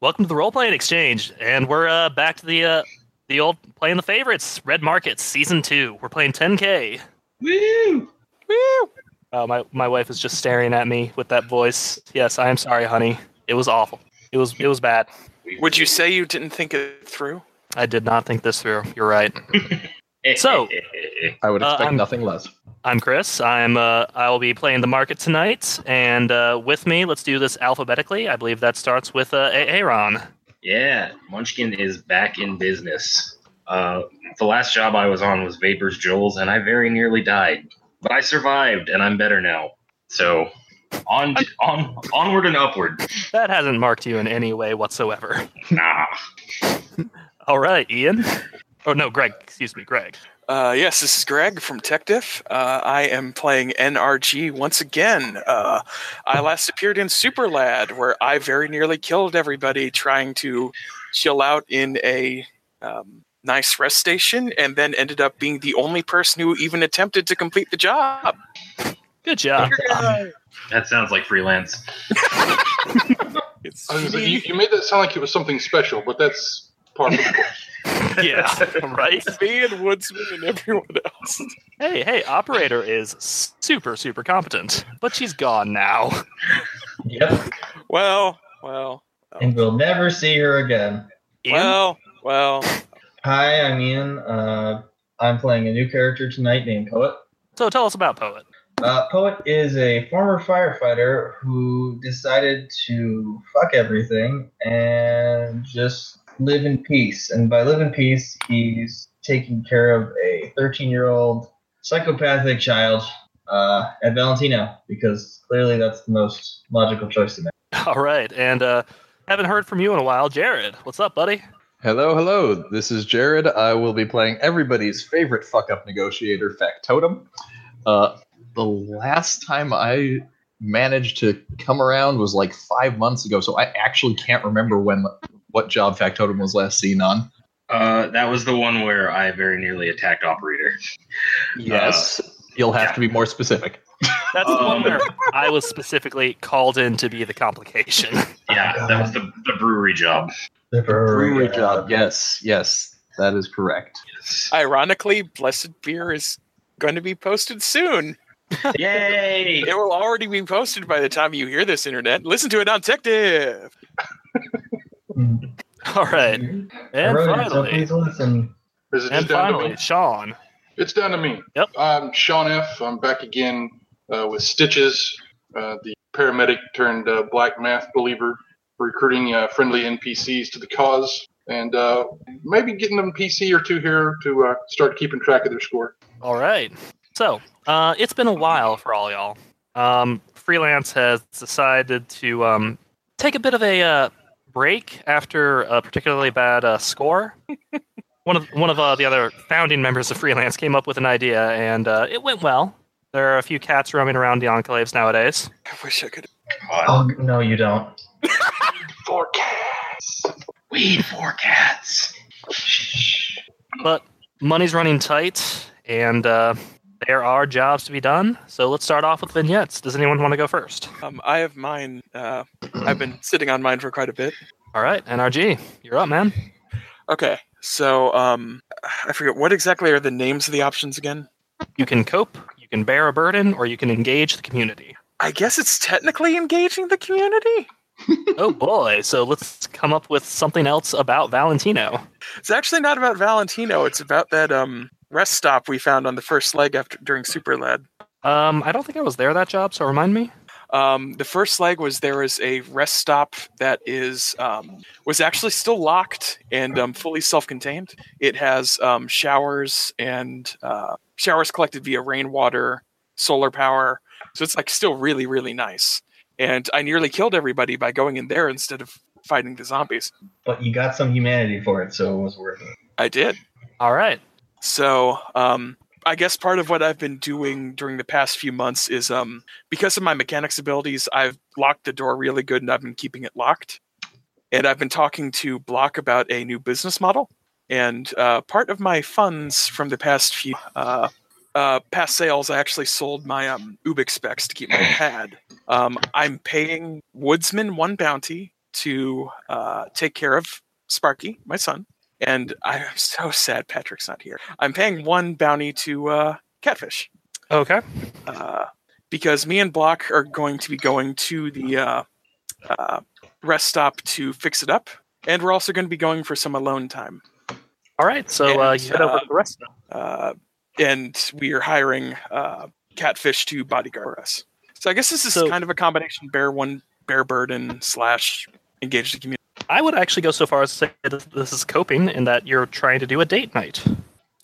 Welcome to the Role Playing Exchange, and we're uh, back to the uh, the old playing the favorites, Red Markets Season Two. We're playing 10K. Woo! Woo! Oh, my my wife is just staring at me with that voice. Yes, I am sorry, honey. It was awful. It was it was bad. Would you say you didn't think it through? I did not think this through. You're right. So- I would Uh, expect I'm- nothing less. I'm Chris. I'm uh, I will be playing the market tonight, and uh, with me, let's do this alphabetically. I believe that starts with uh, Aaron. yeah, Munchkin is back in business. Uh, the last job I was on was Vapors Joel's, and I very nearly died, but I survived, and I'm better now. So, on, on, onward and upward. That hasn't marked you in any way whatsoever. Nah. All right, Ian. Oh no, Greg. Excuse me, Greg. Uh, yes, this is Greg from TechDiff. Uh, I am playing NRG once again. Uh, I last appeared in Super Lad, where I very nearly killed everybody trying to chill out in a um, nice rest station, and then ended up being the only person who even attempted to complete the job. Good job. That sounds like freelance. It's- I was like, Oh, you, you made that sound like it was something special, but that's part of it. yeah. Right. me and Woodsman and everyone else. Hey, hey. Operator is super, super competent, but she's gone now. Yep. Well, well, And we'll never see her again. Ian? well, well. Hi, I'm Ian. Uh, I'm playing a new character tonight named Poet. so tell us about Poet. Uh, Poet is a former firefighter who decided to fuck everything and just live in peace. And by live in peace, he's taking care of a 13 year old psychopathic child uh, at Valentino because clearly that's the most logical choice to make. All right, and uh, haven't heard from you in a while, Jared. What's up, buddy? Hello, hello. This is Jared. I will be playing everybody's favorite fuck up negotiator, Factotum. Uh, the last time I managed to come around was like five months ago, so I actually can't remember when what job Factotum was last seen on. Uh, that was the one where I very nearly attacked Operator. Yes. Uh, You'll have to be more specific. That's the one Um, where I was specifically called in to be the complication. Yeah, that was the, the brewery job. The Brewery job. Yes, yes. That is correct. Ironically, Blessed Beer is going to be posted soon. Yay! It will already be posted by the time you hear this, internet. Listen to it on TechDiff. Mm. All right, and Everyone, so finally, please listen. Is it and just down to finally, me? Sean. It's down to me. Yep. I'm Sean F. I'm back again uh, with Stitches, uh, the paramedic turned uh, black math believer, recruiting uh, friendly NPCs to the cause, and uh, maybe getting them PC or two here to uh, start keeping track of their score. All right. So, uh, it's been a while for all y'all. Um, Freelance has decided to um, take a bit of a uh, break after a particularly bad uh, score. one of one of uh, the other founding members of Freelance came up with an idea, and uh, it went well. There are a few cats roaming around the enclaves nowadays. I wish I could. Oh no, you don't. Four cats. Weed for cats. But money's running tight, and uh, there are jobs to be done. So let's start off with vignettes. Does anyone want to go first? Um, I have mine. Uh, I've been sitting on mine for quite a bit. All right, NRG, you're up, man. Okay, so um, I forget what exactly are the names of the options again. You can cope, you can bear a burden, or you can engage the community. I guess it's technically engaging the community. oh boy, so let's come up with something else about Valentino. It's actually not about Valentino. It's about that um rest stop we found on the first leg after during Super Lad. Um, I don't think I was there that job, so remind me. Um, the first leg was there is a rest stop that is um, was actually still locked and um, fully self-contained. It has um, showers and uh, showers collected via rainwater, solar power. So it's like still really really nice. And I nearly killed everybody by going in there instead of fighting the zombies. But you got some humanity for it, so it was worth it. I did. All right. So, um, I guess part of what I've been doing during the past few months is um, because of my mechanics abilities, I've locked the door really good and I've been keeping it locked. And I've been talking to Block about a new business model. And uh, part of my funds from the past few uh, uh, past sales, I actually sold my um, Ubix specs to keep my pad. Um, I'm paying Woodsman one bounty to uh, take care of Sparky, my son. And I'm so sad Patrick's not here. I'm paying one bounty to uh, Catfish Okay. uh, because me and Block are going to be going to the uh, uh, rest stop to fix it up, and we're also going to be going for some alone time. All right. So uh, And, you head over uh, to the rest. now. Uh, and we are hiring uh, Catfish to bodyguard us. So I guess this is So- kind of a combination bear one bear burden slash engage the community. I would actually go so far as to say that this is coping in that you're trying to do a date night.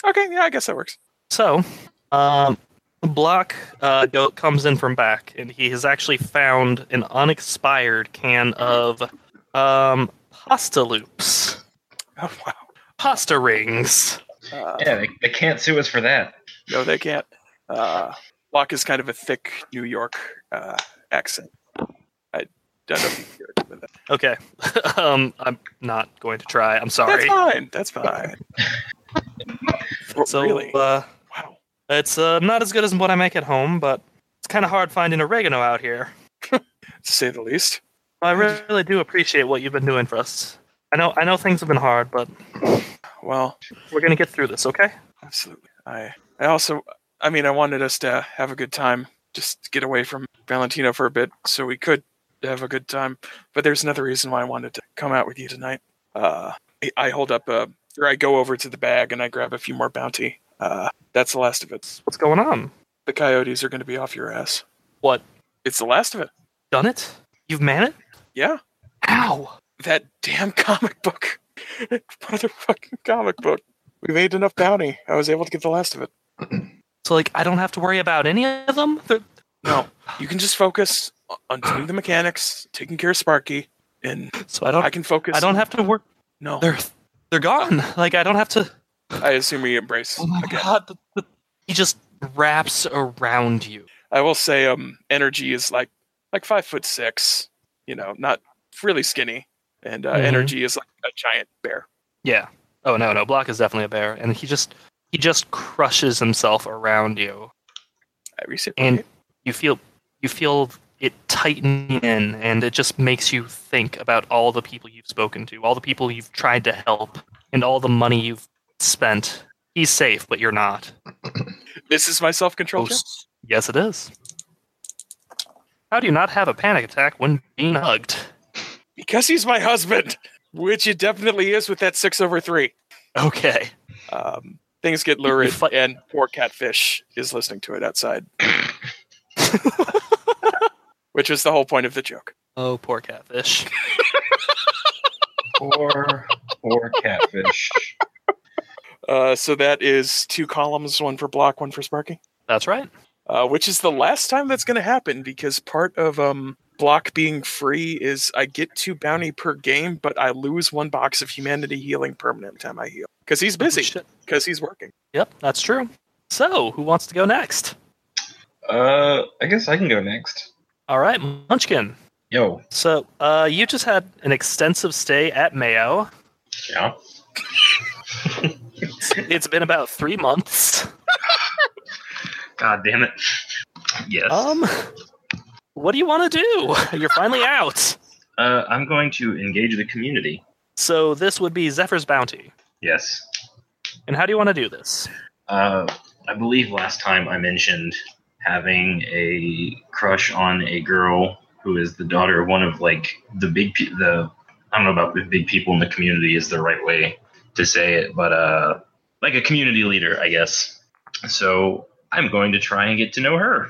Okay, yeah, I guess that works. So, um, Block uh, go, comes in from back, and he has actually found an unexpired can of um, pasta loops, Oh pasta rings. wow. Uh, Yeah, they, they can't sue us for that. No, they can't. Uh, Locke is kind of a thick New York uh, accent. I don't know if you hear it with that. Okay, um, I'm not going to try. I'm That's sorry. fine. That's fine. R- So, really? uh, wow. it's uh, not as good as what I make at home, but it's kind of hard finding oregano out here. To say the least. I really, do appreciate what you've been doing for us. I know, I know things have been hard, but Well, we're gonna get through this. Okay. absolutely. I I also I mean I wanted us to have a good time, just get away from Valentino for a bit so we could have a good time. But there's another reason why I wanted to come out with you tonight. Uh I, I hold up a or I go over to the bag and I grab a few more bounty. Uh that's the last of it. What's going on? the coyotes are going to be off your ass. What? It's the last of it. Done it? You've man it? Yeah. How? That damn comic book. Motherfucking comic book. We made enough bounty. I was able to get the last of it. So like I don't have to worry about any of them. They're- No, you can just focus on doing the mechanics, taking care of Sparky, and so I don't I can focus. I don't have to work. No, They're they're gone. Like I don't have to. I assume we embrace. Oh my again. god! The, the, he just wraps around you. I will say, um, energy is like like five foot six. You know, not really skinny, and uh, Mhm. energy is like a giant bear. Yeah. Oh no no. Block is definitely a bear, and he just he just crushes himself around you, I reciprocate. and you feel you feel it tightening in, and it just makes you think about all the people you've spoken to, all the people you've tried to help, and all the money you've spent. He's safe, but you're not. this is my self control. check. Ghosts. Yes, it is. How do you not have a panic attack when being hugged? because he's my husband, which it definitely is with that six over three. Okay. Um, things get lurid, fi- and poor catfish is listening to it outside, which was the whole point of the joke. Oh, poor catfish. Or or catfish. Uh, so that is two columns, one for block, one for Sparky, That's right. uh, which is the last time that's going to happen because part of um, block being free is I get two bounty per game, but I lose one box of humanity healing permanent time I heal because he's busy Oh, Shit. because he's working. Yep, that's true. So, who wants to go next? Uh, I guess I can go next. All right, Munchkin. Yo, So, uh, you just had an extensive stay at Mayo. yeah. It's been about three months. God damn it. Yes. Um, what do you want to do? You're finally out. uh, I'm going to engage the community. So, this would be Zephyr's Bounty. Yes. And how do you want to do this? Uh, I believe last time I mentioned having a crush on a girl who is the daughter of one of like the big pe- the I don't know about the big people in the community is the right way to say it, but uh, like a community leader, I guess. So I'm going to try and get to know her.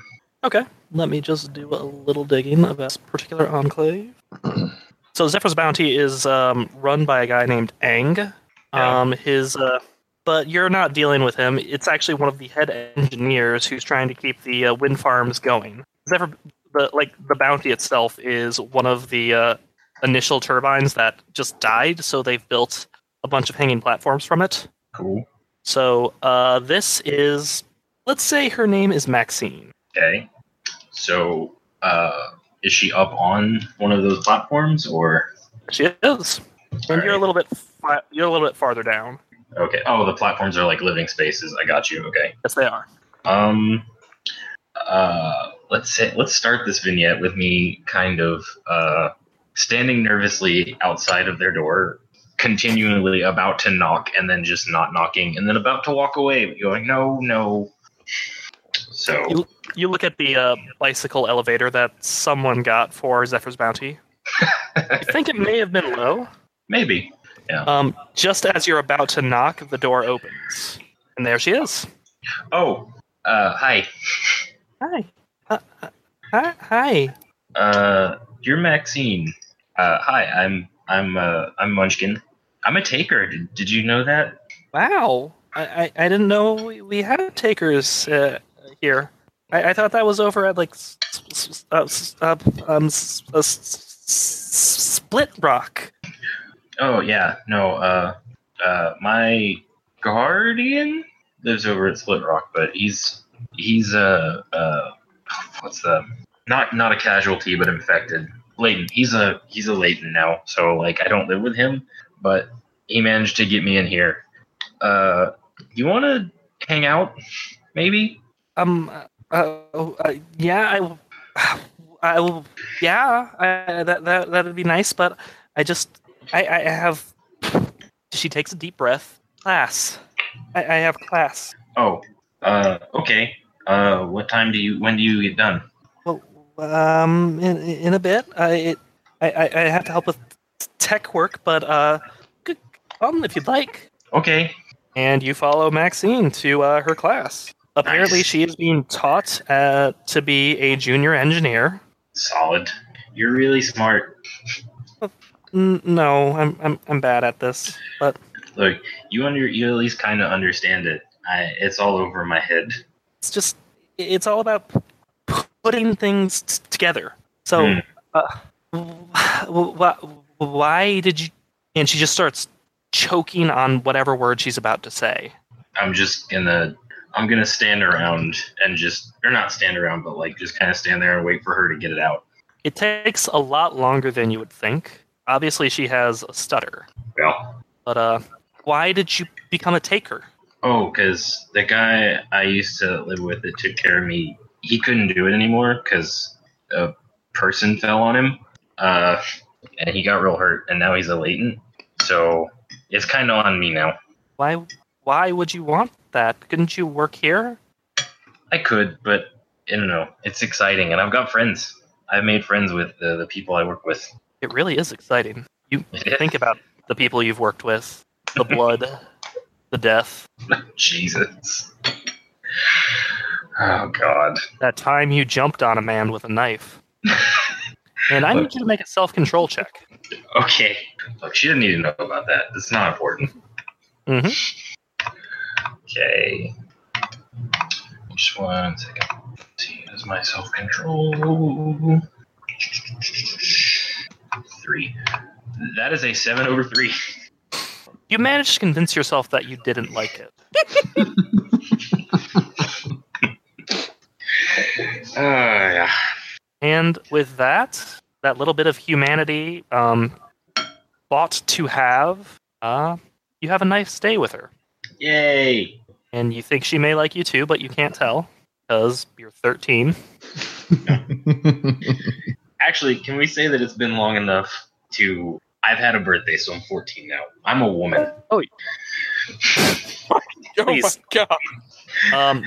Let me just do a little digging about this particular enclave. so Zephyr's Bounty is um, run by a guy named Ang. Yeah. Um, his, uh, but you're not dealing with him. It's actually one of the head engineers who's trying to keep the uh, wind farms going. Zephyr, the like the bounty itself is one of the uh, initial turbines that just died, so they've built a bunch of hanging platforms from it. Cool. So uh, this is, let's say her name is Maxine. Okay. So uh, is she up on one of those platforms or? She is. And you're a Alright. little bit fi- you're a little bit farther down. Okay. Oh, the platforms are like living spaces. I got you. Okay. Yes, they are. Um, uh, let's say let's start this vignette with me kind of uh, standing nervously outside of their door, continually about to knock and then just not knocking, and then about to walk away, but going, no, no. So, You look at the uh, bicycle elevator that someone got for Zephyr's bounty. I think it may have been low. maybe. Um, just as you're about to knock, the door opens, and there she is. Oh, uh, hi. Hi. Uh, uh, hi. Hi. Uh, you're Maxine. Uh, hi, I'm I'm uh, I'm Munchkin. I'm a taker. Did, did you know that? Wow. I, I, I didn't know we, we had takers uh, here. I, I thought that was over at like s- s- s- uh, s- uh, um, s- uh, s- s- Split Rock. Oh yeah, no. Uh, uh, my guardian lives over at Split Rock, but he's he's uh, uh what's the not not a casualty, but infected. Layton. He's a he's a Layton now, so like I don't live with him, but he managed to get me in here. Uh, you want to hang out? Maybe. Um. Uh, oh, uh, yeah. I. will- I will. Yeah. I, that that that'd be nice. But I just. I I have. She takes a deep breath. Class. I, I have class. Oh, uh, okay. Uh, what time do you? When do you get done? Well, um, in in a bit. I it, I I I have to help with tech work, but uh, good come if you'd like. Okay. And you follow Maxine to uh, her class. Apparently, Nice. she is being taught uh, to be a junior engineer. Solid. You're really smart. N- no, I'm, I'm I'm bad at this. But Look, you under you at least kind of understand it. I it's all over my head. it's just it's all about p- p- putting things t- together. So, Hmm. uh, wh- wh- why did you? And she just starts choking on whatever word she's about to say. I'm just gonna I'm gonna stand around and just or not stand around, but like just kind of stand there and wait for her to get it out. It takes a lot longer than you would think. Obviously, she has a stutter. Well, But uh, why did you become a taker? oh, because the guy I used to live with that took care of me, he couldn't do it anymore because a person fell on him, uh, and he got real hurt, and now he's a latent. So it's kind of on me now. Why why would you want that? Couldn't you work here? I could, but I don't know. It's exciting, and I've got friends. I've made friends with the, the people I work with. It really is exciting. You think about the people you've worked with, the blood, the death, Jesus. Oh God. that time you jumped on a man with a knife. And I need you to make a self control check. Okay. Look, she didn't need to know about that. It's not important. Mhm. Okay. Just one second. See, is my self control three? That is a seven over three. You managed to convince yourself that you didn't like it. Uh, yeah. And with that, that little bit of humanity um, bought to have, uh, you have a nice day with her. Yay. And you think she may like you too, but you can't tell because you're 13. Actually, can we say that it's been long enough to? I've had a birthday, so I'm 14 now. I'm a woman. Oh my Please. god! Um,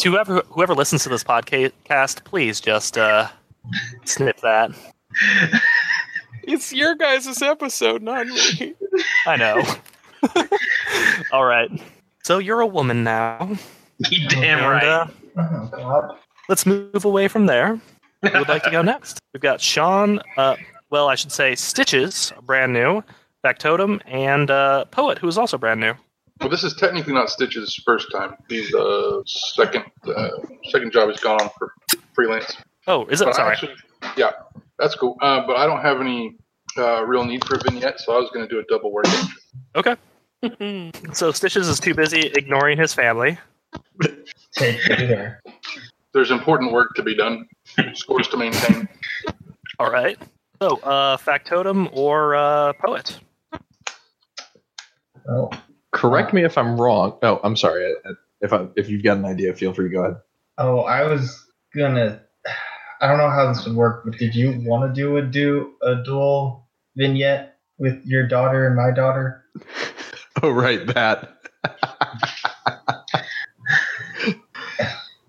to whoever, whoever listens to this podcast, please just uh, snip that. It's your guys' episode, not me. I know. All right. So you're a woman now. You damn and, right. uh, Oh, God. let's move away from there. Who would like to go next? We've got Sean, uh, well, I should say Stitches, brand new, Factotum, and uh, Poet, who is also brand new. Well, this is technically not Stitch's first time. He's uh, second uh, second job he's gone on for freelance. Oh, is But it? I Sorry. actually- yeah, that's cool. Uh, but I don't have any uh, real need for a vignette, so I was going to do a double work. So Stitches is too busy ignoring his family. Take me there. There's important work to be done, scores to maintain. All right. So uh, Factotum or uh, Poet? Well, Correct me if I'm wrong. Oh, I'm sorry. I- I- If I, if you've got an idea, feel free to go ahead. oh, I was oh, gonna. I don't know how this would work, but did you want to do a do a dual vignette with your daughter and my daughter? Oh, right, that. You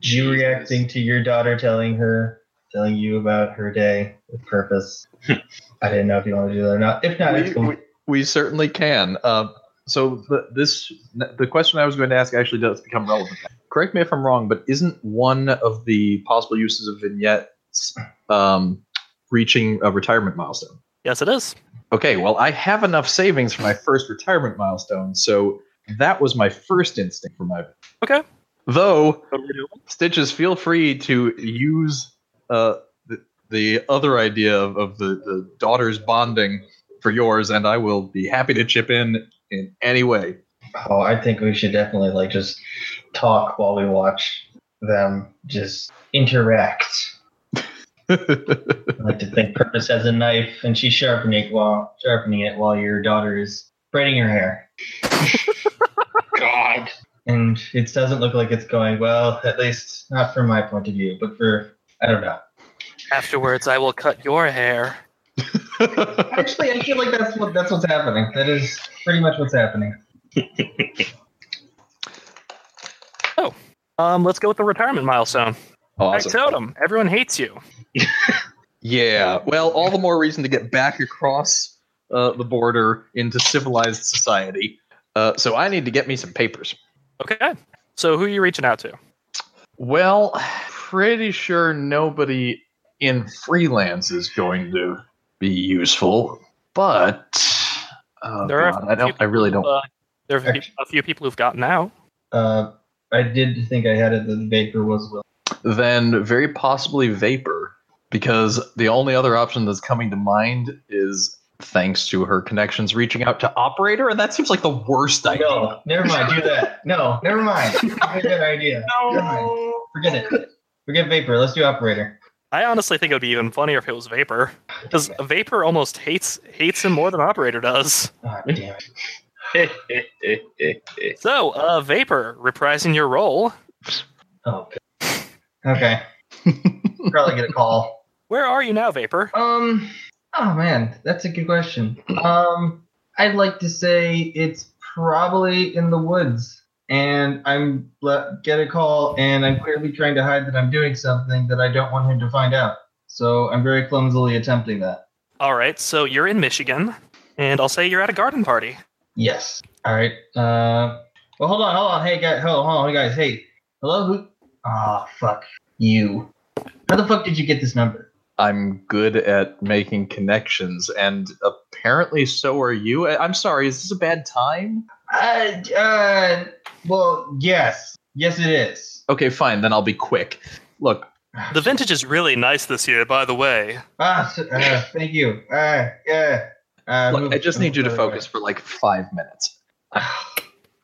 Jesus. reacting to your daughter telling her telling you about her day with purpose. I didn't know if you want to do that or not. If not, it's we, cool. we, we certainly can. Um, so the, this the question I was going to ask actually does become relevant. Correct me if I'm wrong, but isn't one of the possible uses of vignettes um, reaching a retirement milestone? Yes, it is. Okay, well I have enough savings for my first retirement milestone, so that was my first instinct for my. Okay. Though What are we doing? Stitches, feel free to use uh, the, the other idea of, of the, the daughters bonding for yours, and I will be happy to chip in in any way. Oh, I think we should definitely like just talk while we watch them just interact. I like to think Purpose has a knife and she's sharpening it while sharpening it while your daughter is braiding her hair. God. And it doesn't look like it's going well, at least not from my point of view, but for I don't know. Afterwards, I will cut your hair. Actually, I feel like that's what that's what's happening. That is pretty much what's happening. Um, let's go with the retirement milestone. awesome. I totem. Everyone hates you. Yeah. Well, all the more reason to get back across uh, the border into civilized society. Uh, so I need to get me some papers. Okay. So who are you reaching out to? Well, pretty sure nobody in freelance is going to be useful, but oh There are God, I don't. I really don't. Uh, there are a few- a few people who've gotten out. Uh, I did think I had it that the baker was willing. Then very possibly vapor, because the only other option that's coming to mind is thanks to her connections reaching out to operator, and that seems like the worst idea. No, never mind. Do that. No, never mind. That's a good idea. Never mind. Forget it. Forget vapor. Let's do operator. I honestly think it would be even funnier if it was Vapor, because Vapor almost hates hates him more than Operator does. Ah, damn it. So, uh, Vapor reprising your role. Oh, God. okay. Probably get a call. Where are you now, Vapor? Um. Oh man, that's a good question. Um, I'd like to say it's probably in the woods, and I'm let, get a call, and I'm clearly trying to hide that I'm doing something that I don't want him to find out. So I'm very clumsily attempting that. All right. So you're in Michigan, and I'll say you're at a garden party. Yes. All right. Uh, well, hold on, hold on. Hey, guys, hold on, hold on, guys. Hey, hello. Who? Ah, fuck you. How the fuck did you get this number? I'm good at making connections, and apparently so are you. I- I'm sorry, is this a bad time? Uh, uh, well, yes, yes, it is. Okay, fine, then I'll be quick. Look, The vintage is really nice this year, by the way. Ah, so, uh, thank you. Uh, yeah. Uh, look move- I just need you to move focus for like five minutes. I-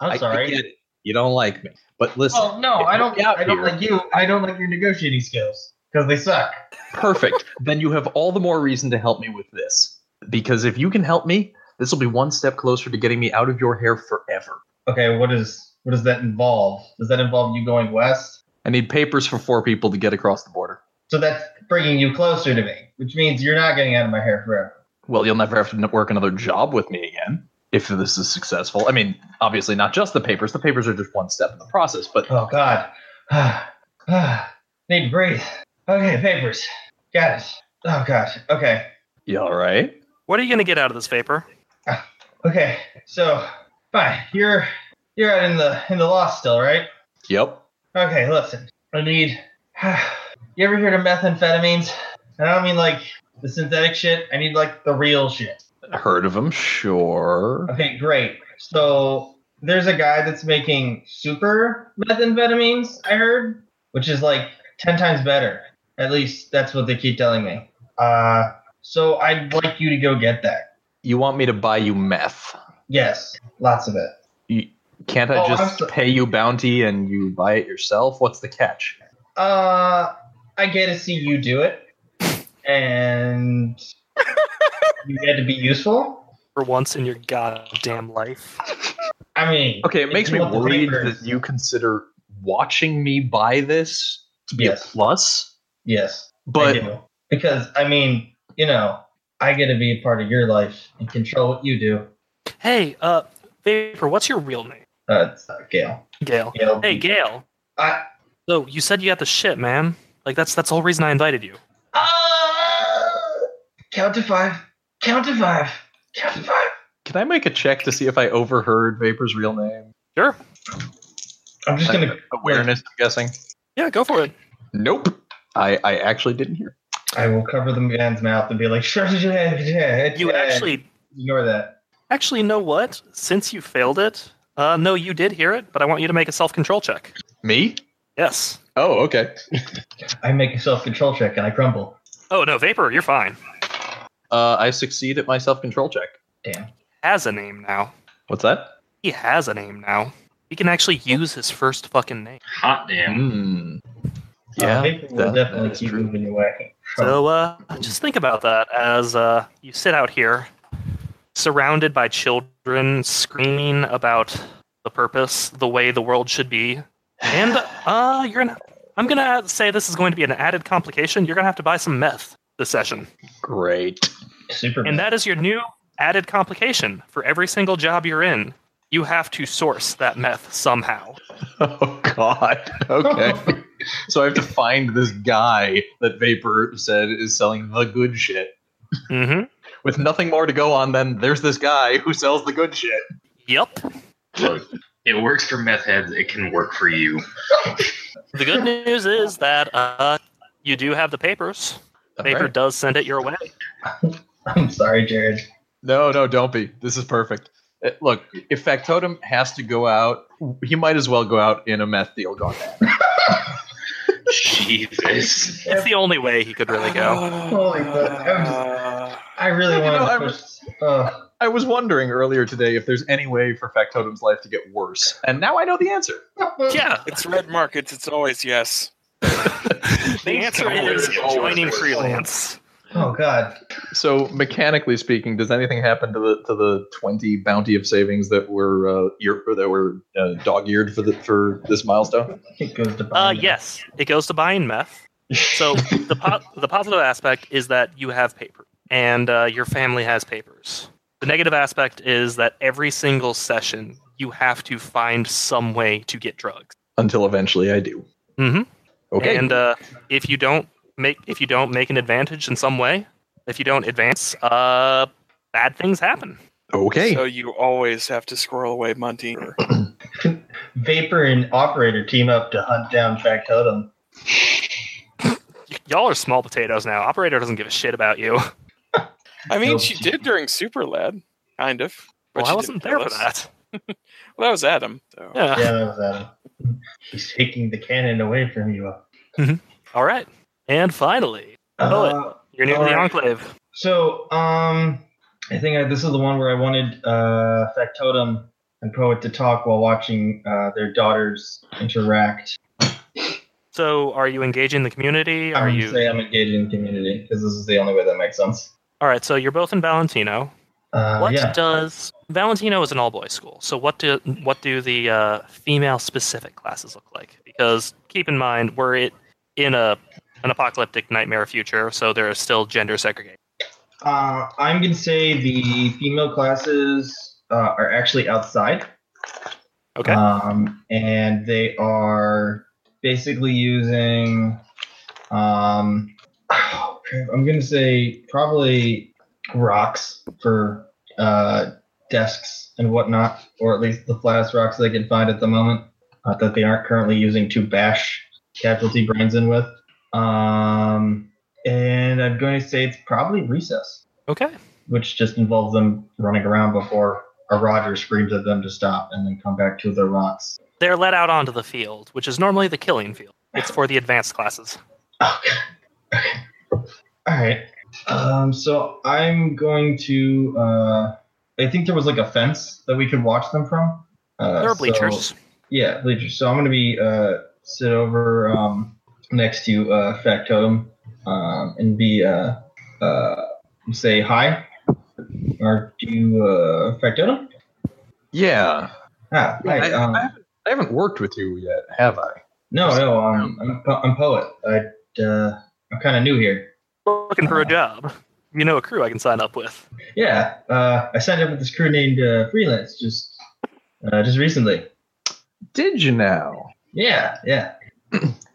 I'm I sorry. get it. You don't like me. But listen, Well, Oh, no, I don't. Get out I don't here. like you. I don't like your negotiating skills because they suck. Perfect. then you have all the more reason to help me with this. Because if you can help me, this will be one step closer to getting me out of your hair forever. Okay, what is what does that involve? Does that involve you going west? I need papers for four people to get across the border. So that's bringing you closer to me, which means you're not getting out of my hair forever. Well, you'll never have to n- work another job with me again if this is successful. I mean, obviously, not just the papers. The papers are just one step in the process, but Oh God, need to breathe. Okay, papers, got it. Oh God, okay, you all right? What are you going to get out of this Vapor? okay. So fine, you're you're out in the in the lost still, right? Yep. Okay, listen, I need. you ever heard of methamphetamines? And I don't mean like the synthetic shit. I need like the real shit. Heard of them, sure. Okay, great. So there's a guy that's making super methamphetamines, I heard, which is like 10 times better. At least that's what they keep telling me. Uh, so I'd like you to go get that. You want me to buy you meth? Yes, lots of it. Can't I Oh, I'm just so- pay you bounty and you buy it yourself? What's the catch? Uh, I get to see you do it, and you get to be useful. For once in your goddamn life. I mean, Okay, it if makes you me want the worried papers- that you consider watching me buy this to be Yes. a plus. Yes. I But do. because I mean, you know, I get to be a part of your life and control what you do. Hey, uh, Vapor, what's your real name? Uh, it's, uh, Gail. Gail. Gail. Hey, Gail. I, So you said you got the shit, man. Like that's that's the whole reason I invited you. Ah! count to five. Count to five. Count to five. can I make a check to see if I overheard Vapor's real name? Sure. I'm just gonna. Awareness, I'm guessing. Yeah, go for it. Nope. I, I actually didn't hear. I will cover the man's mouth and be like, sure, yeah, yeah, You yeah." actually ignore that. actually know what? Since you failed it, uh, no, you did hear it, but I want you to make a self control check. Me? Yes. Oh, okay. I make a self-control check and I crumble. Oh no, Vapor, you're fine. Uh, I succeed at my self control check. Damn. Has a name now. What's that? He has a name now. He can actually use his first fucking name. Hot damn. Hmm. uh, Yeah, Vapor will that- definitely that is keep true. moving your way. So uh, just think about that as uh, you sit out here, surrounded by children screaming about the purpose, the way the world should be, and uh, you're gonna. I'm gonna say this is going to be an added complication. You're gonna have to buy some meth this session, Great. super. and that is your new added complication for every single job you're in. You have to source that meth somehow. Oh God. Okay. so I have to find this guy that Vapor said is selling the good shit. Mm-hmm. With nothing more to go on than there's this guy who sells the good shit. Yep. Look, it works for meth heads. It can work for you. The good news is that uh, you do have the papers. Paper Alright. does send it your way. I'm sorry, Jared. No, no, don't be. This is perfect. Uh, Look, if Factotum has to go out, he might as well go out in a meth deal gone. bad. Jesus. It's the only way he could really go. Holy fuck. I'm just- Uh, I really You want know, to I push. Uh, I was wondering earlier today if there's any way for Factotum's life to get worse, and now I know the answer. Yeah, it's red markets. It's always yes. the answer is joining freelance. oh God. So, mechanically speaking, does anything happen to the to the twenty bounty of savings that were uh, ear, or that were uh, dog eared for the for this milestone? It goes to. Uh, Biden. yes, it goes to buying meth. So the po- the positive aspect is that you have paper and uh, your family has papers. The negative aspect is that every single session you have to find some way to get drugs. Until eventually, I do. Mm-hmm. Okay. And uh, if you don't make if you don't make an advantage in some way, if you don't advance, uh, bad things happen. okay. So you always have to squirrel away money. Vapor and operator team up to hunt down Factotum. Y- y'all are small potatoes now. Operator doesn't give a shit about you. I mean, she did during Super Lad, kind of. but Well, I she wasn't didn't there tell for us. that. Well, that was Adam. So. Yeah. Yeah, that was Adam. He's taking the cannon away from you. All right. And finally, Bullet. Uh, you're new to the Alright. enclave. So, um, I think I, this is the one where I wanted uh, Factotum and Poet to talk while watching uh, their daughters interact. So, are you engaging the community? Are I'm gonna you say I'm engaged in community because this is the only way that makes sense. all right? So, you're both in Valentino. Uh, what yeah. does Valentino is an all-boys school? So, what do what do the uh, female-specific classes look like? Because keep in mind, we're it in a an apocalyptic nightmare future, so there is still gender segregation. Uh, I'm gonna say the female classes uh, are actually outside. Okay. Um, and they are basically using, um, I'm going to say probably rocks for uh, desks and whatnot, or at least the flattest rocks they can find at the moment uh, that they aren't currently using to bash casualty brains in with. Um, and I'm going to say it's probably recess, okay. which just involves them running around before a Roger screams at them to stop and then come back to their rocks. They're let out onto the field, which is normally the killing field. It's for the advanced classes. Okay. Oh, Okay. All right. Um, so I'm going to. Uh, I think there was like a fence that we could watch them from. Uh, There are so- bleachers. yeah, bleachers. So I'm going to be uh, sit over um, next to uh, Factotum um, and be uh, uh, say hi or do uh, Factotum. yeah. Ah, hi. I, um, I haven't, I haven't worked with you yet, have I? No, no, um, I'm, po- I'm poet. I uh, I'm kind of new here. Looking for a job. You know a crew I can sign up with. Yeah, uh, I signed up with this crew named uh, Freelance just uh, just recently. Did you now? Yeah, yeah,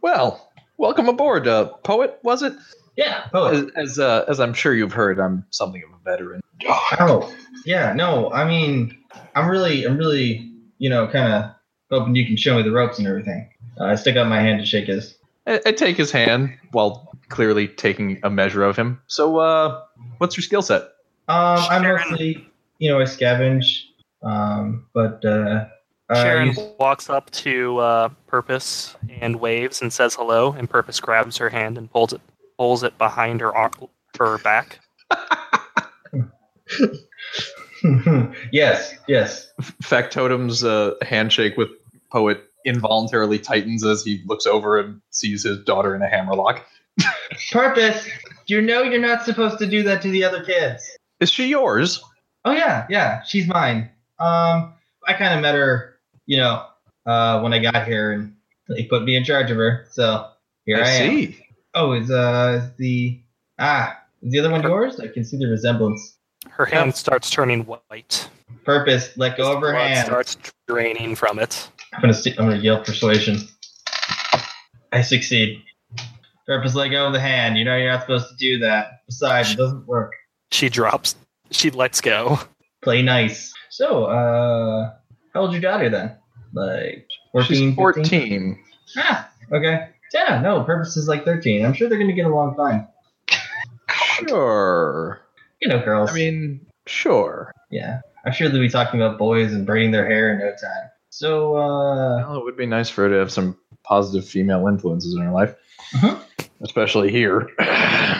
Well, welcome aboard, uh, poet. Was it? yeah. Poet. As as, uh, as I'm sure you've heard, I'm something of a veteran. Oh, yeah. No, I mean, I'm really, I'm really, you know, kind of hoping you can show me the ropes and everything. Uh, I stick out my hand to shake his. I, I take his hand while clearly taking a measure of him. So, uh, what's your skill set? Um, I'm Sharon. mostly, you know, I scavenge, um, but uh, I Sharon use- walks up to uh, Purpose and waves and says hello, and Purpose grabs her hand and pulls it pulls it behind her ar- her back. yes, yes. Factotum's uh, handshake with poet involuntarily tightens as he looks over and sees his daughter in a hammerlock. Purpose, you know you're not supposed to do that to the other kids. Is she yours? Oh yeah, yeah, she's mine. Um, I kind of met her, you know, uh, when I got here, and they put me in charge of her. So here I, I am. see. Oh, is uh is the ah is the other one yours? I can see the resemblance. Her hand starts turning white. Purpose, let go of her Blood hand. starts draining from it. I'm gonna see, I'm gonna yell persuasion. I succeed. Purpose, let go of the hand. You know you're not supposed to do that. Besides, it doesn't work. She drops. She lets go. Play nice. So, uh, how old's your daughter then? Like 14, She's 14. 14. Ah, okay. Yeah, no, Purpose is like 13. I'm sure they're gonna get along fine. Sure. You know, girls. I mean, sure. yeah, I'm sure they'll be talking about boys and braiding their hair in no time. So, uh, Well, it would be nice for her to have some positive female influences in her life, Mhm. especially here.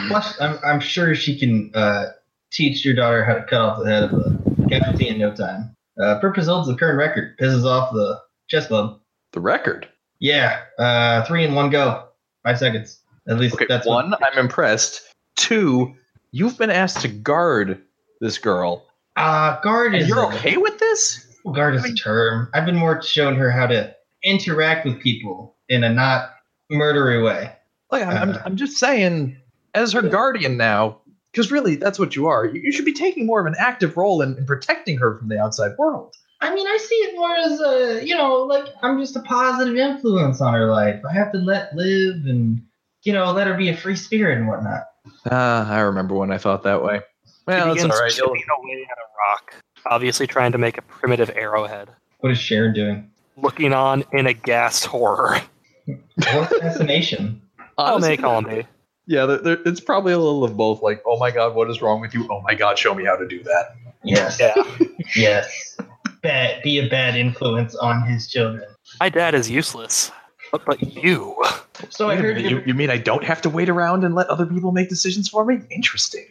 plus, I'm, I'm sure she can uh, teach your daughter how to cut off the head of a casualty in no time. Uh, Purpose holds the current record, pisses off the chess club. the record. Yeah, uh, three in one go, five seconds. At least Okay, that's one, What, I'm impressed. Two, you've been asked to guard this girl. uh, guard And is you're a- okay with this? guard is a term. I've been more showing her how to interact with people in a not murdery way. Like, I'm, Uh, I'm, I'm just saying, as her guardian now, because really, that's what you are. You, you should be taking more of an active role in, in protecting her from the outside world. I mean, I see it more as a, you know, like I'm just a positive influence on her life. I have to let live and, you know, let her be a free spirit and whatnot. Ah, I remember when I thought that way. Well, she it's all begins right. chipping away at a rock, obviously trying to make a primitive arrowhead. What is Sharon doing? Looking on in aghast horror. What fascination? Oh, Honestly, they call me. Yeah, there, there, it's probably a little of both. Like, oh my god, what is wrong with you? Oh my god, show me how to do that. Yes. Yeah. Yes. Bad, be a bad influence on his children. My dad is useless. But, but you. So Wait I a heard minute, you, you're, you mean I don't have to wait around and let other people make decisions for me? Interesting.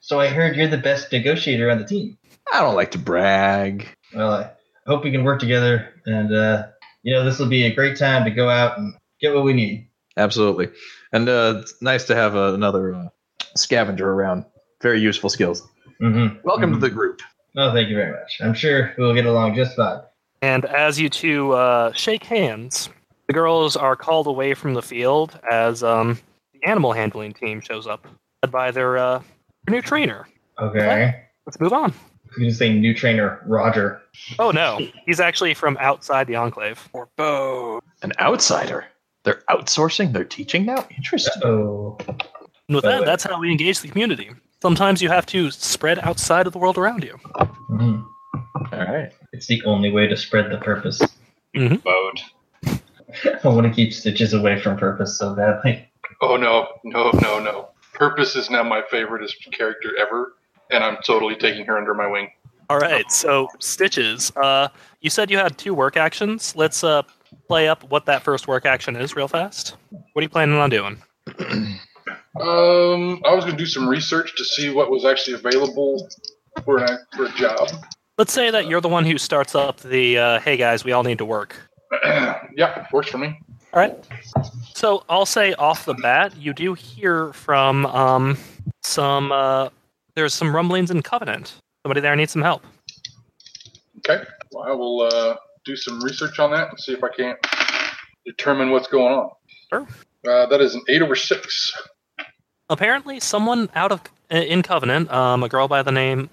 so I heard you're the best negotiator on the team. I don't like to brag. Well, I hope we can work together and uh, you know, this will be a great time to go out and get what we need. Absolutely. And uh, it's nice to have uh, another uh, scavenger around. Very useful skills. Mhm. Welcome Mhm. to the group. Oh, thank you very much. I'm sure we'll get along just fine. And as you two uh, shake hands, the girls are called away from the field as um, the animal handling team shows up, led by their uh, new trainer. Okay. Let's move on. You can say new trainer Roger. Oh no, he's actually from outside the enclave. Or Bo. An outsider. They're outsourcing their teaching now? Interesting. Oh, And with By the that, way- that's how we engage the community. Sometimes you have to spread outside of the world around you. Mhm. All right. it's the only way to spread the purpose. Bode. I want to keep stitches away from purpose so badly. Oh no, no, no, no. Purpose is now my favoriteest character ever, and I'm totally taking her under my wing. All right, so stitches. Uh, you said you had two work actions. Let's uh, play up what that first work action is real fast. What are you planning on doing? Um, I was gonna do some research to see what was actually available for an for a job. Let's say that you're the one who starts up the uh, "Hey guys, we all need to work." yeah, works for me. So I'll say off the bat, you do hear from um, some. Uh, there's some rumblings in Covenant. Somebody there needs some help. Okay, well, I will uh, do some research on that and see if I can't determine what's going on. Sure. Uh, that is an eight over six. apparently someone out of uh, in Covenant, um, a girl by the name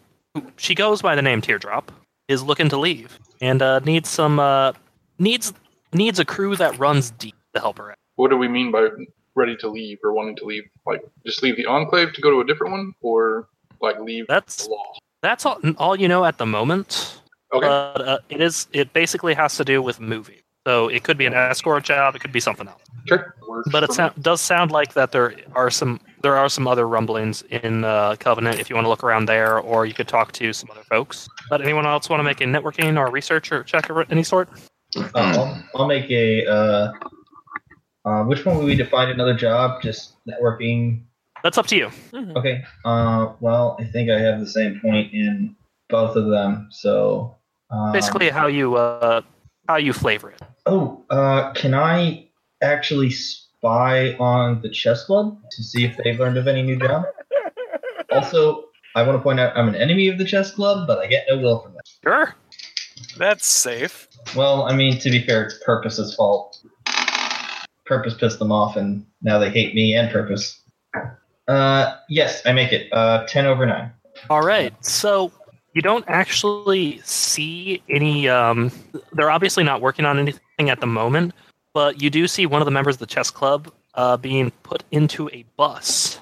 she goes by the name Teardrop, is looking to leave and uh, needs some uh, needs needs a crew that runs deep to help her. out. What do we mean by ready to leave or wanting to leave? Like, just leave the enclave to go to a different one, or like leave the That's law? that's all, all you know at the moment. Okay. But uh, it is it basically has to do with movie. So it could be an escort job, it could be something else. okay. Works But it for sound, me. does sound like that there are some there are some other rumblings in uh, Covenant. If you want to look around there, or you could talk to some other folks. But anyone else want to make a networking or research or check of any sort? Uh, I'll, I'll make a. Uh, uh, which one would we define another job? Just networking. That's up to you. Okay. Uh, well, I think I have the same point in both of them. So um, Basically, how you uh, how you flavor it. Oh, uh, can I actually spy on the chess club to see if they've learned of any new job? also, I want to point out I'm an enemy of the chess club, but I get no will from that. Sure. That's safe. Well, I mean, to be fair, it's Purpose's fault. Purpose pissed them off, and now they hate me and Purpose. Uh, yes, I make it. Uh, 10 over 9. All right. So you don't actually see any. Um, they're obviously not working on anything at the moment, but you do see one of the members of the chess club uh, being put into a bus,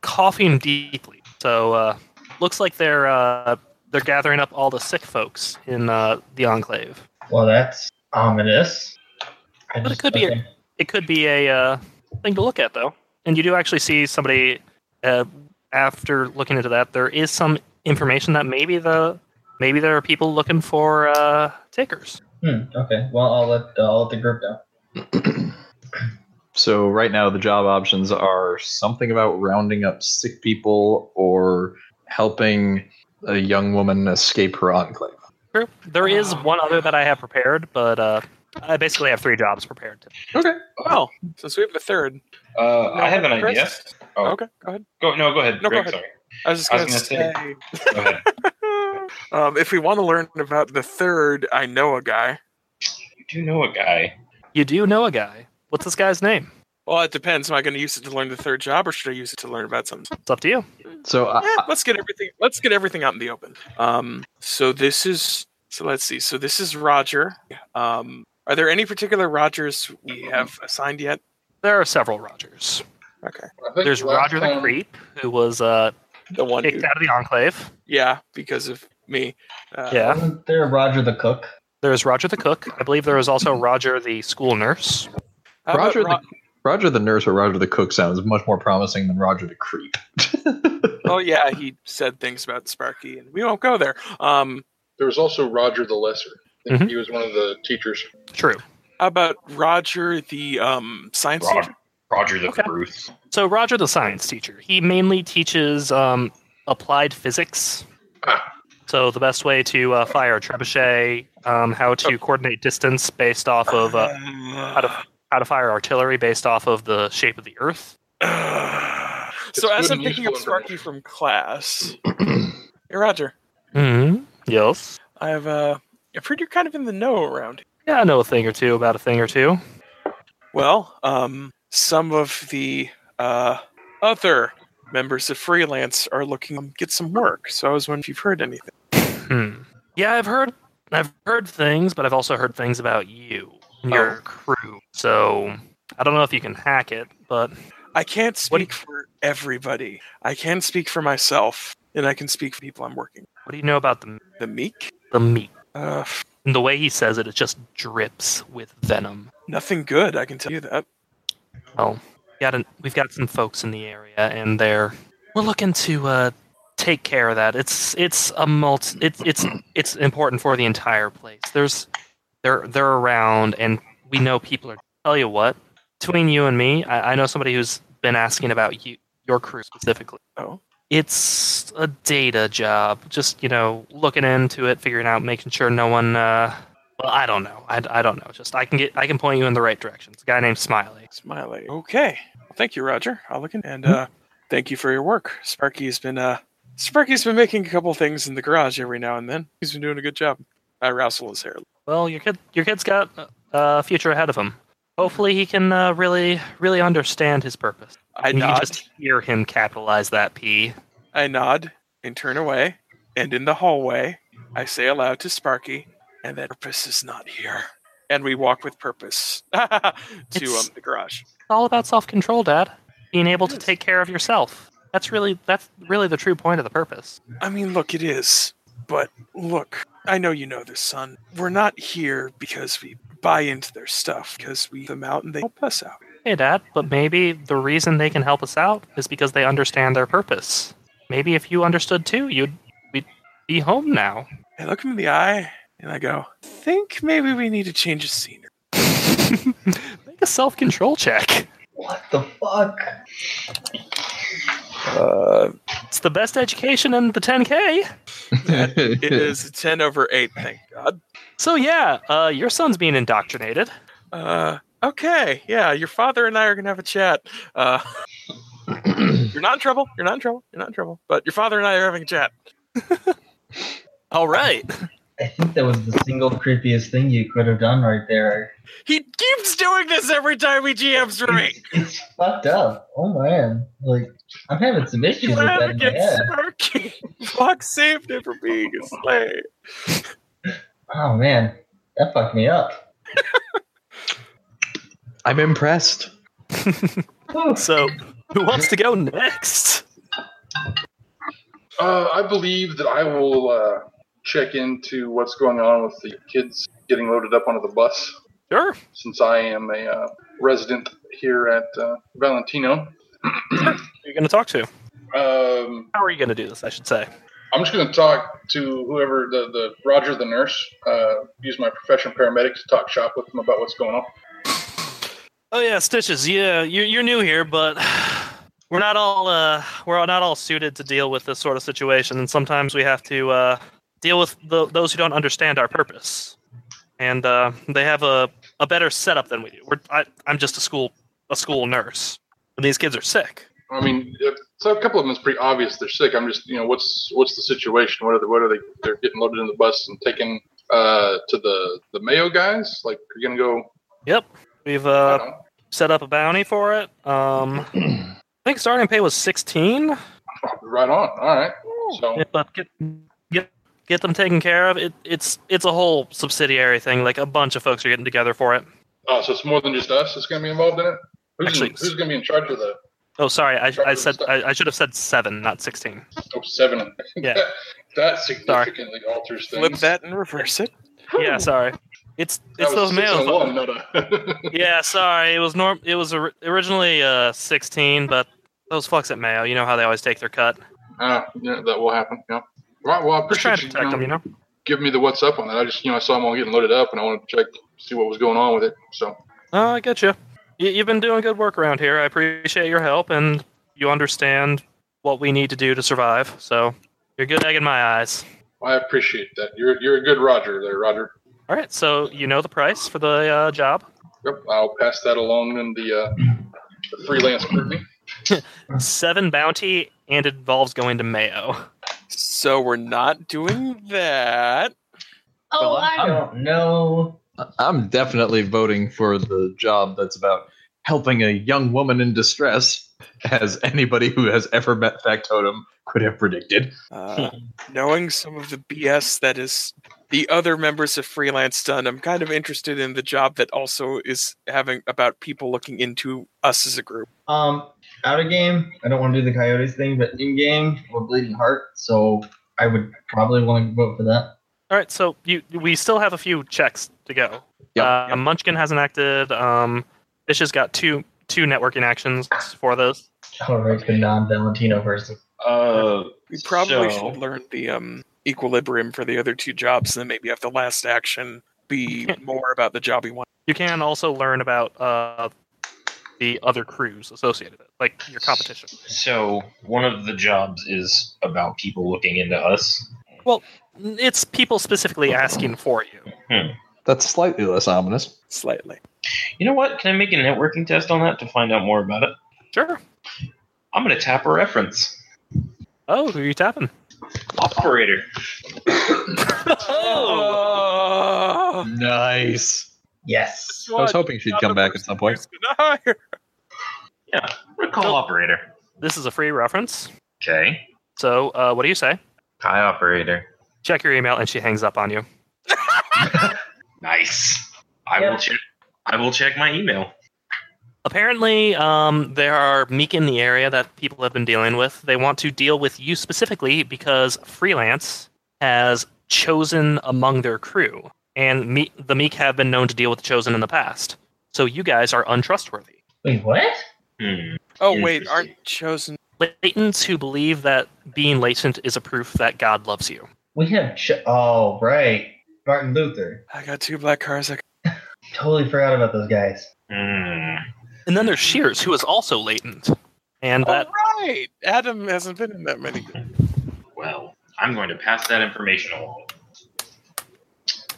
coughing deeply. So uh, looks like they're uh, they're gathering up all the sick folks in uh, the enclave. Well, that's ominous. I But it could be a- okay. It could be a uh, thing to look at, though. And you do actually see somebody. Uh, after looking into that, there is some information that maybe the maybe there are people looking for uh, takers. Hmm, okay. Well, I'll let, uh, I'll let the group know. So right now the job options are something about rounding up sick people or helping a young woman escape her enclave. True. There is one other that I have prepared, but uh, I basically have three jobs prepared. Well, since we have a third. Uh, I have an Chris? idea. Oh. Okay, go ahead. Go no, go ahead. No, go Greg, ahead. Sorry. I was just I going was to say. gonna Go ahead. um, if we want to learn about the third, I know a guy. you do know a guy. You do know a guy. What's this guy's name? Well, it depends. Am I going to use it to learn the third job, or should I use it to learn about something? It's up to you. So I, Eh, let's get everything. Let's get everything out in the open. Um, so this is. So let's see. So this is Roger. Um, are there any particular Rogers we have assigned yet? There are several Rogers. I think There's last Roger the time- Creep, who was uh, The one. Who, kicked out of the Enclave. yeah, because of me. Uh, Yeah. Wasn't there Roger the cook? There is Roger the Cook. I believe there is also Roger the School Nurse. how about Roger Ro- Roger the nurse or Roger the cook sounds much more promising than Roger the creep. oh yeah, he said things about Sparky, and we won't go there. Um, There was also Roger the Lesser. I think Mhm. he was one of the teachers. True. how about Roger, the um, science Roger. teacher? Roger the Okay. Bruce. So Roger, the science teacher, he mainly teaches um, applied physics. Ah. So the best way to uh, fire a trebuchet, um, how to coordinate distance based off of uh, how to how to fire artillery based off of the shape of the earth. so as good I'm and picking up useful Sparky from class, hey Roger, Mm-hmm. Yes. I've uh, I've heard you're kind of in the know around. here. Yeah, I know a thing or two about a thing or two. Well, um, some of the uh, other members of freelance are looking to get some work. So I was wondering if you've heard anything. Hmm. Yeah, I've heard I've heard things, but I've also heard things about you and your crew. So I don't know if you can hack it, but I can't What do you- speak for everybody. I can speak for myself, and I can speak for people I'm working. what do you know about the with. The meek, the meat? uh, And the way he says it, it just drips with venom. nothing good. I can tell you that. Got an, we've got some folks in the area, and they're we're looking to uh, take care of that. It's it's a multi, it's it's it's important for the entire place. There's they're they're around, and we know people are. Tell you what, between you and me, I, I know somebody who's been asking about you your crew specifically. Oh. It's a data job. Just you know, looking into it, figuring out, making sure no one. Uh, well, I don't know. I, I don't know. Just I can get I can point you in the right direction. It's a guy named Smiley. Mm-hmm. Smiley. Okay. Well, thank you, Roger. I'll look in and uh, thank you for your work. Sparky's been uh, Sparky's been making a couple things in the garage every now and then. He's been doing a good job. I rustle his hair. Well, your kid, your kid's got uh, a future ahead of him. Hopefully, he can uh, really, really understand his purpose. I And you nod. just hear him capitalize that P. I nod and turn away. And in the hallway, I say aloud to Sparky, and that purpose is not here. And we walk with purpose to um, It's- the garage. It's all about self control, Dad. Being able to It is. take care of yourself. That's really that's really the true point of the purpose. I mean, look, it is. But look, I know you know this, son. We're not here because we buy into their stuff, because we them out and they help us out. Hey, Dad, but maybe the reason they can help us out is because they understand their purpose. Maybe if you understood too, you'd we'd be home now. I look him in the eye and I go, think maybe we need to change the scenery. Make a self control check. What the fuck? It's the best education in the 10K. It is a 10 over 8, thank God. So yeah, uh, your son's being indoctrinated. Uh, okay, yeah, your father and I are gonna have a chat. Uh, you're not in trouble. You're not in trouble. You're not in trouble. But your father and I are having a chat. All right. I think that was the single creepiest thing you could have done right there. He keeps doing this every time he GMs for me. It's fucked up. Oh man, like I'm having some issues with that in my Against head. Sparky. Fuck saved him from being a slave. Oh man, that fucked me up. I'm impressed. Whew. So who wants to go next? Uh, I believe that I will uh, check into what's going on with the kids getting loaded up onto the bus, Sure. since I am a uh, resident here at uh, Valentino. You're going to talk to. Um, How are you going to do this? I should say. I'm just going to talk to whoever the, the Roger the nurse. Uh, use my profession paramedic to talk shop with them about what's going on. Oh yeah, stitches. Yeah, you're, you're new here, but we're not all uh, we're not all suited to deal with this sort of situation, and sometimes we have to uh, deal with tho- those who don't understand our purpose, and uh, they have a, a better setup than we do. We're, I, I'm just a school a school nurse, and these kids are sick. I mean, if- so a couple of them is pretty obvious they're sick. I'm just, you know, what's what's the situation? What are they? What are they? They're getting loaded in the bus and taken uh, to the the Mayo guys. Like you're going to go. Yep, we've I uh, don't know. set up a bounty for it. Um, I think starting pay was 16. Right on. All right. So Yeah, but get get get them taken care of. It, it's it's a whole subsidiary thing. Like a bunch of folks are getting together for it. Oh, so it's more than just us that's going to be involved in it. Who's, Actually, in, who's going to be in charge of the Oh, sorry, I, I Sorry, said sorry. I, I should have said seven, not 16. oh, seven? Yeah. that, that significantly alters things. Flip that and reverse it. Yeah, sorry. It's That it's was those six males. and One, not a Yeah, sorry. It was norm. It was or- originally uh 16, but those fucks at Mayo, you know how they always take their cut. Ah, yeah, that will happen. Yeah. Right. Well, I Just trying appreciate to protect you, them, you you know, know. giving me the what's up on that. I just, you know, I saw them all getting loaded up, and I wanted to check see what was going on with it. So Oh, I get you. you. You've been doing good work around here. I appreciate your help, and you understand what we need to do to survive. So you're a good egg in my eyes. I appreciate that. You're you're a good Roger there, Roger. All right, so you know the price for the uh, job. Yep. I'll pass that along in the, uh, the freelance scrutiny. Seven bounty, and it involves going to Mayo. So we're not doing that. Oh, Well, I I, don't know. I'm definitely voting for the job that's about helping a young woman in distress, as anybody who has ever met Factotum could have predicted. Uh, knowing some of the BS that is the other members of freelance done, I'm kind of interested in the job that also is having about people looking into us as a group. Um, out of game, I don't want to do the Coyotes thing, but in game, we're bleeding heart, so I would probably want to vote for that. All right, so you we still have a few checks to go. Yep. Uh, Munchkin hasn't acted. Um, Fish has got two two networking actions for those. All right, the non-Valentino person. Uh, We probably So- should learn the um, equilibrium for the other two jobs, and then maybe have the last action be more about the job we want. You can also learn about uh, the other crews associated with it, like your competition. so one of the jobs is about people looking into us. It's people specifically asking for you. That's slightly less ominous. Slightly. You know what? Can I make a networking test on that to find out more about it? Sure. I'm going to tap a reference. Oh, who are you tapping? Operator. Oh, Nice. Yes. Oh, I was hoping she'd come back at some point. Recall Nope. operator. This is a free reference. Okay. So, uh, what do you say? Hi, operator. Check your email, and she hangs up on you. Nice. I Yeah. will check. I will check my email. Apparently, um, there are meek in the area that people have been dealing with. They want to deal with you specifically because freelance has chosen among their crew, and me- the meek have been known to deal with chosen in the past. So you guys are untrustworthy. Wait, what? Hmm. Oh wait, Interesting. aren't chosen? Latents who believe that being latent is a proof that God loves you. We have. Ch- oh, right. Martin Luther. I got two black cars. I Totally forgot about those guys. Hmm. And then there's Shears, who is also latent, and that All right, Adam hasn't been in that many. Well, I'm going to pass that information along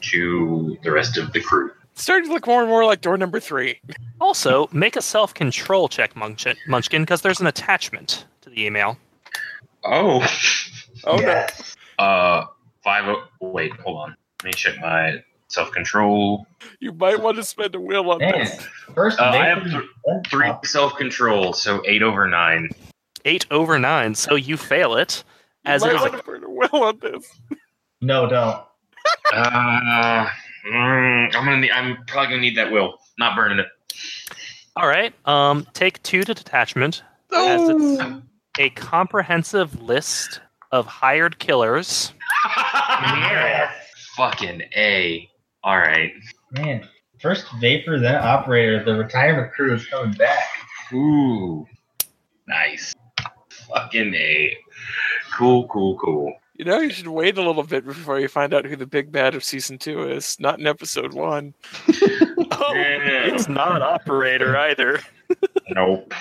to the rest of the crew. It's starting to look more and more like door number three. Also, make a self control check, Munch- Munchkin, because there's an attachment to the email. Oh. Oh no. yes. Uh, five. oh- Wait, hold on. Let me check my self control. You might want to spend a wheel on Man, this. first Uh, I have victim- Three Oh. self control, so eight over nine. Eight over nine, so you fail it. You As might it is want to spend a wheel on this. No, don't. Uh, mm, I'm gonna. Need, I'm probably gonna need that will. Not burning it. all right. Um, take two to detachment. As it's No. a comprehensive list of hired killers. Ah. Fucking a. All right. Man, first vapor, then operator. The retirement crew is coming back. Ooh. Nice. Fucking a. Cool. Cool. Cool. You know, you should wait a little bit before you find out who the big bad of season two is. Not in episode one. Oh, Yeah. it's not operator either. Nope.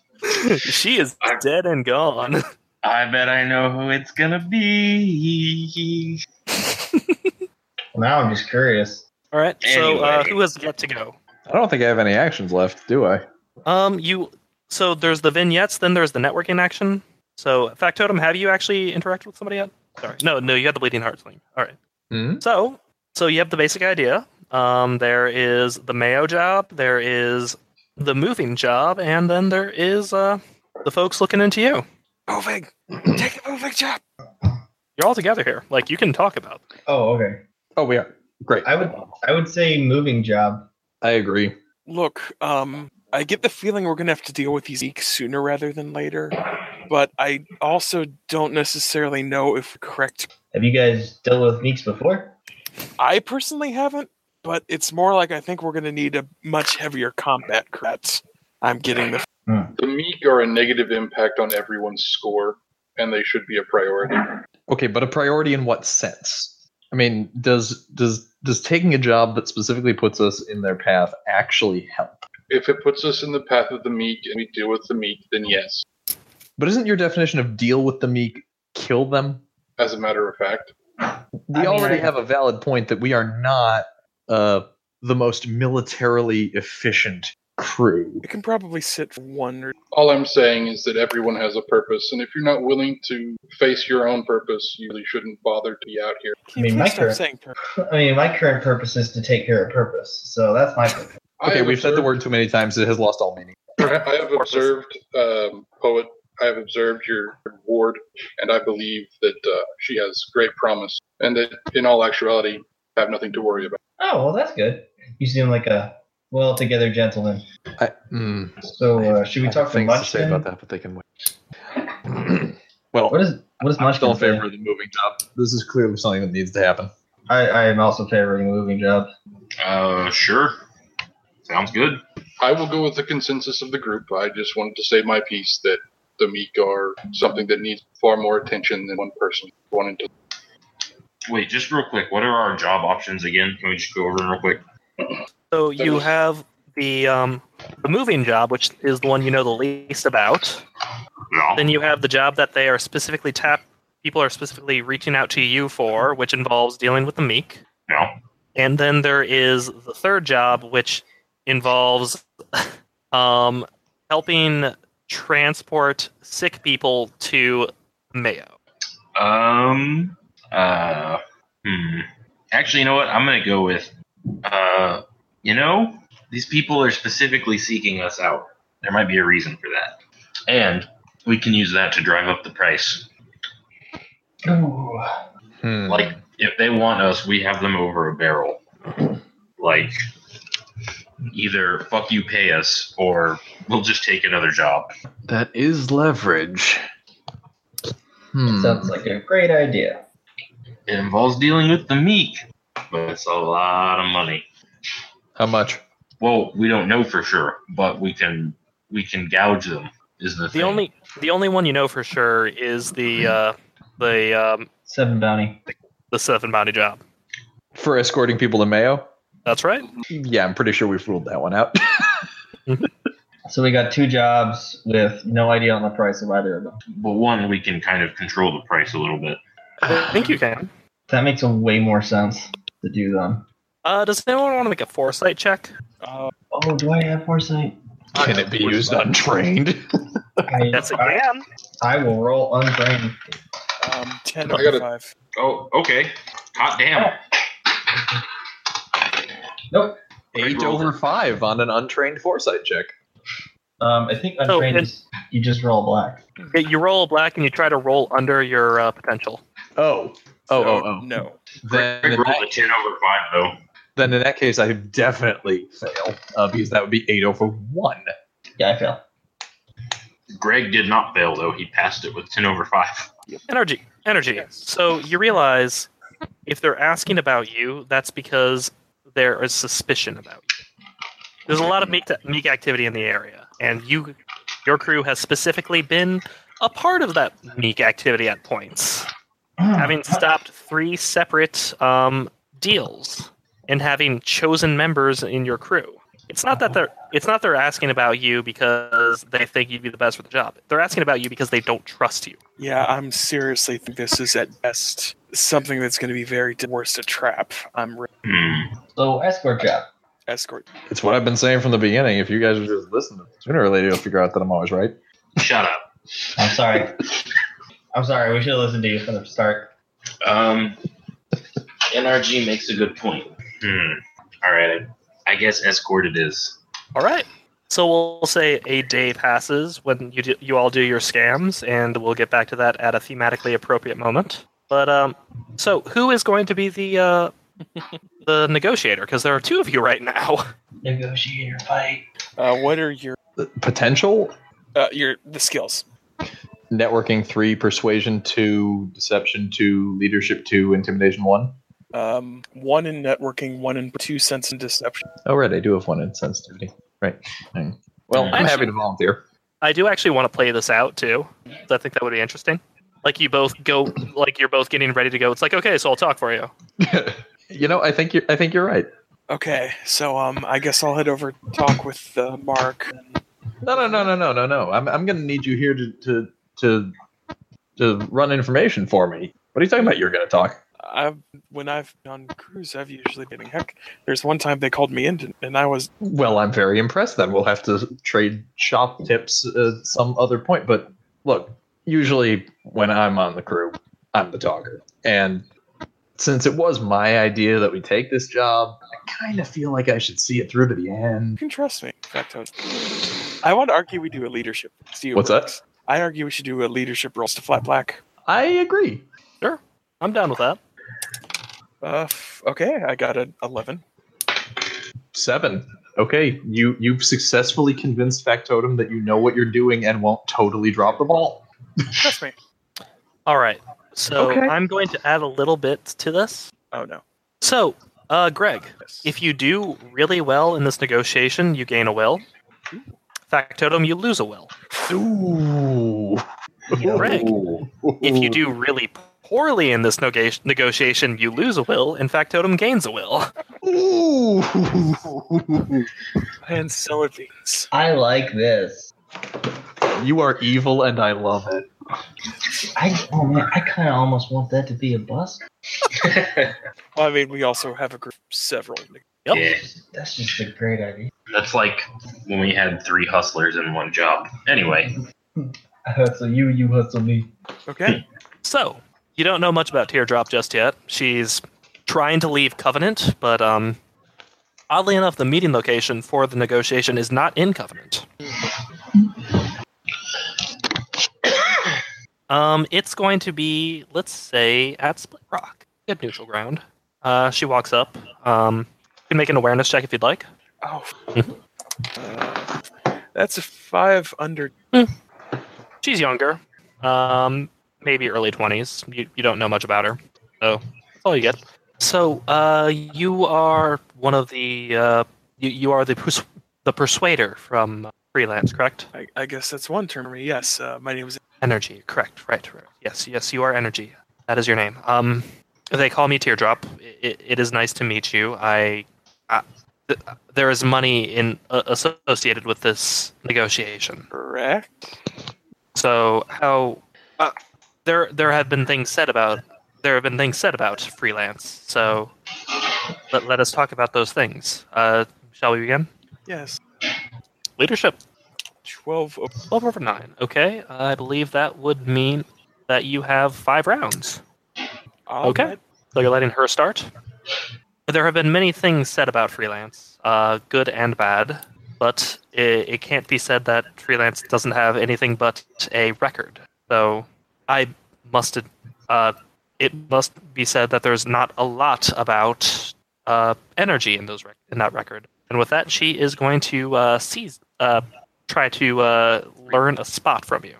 she is dead and gone. I bet I know who it's gonna be. Well, now I'm just curious. All right. So, uh, Anyway. who has yet to go? I don't think I have any actions left, do I? Um, you. So there's the vignettes, then there's the networking action. So factotum, have you actually interacted with somebody yet? Sorry, no, no, you have the bleeding heart thing. All right. Hmm? So, so you have the basic idea. Um, there is the Mayo job, there is the moving job, and then there is uh the folks looking into you. Moving. Take the moving job. You're all together here. Like you can talk about. Oh, okay. Oh, we are. Great. I would, I would say moving job. I agree. Look, um, I get the feeling we're gonna have to deal with these leaks sooner rather than later, but I also don't necessarily know if correct. Have you guys dealt with meeks before? I personally haven't, but it's more like I think we're gonna need a much heavier combat cret. I'm getting the The meek are a negative impact on everyone's score, and they should be a priority. Okay, but a priority in what sense? I mean, does does does taking a job that specifically puts us in their path actually help? If it puts us in the path of the meek and we deal with the meek, then yes. But isn't your definition of deal with the meek kill them? As a matter of fact, They I mean, already I- have a valid point that we are not uh, the most militarily efficient crew. It can probably sit for one or all I'm saying is that everyone has a purpose, and if you're not willing to face your own purpose, you really shouldn't bother to be out here. can you I mean, please my stop current- saying per- I mean, my current purpose is to take care of purpose, so that's my purpose. I Okay, have we've said the observed- word too many times; it has lost all meaning. I have observed, um, poet. I have observed your ward, and I believe that uh, she has great promise, and that in all actuality, I have nothing to worry about. Oh, well, that's good. You seem like a well together gentleman. I, mm, So, I have- uh, should we I talk have to things to Munchkin? say about that? But they can wait. well, What is what is I'm Munchkin still in say? favor of the moving job. This is clearly something that needs to happen. I, I am also favoring moving job. Uh, sure. Sounds good. I will go with the consensus of the group. I just wanted to say my piece that the meek are something that needs far more attention than one person wanting to. Wait, just real quick. What are our job options again? Can we just go over them real quick? So you have the um the moving job, which is the one you know the least about. No. Then you have the job that they are specifically tap people are specifically reaching out to you for, which involves dealing with the meek. No. And then there is the third job, which involves um, helping transport sick people to Mayo. Um. Uh. Hmm. Actually, you know what? I'm gonna go with. Uh. You know, these people are specifically seeking us out. There might be a reason for that. and we can use that to drive up the price. Ooh. Hmm. Like if they want us, we have them over a barrel. Like either fuck you pay us or we'll just take another job. that is leverage. Hmm. Sounds like a great idea. It involves dealing with the meek, but it's a lot of money. How much? Well, we don't know for sure, but we can we can gouge them. Is the, The thing. only the only one you know for sure is the uh, the um, Seven bounty. the seven bounty job. For escorting people to Mayo? That's right. Yeah, I'm pretty sure we've ruled that one out. So we got two jobs with no idea on the price of either of them. but one we can kind of control the price a little bit. I think you can. That makes a way more sense to do them. Uh, does anyone want to make a foresight check? Uh, Oh, do I have foresight? Can it be used untrained? I, Yes, it I, can. I will roll untrained. um, ten I over gotta- five. Oh, okay. Hot damn. Eight roll. over five on an untrained foresight check. Um, I think So untrained it- is you just roll black. Yeah, You roll black and you try to roll under your uh, potential. Oh. Oh, oh, oh. No. Then, Greg in rolled that, a ten over five though. then in that case, I definitely fail uh, because that would be eight over one. Yeah, I fail. Greg did not fail though. He passed it with ten over five. Energy, energy. Yes. So you realize if they're asking about you, that's because there is suspicion about you. There's a lot of meek, meek activity in the area, and you, your crew has specifically been a part of that meek activity at points, having stopped three separate um, deals and having chosen members in your crew. It's not that they're it's not they're asking about you because they think you'd be the best for the job. They're asking about you because they don't trust you. Yeah, I'm seriously think this is at best something that's going to be very worst a trap. I'm re- Hmm. So escort job. escort. It's what I've been saying from the beginning. If you guys would just listen, sooner or later you'll figure out that I'm always right. Shut up. I'm sorry. I'm sorry. We should have listened to you from the start. Um, NRG makes a good point. Hmm. All right. I guess escort it is. All right. So we'll say a day passes when you do, you all do your scams, and we'll get back to that at a thematically appropriate moment. But um, so who is going to be the uh, the negotiator? Because there are two of you right now. Negotiator fight. Uh, what are your The Potential uh, your the skills? networking three, persuasion two, deception two, leadership two, intimidation one. Um, one in networking, one in two sense and deception. Oh, right, I do have one in sensitivity. Right. Hmm. Well, I'm Actually- happy to volunteer. I do actually want to play this out too. So I think that would be interesting. Like you both go, like you're both getting ready to go. It's like okay, so I'll talk for you. you know, I think you're. I think you're right. Okay, so um, I guess I'll head over talk with uh, Mark. No, no, no, no, no, no, no. I'm, I'm going to need you here to, to to to run information for me. What are you talking about? You're going to talk. I've when I've done cruise, I've usually been heck. There's one time they called me in, and I was Well, I'm very impressed. Then we'll have to trade shop tips at some other point. But look, usually when I'm on the crew, I'm the talker. And since it was my idea that we take this job, I kind of feel like I should see it through to the you end. can trust me. In fact, I, was- I want to argue we do a leadership. See if it What's that? works. I argue we should do a leadership rolls to flat black. I agree. I'm down with that. Uh, f- okay, I got an eleven. Seven. Okay, you you've successfully convinced Factotum that you know what you're doing and won't totally drop the ball. Trust me. All right. So Okay. I'm going to add a little bit to this. Oh no. So, uh, Greg, Yes. If you do really well in this negotiation, you gain a will. Factotum, you lose a will. Ooh. Greg, Ooh. if you do really poorly in this nega- negotiation, you lose a will, and Factotum gains a will. Ooh. and so it beans. I like this. You are evil and I love it. I oh man, I kind of almost want that to be a bus. Well, I mean, we also have a group several. Yep. Yeah. That's just a great idea. That's like when we had three hustlers in one job. Anyway, I hustle you, you hustle me. Okay. So, you don't know much about Teardrop just yet. She's trying to leave Covenant, but um, oddly enough, the meeting location for the negotiation is not in Covenant. Um, it's going to be, let's say, at Split Rock. Good neutral ground. Uh, she walks up. Um, you can make an awareness check if you'd like. Hmm. Oh. Uh, that's a five under. She's younger, um, maybe early 20s. You, you don't know much about her. So that's all you get. So uh, you are one of the, uh, you, you are the, pers- the persuader from uh, Freelance, correct? I, I guess that's one term. for me. Yes, uh, my name is. Energy, correct, right, right. Yes, yes, you are energy. That is your name. Um, they call me Teardrop. It, it is nice to meet you. I, I th- there is money in uh, associated with this negotiation. Correct. So how uh, there there have been things said about there have been things said about freelance. So let, let us talk about those things. Uh, shall we begin? Yes. Leadership. 12. o- 12 over 9. Okay. I believe that would mean that you have five rounds. All Okay. right. So you're letting her start? There have been many things said about freelance, uh, good and bad, but it, it can't be said that freelance doesn't have anything but a record. So I must, uh, it must be said that there's not a lot about uh, energy in those rec- in that record. And with that, she is going to uh, seize, uh, try to uh, learn a spot from you.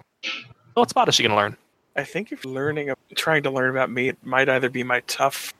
What spot is she going to learn? I think if learning, trying to learn about me, it might either be my tough,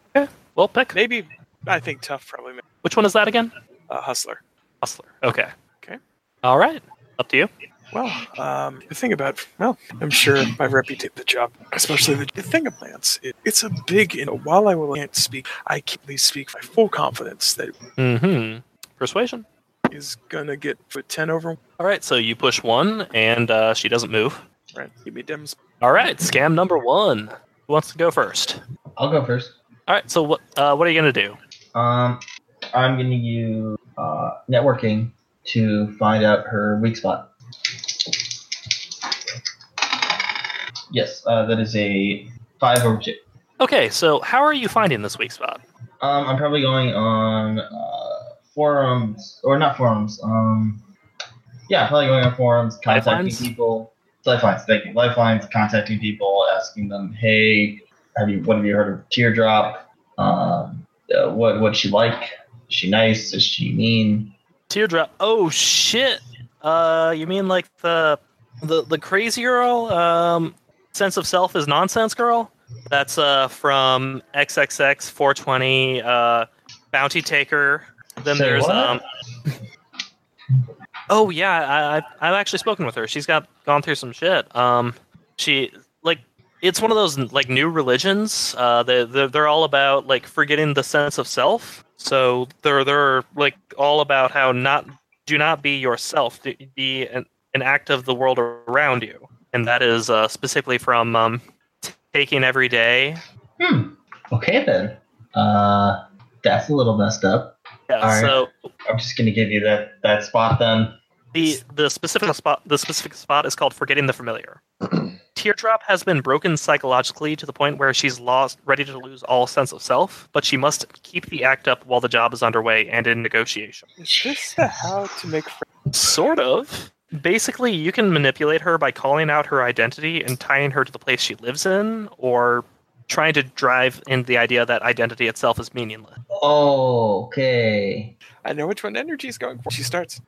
Well, pick. maybe, I think tough probably, Which one is that again? a hustler. Hustler. Okay. Okay. All right. Up to you. Well, um, the thing about well, I'm sure my reputation, the job, especially the, the thing of plants, it, it's a big. You know, while I will can't speak, I can at least speak my full confidence that Mm-hmm. Persuasion. is gonna get for ten over. All right. So you push one, and uh, she doesn't move. Right, give me dems. All right. Scam number one. Who wants to go first? I'll go first. All right. So what? Uh, what are you gonna do? Um, I'm gonna use uh, networking to find out her weak spot. Yes, uh, that is a five over two. Okay. So how are you finding this weak spot? Um, I'm probably going on uh, forums or not forums. Um, yeah, probably going on forums, contacting Lifelines? people. Lifelines, thank you. Lifelines, contacting people, asking them, hey, have you? What have you heard of Teardrop? Um, uh, what what she like? Is she nice? Is she mean? Teardrop. Oh shit. Uh, you mean like the the the crazy girl? Um, sense of self is nonsense girl. That's uh from XXX 420 uh bounty taker. Then Say there's what? um. Oh yeah, I, I I've actually spoken with her. She's got gone through some shit. Um, she like it's one of those like new religions. Uh, they they're, they're all about like forgetting the sense of self. So they're they're like all about how not do not be yourself. Do- Be an, an act of the world around you, and that is uh, specifically from um, t- taking every day. Hmm. Okay then. Uh, that's a little messed up. Yeah. All right. So I'm just gonna give you that that spot then. The the specific spot the specific spot is called forgetting the familiar. Teardrop has been broken psychologically to the point where she's lost ready to lose all sense of self, but she must keep the act up while the job is underway and in negotiation. Is this the how to make friends? Sort of. Basically, you can manipulate her by calling out her identity and tying her to the place she lives in or trying to drive in the idea that identity itself is meaningless. Okay. I know which one energy is going for. She starts.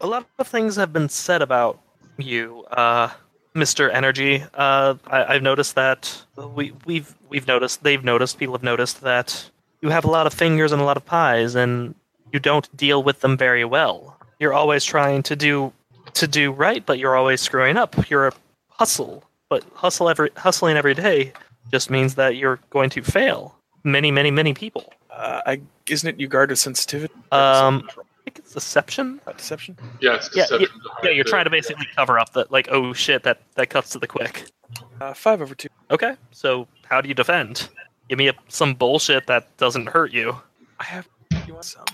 a lot of things have been said about you, uh, Mister Energy. Uh, I, I've noticed that we, we've we've noticed they've noticed people have noticed that you have a lot of fingers and a lot of pies, and you don't deal with them very well. You're always trying to do to do right, but you're always screwing up. You're a hustle, but hustle every hustling every day just means that you're going to fail many, many, many people. Uh, I isn't it you guard with sensitivity, Um, I think it's deception. not deception? Yeah, it's Yeah, deception. Yeah, you're trying to basically cover up that, like, oh shit, that that cuts to the quick. Uh, five over two. Okay, so how do you defend? Give me a, some bullshit that doesn't hurt you. I have. You want some?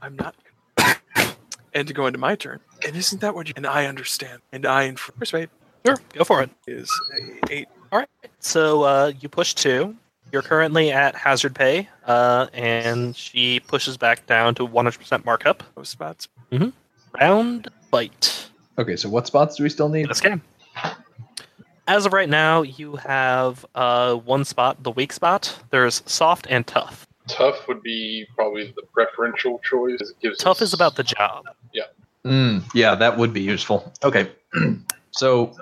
I'm not. and to go into my turn. And isn't that what you? And I understand. And I infer. Persuade Sure, go for it. is a eight. So uh, you push two. You're currently at hazard pay, uh, and she pushes back down to 100% markup. Those spots. Round bite. Okay, so what spots do we still need? That's game. as of right now, you have uh, one spot, the weak spot. There's soft and tough. Tough would be probably the preferential choice. It gives Tough us- is about the job. Mm, yeah, that would be useful. Okay. so,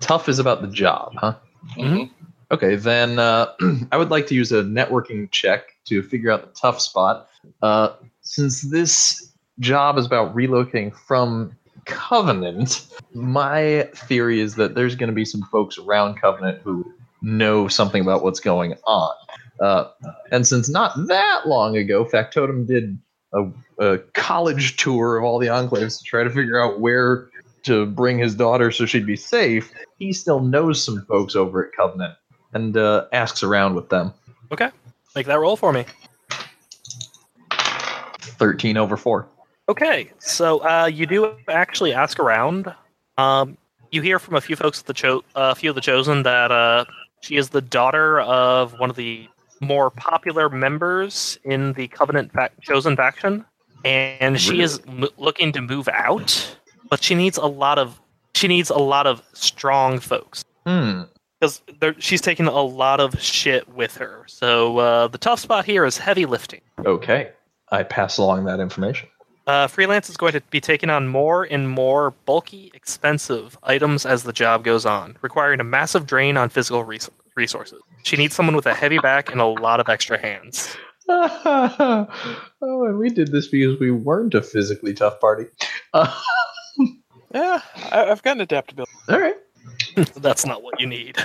tough is about the job, huh? Mhm. Okay, then uh, I would like to use a networking check to figure out the tough spot. Uh, since this job is about relocating from Covenant, my theory is that there's going to be some folks around Covenant who know something about what's going on. Uh, and since not that long ago, Factotum did a, a college tour of all the enclaves to try to figure out where to bring his daughter so she'd be safe. He still knows some folks over at Covenant and uh, asks around with them. Make that roll for me. 13 over 4. Okay, so uh, you do actually ask around. Um, you hear from a few folks, at the cho- a few of the chosen, that uh, she is the daughter of one of the more popular members in the Covenant fac- chosen faction, and she is m- looking to move out, but she needs a lot of she needs a lot of strong folks Hmm. because she's taking a lot of shit with her. So uh, the tough spot here is heavy lifting. Okay. I pass along that information. Uh, freelance is going to be taking on more and more bulky, expensive items as the job goes on, requiring a massive drain on physical res- resources. She needs someone with a heavy back and a lot of extra hands. oh, and we did this because we weren't a physically tough party. Uh, Yeah, I, I've got an adaptability. all right. That's not what you need.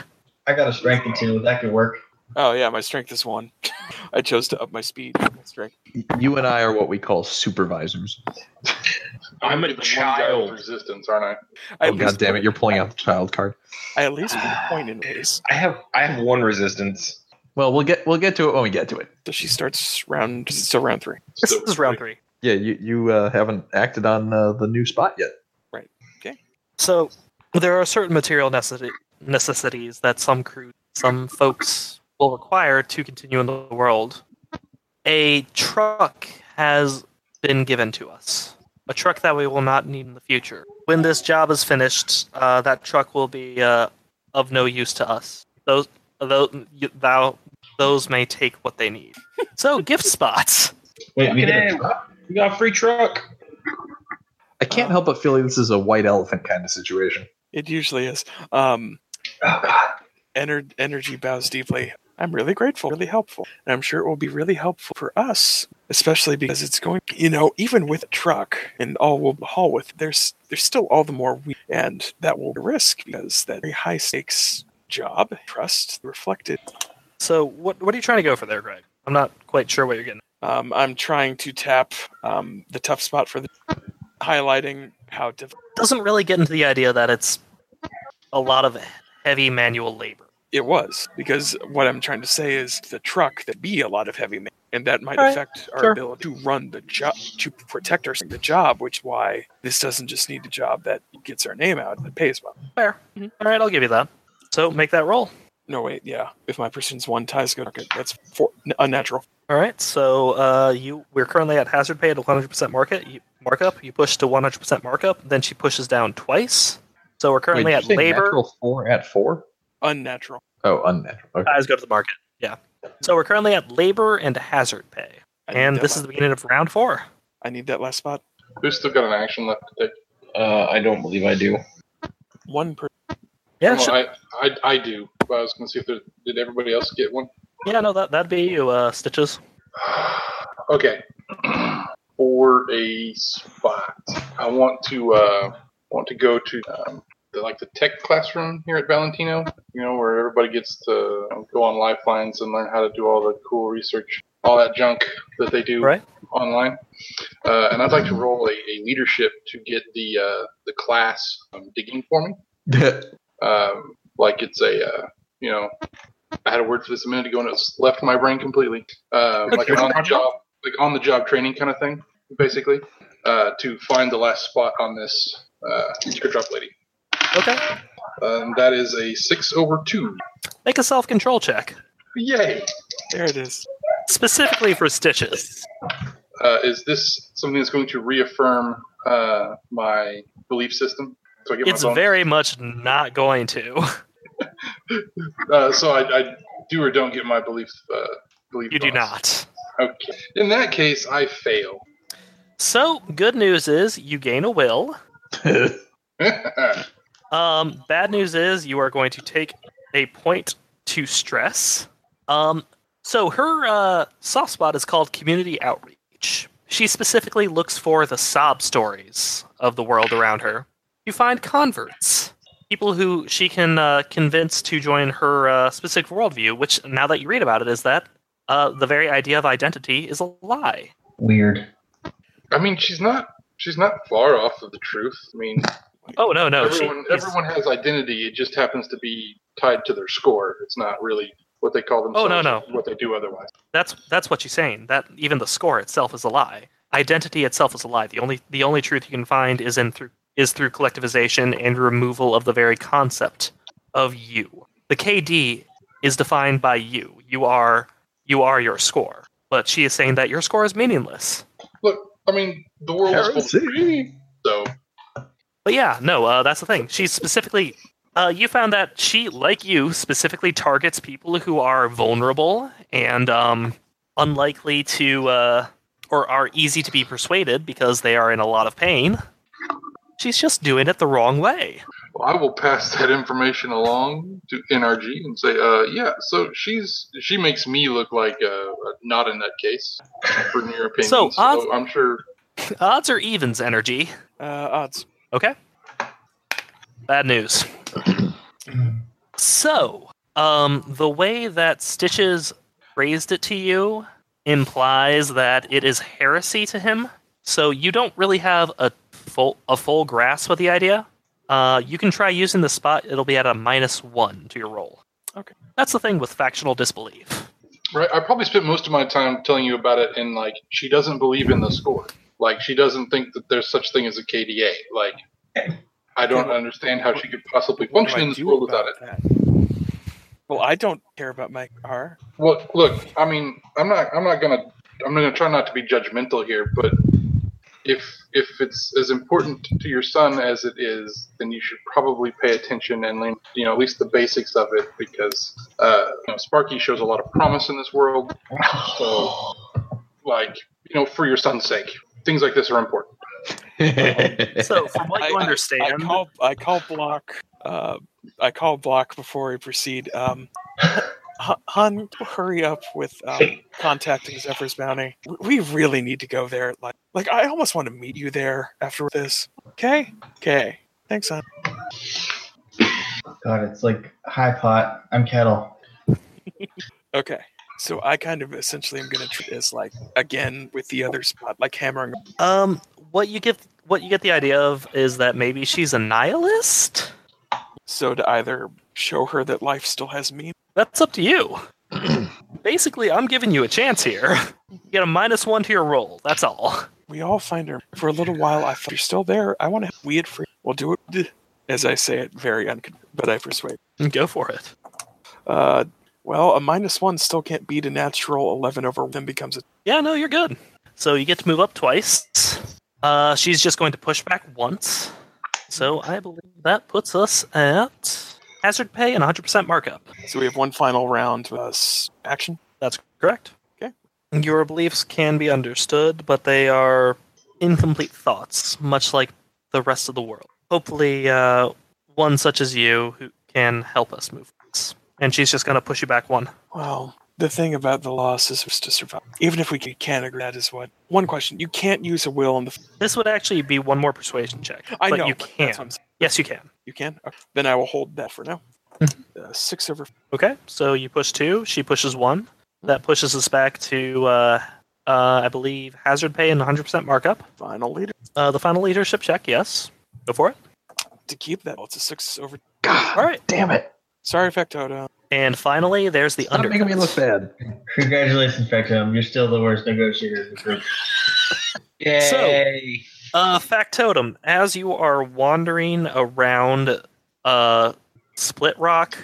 I got a strength of two. That could work. Oh yeah, my strength is one. I chose to up my speed. My strength. You and I are what we call supervisors. I'm a gonna be the one guy with child. Resistance, aren't I, Oh, at least, God damn it. You're pulling out the child card. I at least put a point in race. I have I have one resistance. Well, we'll get we'll get to it when we get to it. So she starts round. It's still round three. I? This is round three. Yeah, you you uh, haven't acted on uh, the new spot yet. So there are certain material necessi- necessities that some crew, some folks will require to continue in the world. A truck has been given to us. A truck that we will not need in the future. When this job is finished, uh, that truck will be uh, of no use to us. Those, those, you, thou, those may take what they need. So gift spots. Wait, Fucking we get a A. truck? We got a free truck. I can't help but feel like this is a white elephant kind of situation. It usually is. Um, Oh god. ener- energy bows deeply. I'm really grateful, really helpful, and I'm sure it will be really helpful for us, especially because it's going. You know, even with a truck and all we'll haul with, there's there's still all the more we and that will risk because that very high stakes job trust reflected. So what, what are you trying to go for there, Greg? I'm not quite sure what you're getting. Um, I'm trying to tap um, the tough spot for the highlighting how difficult doesn't really get into the idea that it's a lot of heavy manual labor. it was because what I'm trying to say is the truck that be a lot of heavy man, and that might All right, affect our sure. ability to run the job to protect our the job, which is why this doesn't just need a job that gets our name out that pays well. Fair. Mm-hmm. All right, I'll give you that. So make that roll. No wait, yeah. If my person's one ties good, okay, that's four, n- unnatural. All right. So uh, you we're currently at hazard pay at 100% market you, markup. You push to 100% markup, then she pushes down twice. So we're currently Wait, did at you say labor. Natural four at four. Unnatural. Oh, unnatural. Okay. Eyes go to the market. Yeah. So we're currently at labor and hazard pay, I need and that this is la- the beginning of round four. I need that last spot. Who's still got an action left to take? Uh, I don't believe I do. One per Yeah. Well, Sure. I, I, I do. But I was going to see if there, did everybody else get one. Yeah. No, that that'd be you, uh, Stitches. okay. For a spot, I want to uh, want to go to um, the, like the tech classroom here at Valentino. You know where everybody gets to go on lifelines and learn how to do all the cool research, all that junk that they do Right. online. Uh, and I'd like to roll a, a leadership to get the uh, the class um, digging for me. Um, like it's a uh, you know I had a word for this a minute ago and it's left my brain completely. Um, like an on the job, like on the job training kind of thing, basically, uh, to find the last spot on this uh, teardrop lady. Okay. Um, that is a six over two. Make a self control check Yay! there it is. specifically for Stitches. Uh, is this something that's going to reaffirm uh, my belief system? So I get It's my bonus? very much not going to. Uh, so I, I do or don't get my belief. Uh, belief You do bonus. not. Okay. In that case, I fail. So, good news is you gain a will. okay. Um, bad news is you are going to take a point to stress. Um, so her uh, soft spot is called community outreach. She specifically looks for the sob stories of the world around her. You find converts, people who she can uh, convince to join her uh, specific worldview. Which, now that you read about it, is that uh, the very idea of identity is a lie. Weird. I mean, she's not she's not far off of the truth. I mean, Oh no, no, she- everyone she's- everyone has identity. It just happens to be tied to their score. It's not really what they call Oh, no, themselves. no. What they do otherwise. That's that's what she's saying. That even the score itself is a lie. Identity itself is a lie. The only the only truth you can find is in through is through collectivization and removal of the very concept of you. The KD is defined by you. You are you are your score. But she is saying that your score is meaninless. Look, I mean, the world is full of Heresy. so But yeah, no, uh, that's the thing. She specifically, uh, you found that she, like you, specifically targets people who are vulnerable and um, unlikely to, uh, or are easy to be persuaded because they are in a lot of pain. She's just doing it the wrong way. Well, I will pass that information along to NRG and say, uh, yeah. So she's she makes me look like uh, not a nutcase for your opinion. So, So, odds- I'm sure. Odds or evens, energy. Uh, odds. Okay. Bad news. so, um, the way that Stitches raised it to you implies that it is heresy to him. So you don't really have a full a full grasp of the idea. Uh, you can try using the spot. It'll be at a minus one to your roll. Okay. That's the thing with factional disbelief. Right, I probably spent most of my time telling you about it, and like she doesn't believe in the score. Like she doesn't think that there's such thing as a KDA. Like I don't understand how she could possibly What do function I in this do world without it. about that? Well, I don't care about my car. Well, look, I mean, I'm not, I'm not gonna, I'm gonna try not to be judgmental here, but if if it's as important to your son as it is, then you should probably pay attention and learn, you know, at least the basics of it, because uh, you know, Sparky shows a lot of promise in this world. So, like, you know, for your son's sake, things like this are important. So, from what you I- understand, I call I call block. Uh, I call block before we proceed. Um, H- Hun, hurry up with um, contacting Zephyr's Bounty. We really need to go there. Like, like I almost want to meet you there after this. Okay, okay. Thanks, Hun. God, it's like high pot. I'm kettle. Okay. So I kind of essentially am going to treat it as like again with the other spot, like hammering. Um, what you get, what you get the idea of is that maybe she's a nihilist. So to either show her that life still has meaning. That's up to you. Basically, I'm giving you a chance here. You get a minus one to your roll. That's all. We all find her for a little while. I thought you're still there. I want to have weird free. We'll do it. As I say it, very uncon, but I persuade. Go for it. Uh, well, a minus one still can't beat a natural eleven over. Then becomes a Yeah, no, you're good. So you get to move up twice. Uh, she's just going to push back once. So I believe that puts us at hazard pay and 100% markup. so we have one final round. Uh, s- action. That's correct. Okay. Your beliefs can be understood, but they are incomplete thoughts, much like the rest of the world. Hopefully, uh, one such as you who can help us move. this. And she's just going to push you back one. Well, the thing about the loss is just to survive. Even if we can- can't agree, that is what. One question: You can't use a will in the. This would actually be one more persuasion check. I but know you but that's can. what I'm yes, you can. You can. Okay. Then I will hold that for now. uh, six over. Okay, so you push two. She pushes one. That pushes us back to, uh, uh, I believe, hazard pay and 100% markup. Final leader Uh, the final leadership check. Yes, go for it. to keep that. Well, it's a six over. God All right. damn it! Sorry, Factotum. And finally, there's the Stop under. making me look bad. Congratulations, Factum. You're still the worst negotiator in the group. Yay. Uh, factotum, as you are wandering around uh, Split Rock,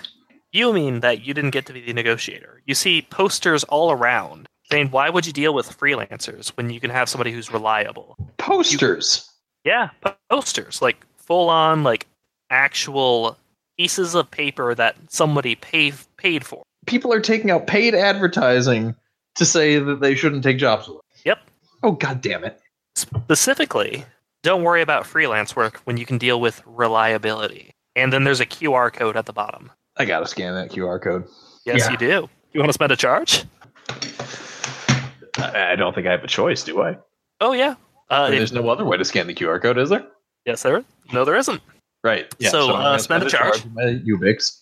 you mean that you didn't get to be the negotiator. You see posters all around saying, why would you deal with freelancers when you can have somebody who's reliable? Posters. Yeah, po- posters, like full on, like actual pieces of paper that somebody pay- paid for. People are taking out paid advertising to say that they shouldn't take jobs with them. Yep. Oh god damn it. Specifically, don't worry about freelance work when you can deal with reliability. And then there's a QR code at the bottom. I gotta scan that QR code. Yes, Yeah. you do. You want to spend a charge? I I don't think I have a choice, do I? Oh yeah. Uh, I mean, if- there's no other way to scan the QR code, is there? yes, there. No, there isn't. Right. So, I'm uh, gonna spend a charge. on My Ubix.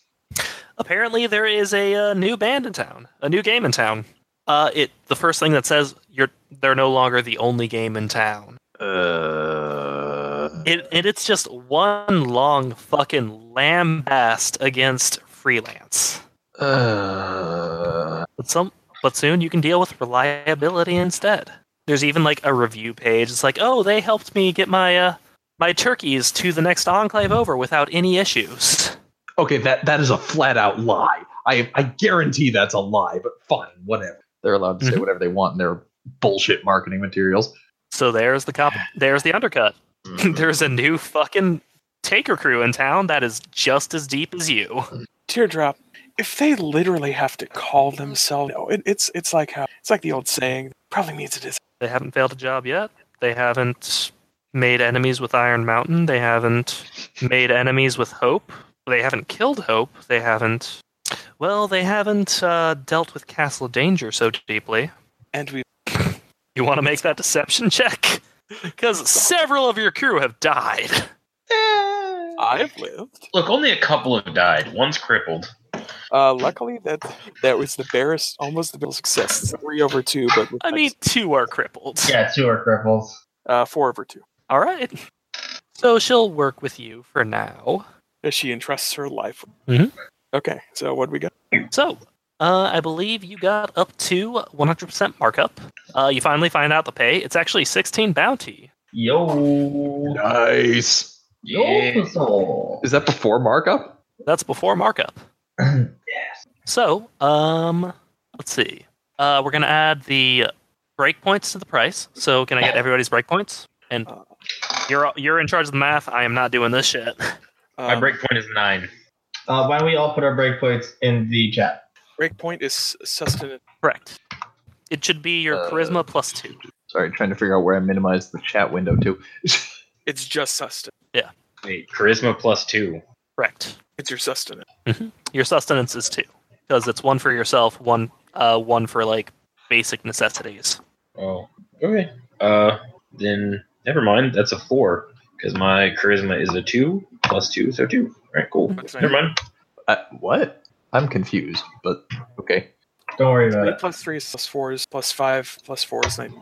apparently there is a, uh new band in town, a new game in town. Uh, it the first thing that says you're they're no longer the only game in town. Uh, It, and it's just one long fucking lambast against freelance. uh, But some but soon you can deal with reliability instead. There's even like a review page. It's like, oh, they helped me get my uh, my turkeys to the next enclave over without any issues. okay, that that is a flat out lie. I I guarantee that's a lie, but fine, whatever. They're allowed to say Mhm. whatever they want in their bullshit marketing materials. So there's the cop. There's the undercut. Mhm. there's a new fucking taker crew in town that is just as deep as you. Teardrop. If they literally have to call themselves, no, it, it's it's like how it's like the old saying. Probably means it is. They haven't failed a job yet. They haven't made enemies with Iron Mountain. They haven't made enemies with Hope. They haven't killed Hope. They haven't. Well, they haven't uh, dealt with Castle Danger so deeply. And we You want to make that deception check? Because several of your crew have died. I've lived. Look, only a couple have died. One's crippled. Uh, luckily that that was the barest, almost the barest success. It's three over two, but with I mean, two are crippled. Yeah, two are cripples. uh, four over two. All right. So she'll work with you for now. As she entrusts her life. Mhm. Okay, so what do we got? So, uh, I believe you got up to 100% markup. Uh, you finally find out the pay. It's actually 16 bounty. Yo. Nice. Yo, soul. Is that before markup? That's before markup. So, um, let's see. Uh, we're gonna add the breakpoints to the price. So, can I get everybody's breakpoints? And you're you're in charge of the math. I am not doing this shit. My Um, breakpoint is nine. Uh, why don't we all put our breakpoints in the chat? breakpoint is sustenance. Correct. It should be your Uh, charisma plus two. Sorry, trying to figure out where I minimized the chat window to. It's just sustenance. Wait, charisma plus two. Correct. It's your sustenance. Your sustenance is two because it's one for yourself, one uh, one for like basic necessities. Oh, okay. Uh, then never mind. That's a four because my charisma is a two plus two, so two. All right, cool. That's Never right. mind. I, Uh, what? I'm confused, but okay. Don't worry about Three it. plus three is plus four is plus five plus four is nine.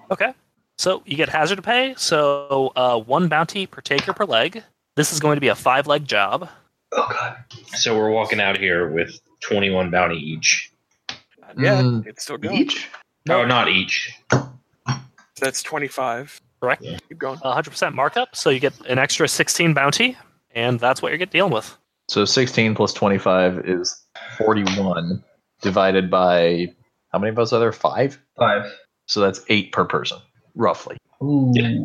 So you get hazard pay. So uh, one bounty per taker per leg. This is going to be a five leg job. Oh god. So we're walking out here with twenty-one bounty each. Not yet. Mm. It's still going. Each? No, not each. That's twenty-five. Correct. Yeah. Keep going. 100% markup. So you get an extra 16 bounty, and that's what you're get dealing with. So 16 plus 25 is 41 divided by how many of us are there? Five? Five. So that's eight per person, roughly. Ooh. Yeah.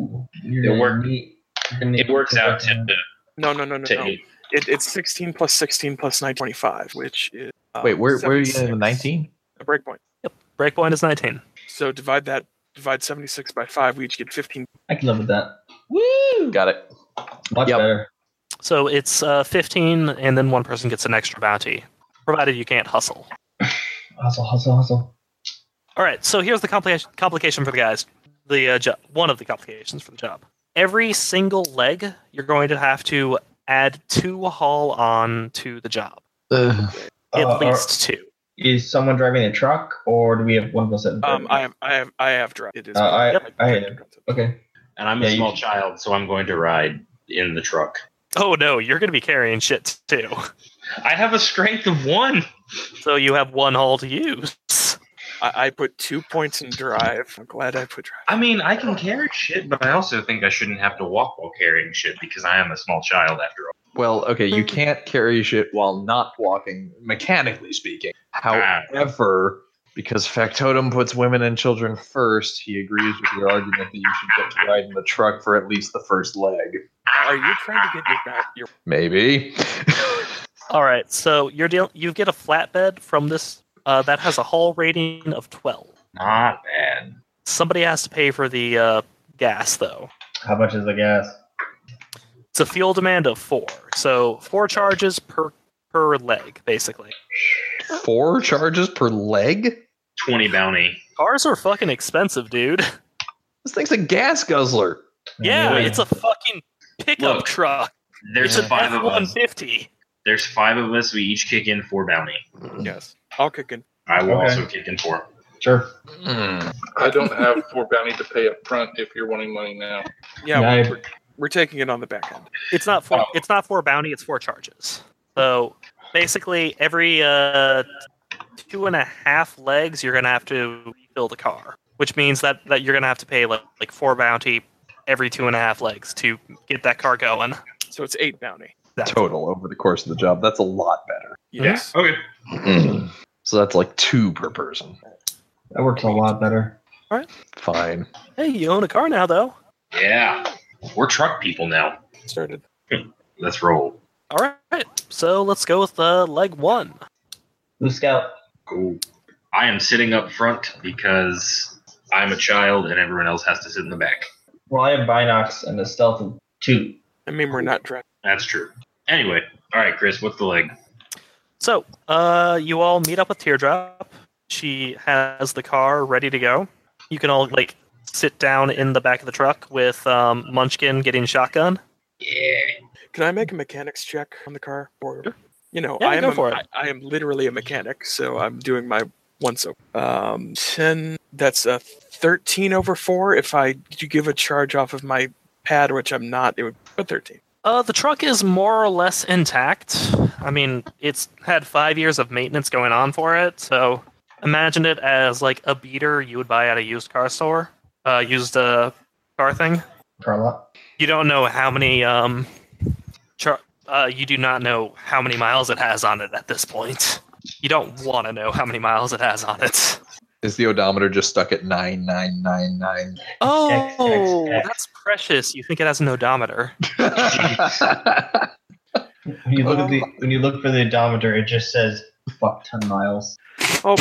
You're It gonna worked. need- you're gonna It need works to- out to, No, no, no, no, to no. eight. It, it's sixteen plus sixteen plus nine twenty-five, which is uh, Wait, where, where are you getting the 76. 19? A breakpoint. Breakpoint is 19. So divide that. Divide seventy-six by five. We each get fifteen. I can live with that. Got it. Much Yep. better. So it's uh, 15, and then one person gets an extra bounty, provided you can't hustle. Hustle, hustle, hustle. All right, so here's the complication complication for the guys. The uh, jo- one of the complications for the job. Every single leg, you're going to have to add two haul on to the job, Ugh. at Uh, least two. Is someone driving a truck, or do we have one of us? that- Um, I have, I have, I have dropped. It is. Uh, I- Yep. I hate it. Okay. and I'm Yeah, a you- small child, so I'm going to ride in the truck. Oh no, you're going to be carrying shit too. I have a strength of one. So you have one haul to use. I, I put two points in drive. I'm glad I put drive. I mean, I can carry shit, but I also think I shouldn't have to walk while carrying shit because I am a small child after all. Well, okay, you can't carry shit while not walking, mechanically speaking. Ah, However, because Factotum puts women and children first, he agrees with your argument that you should get to ride in the truck for at least the first leg. Are you trying to get your back? Your Maybe. All right, so you're deal- you get a flatbed from this uh, that has a hull rating of twelve. Not bad. Somebody has to pay for the uh, gas though. How much is the gas? It's a fuel demand of four, so four charges per per leg, basically. Four charges per leg? Twenty bounty. Cars are fucking expensive, dude. This thing's a gas guzzler. Yeah, it's a fucking pickup Look, truck. There's It's an five F of one us. fifty. There's five of us. We each kick in four bounty. Mm. Yes. I'll kick in. I will Okay. also kick in four. sure. Mm. I don't have four bounty to pay up front if you're wanting money now. Yeah, Nice. we're, we're taking it on the back end. It's not four. Oh. It's not four bounty. It's four charges. So basically, every uh, two and a half legs, you're gonna have to refill the car, which means that that you're gonna have to pay like like four bounty every two and a half legs to get that car going. So it's eight bounty. Total over the course of the job. That's a lot better. Yes. Okay. Mm. So that's like two per person. That works a lot better. Fine. Hey, you own a car now, though. Yeah. We're truck people now. Started. Let's roll. All right. So let's go with uh, leg one. Blue Scout. Cool. I am sitting up front because I'm a child and everyone else has to sit in the back. Well, I have Binox and a stealth of two. I mean, we're not driving. That's true. Anyway, all right, Chris, what's the leg? So uh, you all meet up with Teardrop. She has the car ready to go. You can all like sit down in the back of the truck with um, Munchkin getting shotgun. Yeah. Can I make a mechanics check on the car? Or, you know, Mm. Yeah, I am go a- for it. I, I am literally a mechanic, so I'm doing my once over. Um, ten. That's a thirteen over four. If I you give a charge off of my pad, which I'm not, it would but thirteen. Uh, the truck is more or less intact. I mean, it's had five years of maintenance going on for it, so imagine it as like a beater you would buy at a used car store, uh, used uh, car thing. Carla. You don't know how many um, char- uh, you do not know how many miles it has on it at this point. You don't want to know how many miles it has on it. Is the odometer just stuck at 9999? Oh, X. that's precious. You think it has an odometer? When you look at the when you look for the odometer, it just says fuck ton miles. Oh,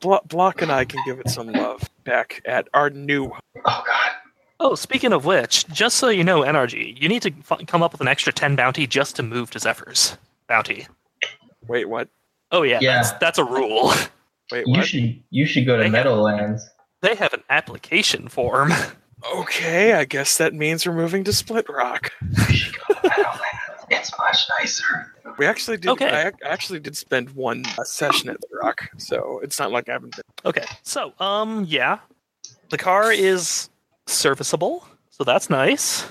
Blo- Block and I can give it some love back at our new. Oh god. Oh, speaking of which, just so you know, NRG, you need to f- come up with an extra 10 bounty just to move to Zephyr's bounty. Wait, what? Oh, yeah, Yeah. That's, that's a rule. Wait, You what? should you should go to Hang on. Meadowlands. They have an application form. Okay, I guess that means we're moving to Split Rock. It's much nicer. We actually did. Okay. I, ac- I actually did spend one uh, session at Split Rock, so it's not like I haven't been. Okay, so, um, yeah. The car is serviceable, so that's nice.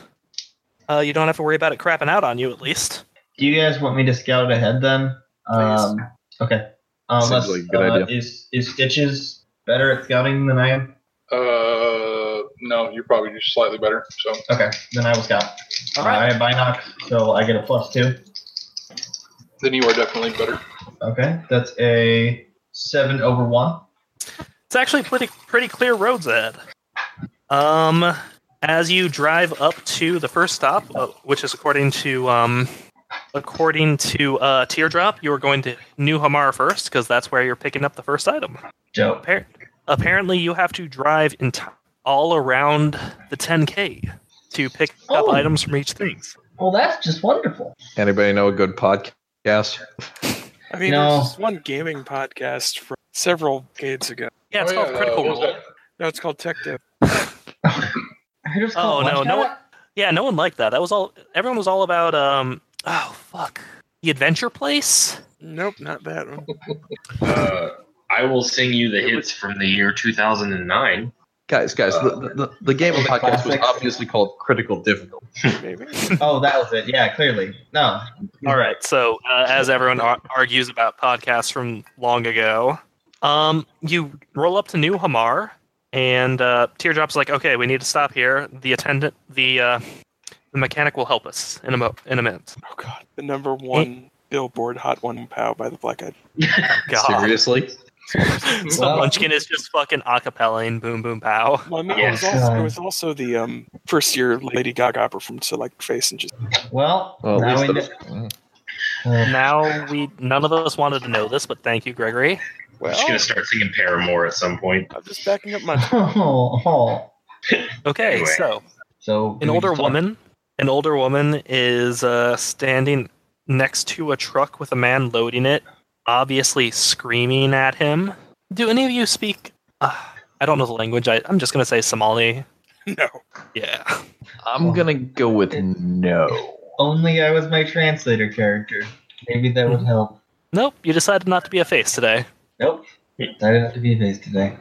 Uh, you don't have to worry about it crapping out on you, at least. Do you guys want me to scout ahead then? Um, okay. Unless, like a good uh, Is is Stitches better at scouting than I am? Uh, no, you're probably just slightly better. So Okay, then I will scout. All Uh, right. I have binoc, so I get a plus two. then you are definitely better. Okay, that's a seven over one. It's actually pretty pretty clear roads ahead. Um, as you drive up to the first stop, uh, which is according to um, according to uh, Teardrop, you are going to New Hamar first because that's where you're picking up the first item. Dope. Appar- apparently, you have to drive in all around the 10k to pick up Oh. items from each thing. Well, that's just wonderful. Anybody know a good podcast? I mean, No. there's this one gaming podcast from several decades ago. Yeah, it's Oh, called yeah, Critical uh, what was Role. that? No, it's called Tech Dev. I just Oh, called no, one no shot? Yeah, no one liked that. That was all. Everyone was all about um. Oh fuck, the Adventure Place. Nope, not that one. Uh, I will sing you the hits from the year 2009. Guys, guys, the, the, the, the gaming The podcast was classics. obviously called Critical Difficulty. Maybe. Oh, that was it. Yeah, clearly. No. All right. So, uh, as everyone ar- argues about podcasts from long ago, um, you roll up to New Hamar, and uh, Teardrop's like, "Okay, we need to stop here. The attendant, the uh, the mechanic will help us in a mo- in a minute." Oh God, the number one billboard hot one pow by the Black Eyed. God, Seriously? so Wow. Munchkin is just fucking acapelling, boom, boom, pow. Well, I mean, Yeah. it, was also, it was also the um, first year Lady Gaga opera from Select Face and just Well, Well, at now we least know, the- Now we none of us wanted to know this, but thank you, Gregory. I'm just gonna Well, start singing Paramore at some point. I'm just backing up my. oh, oh. Okay, Anyway. so So an we older just talk- woman, an older woman is uh, standing next to a truck with a man loading it, obviously screaming at him. Do any of you speak? Uh, I don't know the language. I, I'm just gonna say Somali. No. Yeah. I'm gonna go with no. Only I was my translator character. Maybe that would help. Nope. You decided not to be a face today. Nope. I didn't have to be a face today.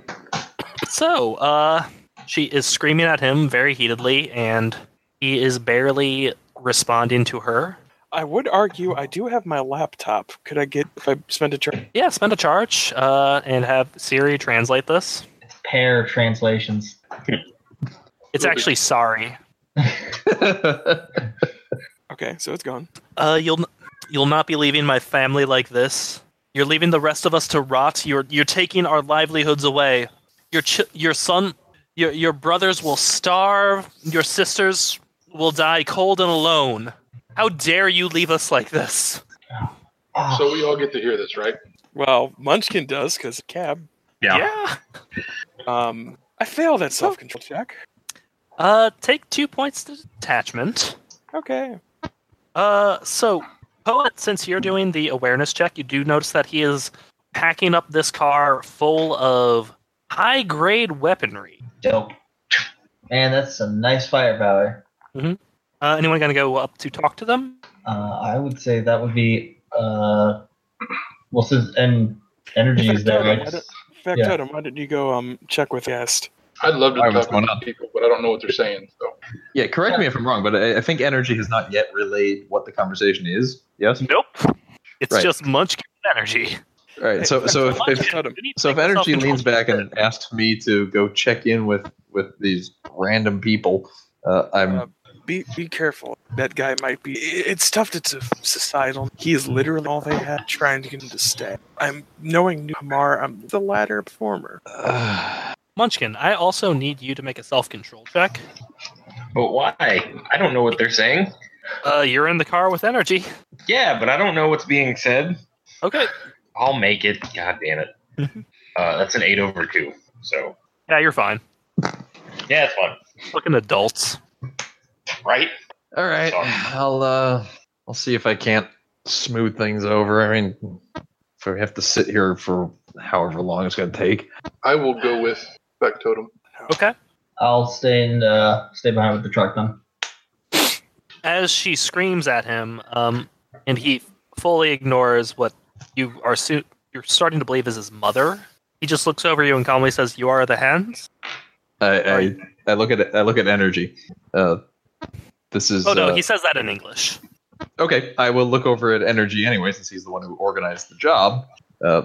So, uh, she is screaming at him very heatedly, and he is barely responding to her. I would argue I do have my laptop. Could I get if I spend a turn? Yeah, spend a charge uh, and have Siri translate this. Pair of translations. It's actually sorry. Okay, so it's gone. Uh, you'll you'll not be leaving my family like this. You're leaving the rest of us to rot. You're you're taking our livelihoods away. Your ch- your son, your your brothers will starve. Your sisters will die cold and alone. How dare you leave us like this? Ah, So we all get to hear this, right? Well, Munchkin does because cab. Yeah. yeah. Um, I failed that self control check. Uh, take two points to detachment. Okay. Uh, so poet, since you're doing the awareness check, you do notice that he is packing up this car full of high grade weaponry. dope. Man, that's some nice firepower. Uh, anyone gonna go up to talk to them? Uh, I would say that would be uh, well, since and energy is there, Factotum, right? why don't- Yeah. Factotum, why don't you go um check with guest? I'd love to All right, what's talk going to on? people, but I don't know what they're saying. So Yeah, correct me if I'm wrong, but I, I think energy has not yet relayed what the conversation is. Yes. Nope. It's Right. just munchkin energy. All right. So so if, if Factotum, You need to so if make yourself energy control- leans back and asks me to go check in with with these random people, uh, I'm Uh, be be careful. That guy might be. i- It's tough. It's a societal. He is literally all they had trying to get him to stay. I'm knowing Kamar. I'm the latter former. Munchkin, I also need you to make a self control check. But why? I don't know what they're saying. Uh, you're in the car with energy. Yeah, but I don't know what's being said. Okay. I'll make it. God damn it. uh, that's an eight over two. So Yeah, you're fine. yeah, it's fun, Fucking adults. right? all right. Sorry. I'll uh, I'll see if I can't smooth things over. I mean, if we have to sit here for however long it's going to take. I will go with Factotum. Okay. I'll stay and uh, stay behind with the truck then. as she screams at him, um, and he fully ignores what you are su- you're starting to believe is his mother. He just looks over you and calmly says, "You are the hens." I I, I look at it. I look at energy. Uh, this is Oh no, uh, he says that in English. Okay, I will look over at Energy anyway, since he's the one who organized the job. Uh,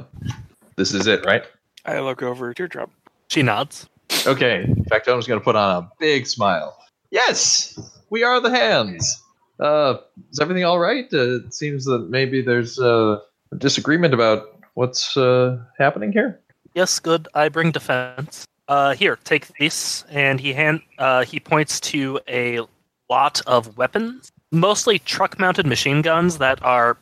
this is it, right? I look over teardrop. She nods. Okay. In fact, I'm just going to put on a big smile. Yes, we are the hands. Uh, is everything all right? Uh, it seems that maybe there's uh, a disagreement about what's uh, happening here. Yes, good. I bring defense. Uh, here, take this. And he hand uh, he points to a lot of weapons, mostly truck-mounted machine guns that are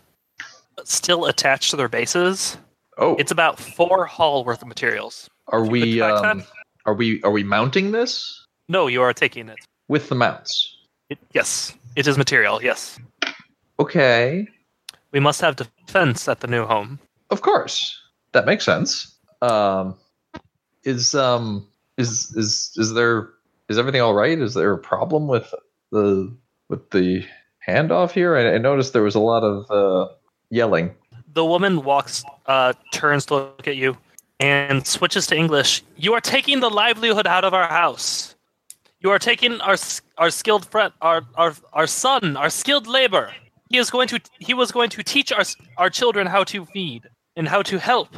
still attached to their bases. Oh, It's about four haul worth of materials. are we track um, that. are we are we mounting this No, you are taking it. with the mounts? It, yes, it is material. Yes, Okay, we must have defense at the new home. of course, that makes sense. Um, is um is is is there is everything all right? Is there a problem with the with the handoff here? I, I noticed there was a lot of uh, yelling. The woman walks, uh, turns to look at you, and switches to English. You are taking the livelihood out of our house. You are taking our s- our skilled friend, our our our son, our skilled labor. He is going to he was going to teach our s- our children how to feed and how to help.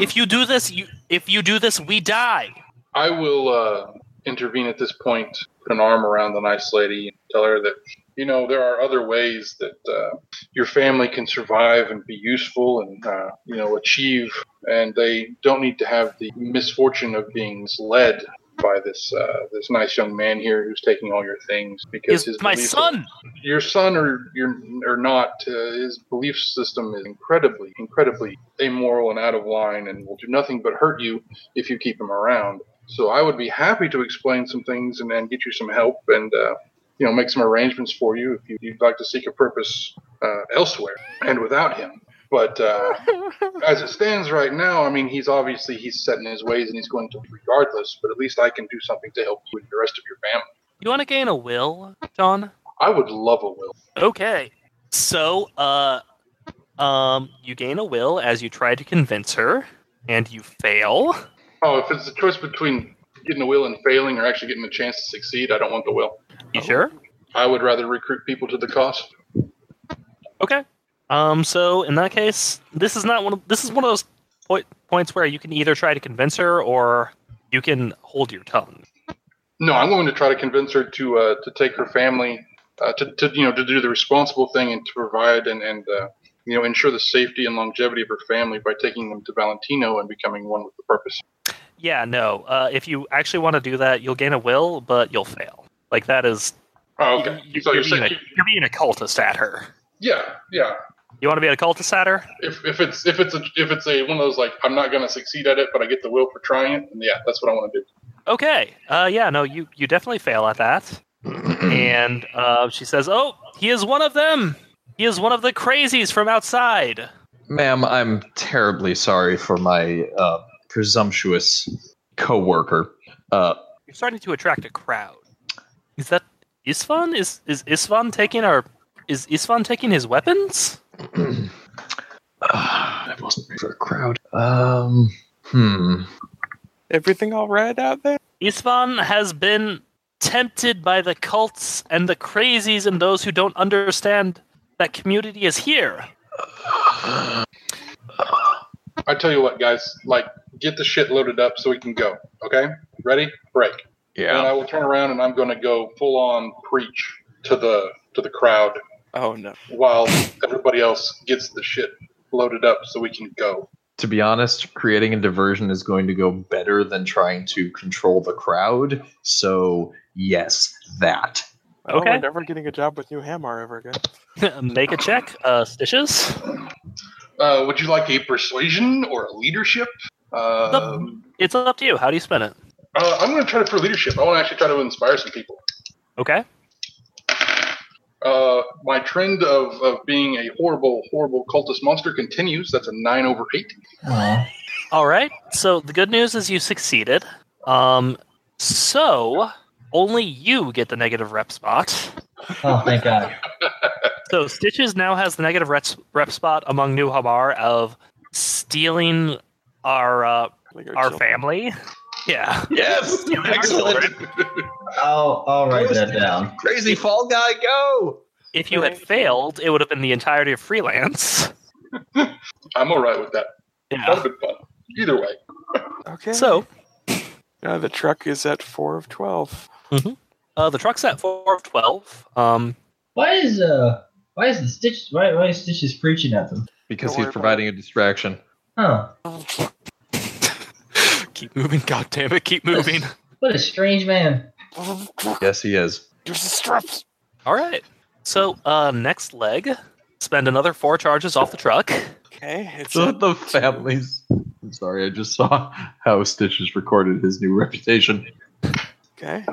If you do this, you if you do this, we die. I will uh, intervene at this point, put an arm around the nice lady, and tell her that you know there are other ways that uh, your family can survive and be useful and uh, you know achieve, and they don't need to have the misfortune of being misled by this uh, this nice young man here who's taking all your things because He's his my belief- son. your son or your or not, uh, his belief system is incredibly, incredibly amoral and out of line, and will do nothing but hurt you if you keep him around. So I would be happy to explain some things and then get you some help and uh, you know make some arrangements for you if you, you'd like to seek a purpose uh, elsewhere and without him. But uh, as it stands right now, I mean, he's obviously he's set in his ways and he's going to regardless. But at least I can do something to help you and the rest of your family. You want to gain a will, John? I would love a will. Okay. So, uh, um, you gain a will as you try to convince her, and you fail. Oh, if it's a choice between getting a will and failing or actually getting a chance to succeed, I don't want the will. You sure? I would rather recruit people to the cause. Okay. Um, so in that case, this is not one. Of, this is one of those point, points where you can either try to convince her or you can hold your tongue. No, I'm going to try to convince her to uh, to take her family uh, to, to you know to do the responsible thing and to provide and and uh, you know ensure the safety and longevity of her family by taking them to Valentino and becoming one with the purpose. Yeah, no. Uh, if you actually want to do that, you'll gain a will, but you'll fail. Like that is Oh, okay. you, so are you're being saying, a, you're being a cultist at her. yeah, yeah. You want to be a cultist at her? If, if it's if it's a, if it's a one of those like I'm not going to succeed at it, but I get the will for trying it. And yeah, that's what I want to do. Okay. Uh, yeah, no. You you definitely fail at that. and uh, she says, "Oh, he is one of them. He is one of the crazies from outside." Ma'am, I'm terribly sorry for my uh, presumptuous coworker. Uh, You're starting to attract a crowd. Is that Isvan? Is is Isvan taking our? Is Isvan taking his weapons? I wasn't ready for a crowd. Um, hmm. Everything all right out there? Isvan has been tempted by the cults and the crazies and those who don't understand that community is here. I tell you what, guys, like get the shit loaded up so we can go. Okay, ready? Break. And I will turn around and I'm going to go full on preach to the to the crowd Oh no. while everybody else gets the shit loaded up so we can go. To be honest, creating a diversion is going to go better than trying to control the crowd. So, yes, that. I don't Okay. mind ever getting a job with New Hammer ever again. Make a check, uh, Stitches. Uh, would you like a persuasion or a leadership? Um, It's up to you. How do you spend it? uh, I'm going to try to for leadership. I want to actually try to inspire some people. Okay. Uh, my trend of, of being a horrible, horrible cultist monster continues. That's a nine over eight. Aw. All right. So the good news is you succeeded. Um, so only you get the negative rep spot. Oh, thank God. So Stitches now has the negative rep, rep spot among New Hamar of stealing our uh, Like our our children. family. Yeah. Yes! Excellent. I'll I'll write that down. Crazy fall guy, go! If you had failed, it would have been the entirety of freelance. I'm all right with that. That Yeah. would have been fun. Either way. Okay. So Uh, the truck is at four of twelve. uh, the truck's at four of twelve. Um, Why is uh why is the stitch why why is stitches preaching at them? Because Don't worry he's about providing a distraction. Huh. keep moving, god damn it, keep moving. What a strange man. Yes, he is. There's the straps. All right. So uh, next leg, spend another four charges off the truck. Okay, it's So a, the families. I'm sorry, I just saw how Stitch has recorded his new reputation. okay.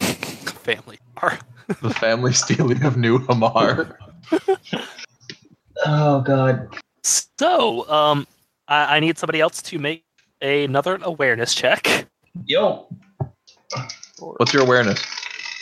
Family car. The family stealing of New Hamar. Oh God. So um, I-, I need somebody else to make another awareness check. Yo, What's your awareness?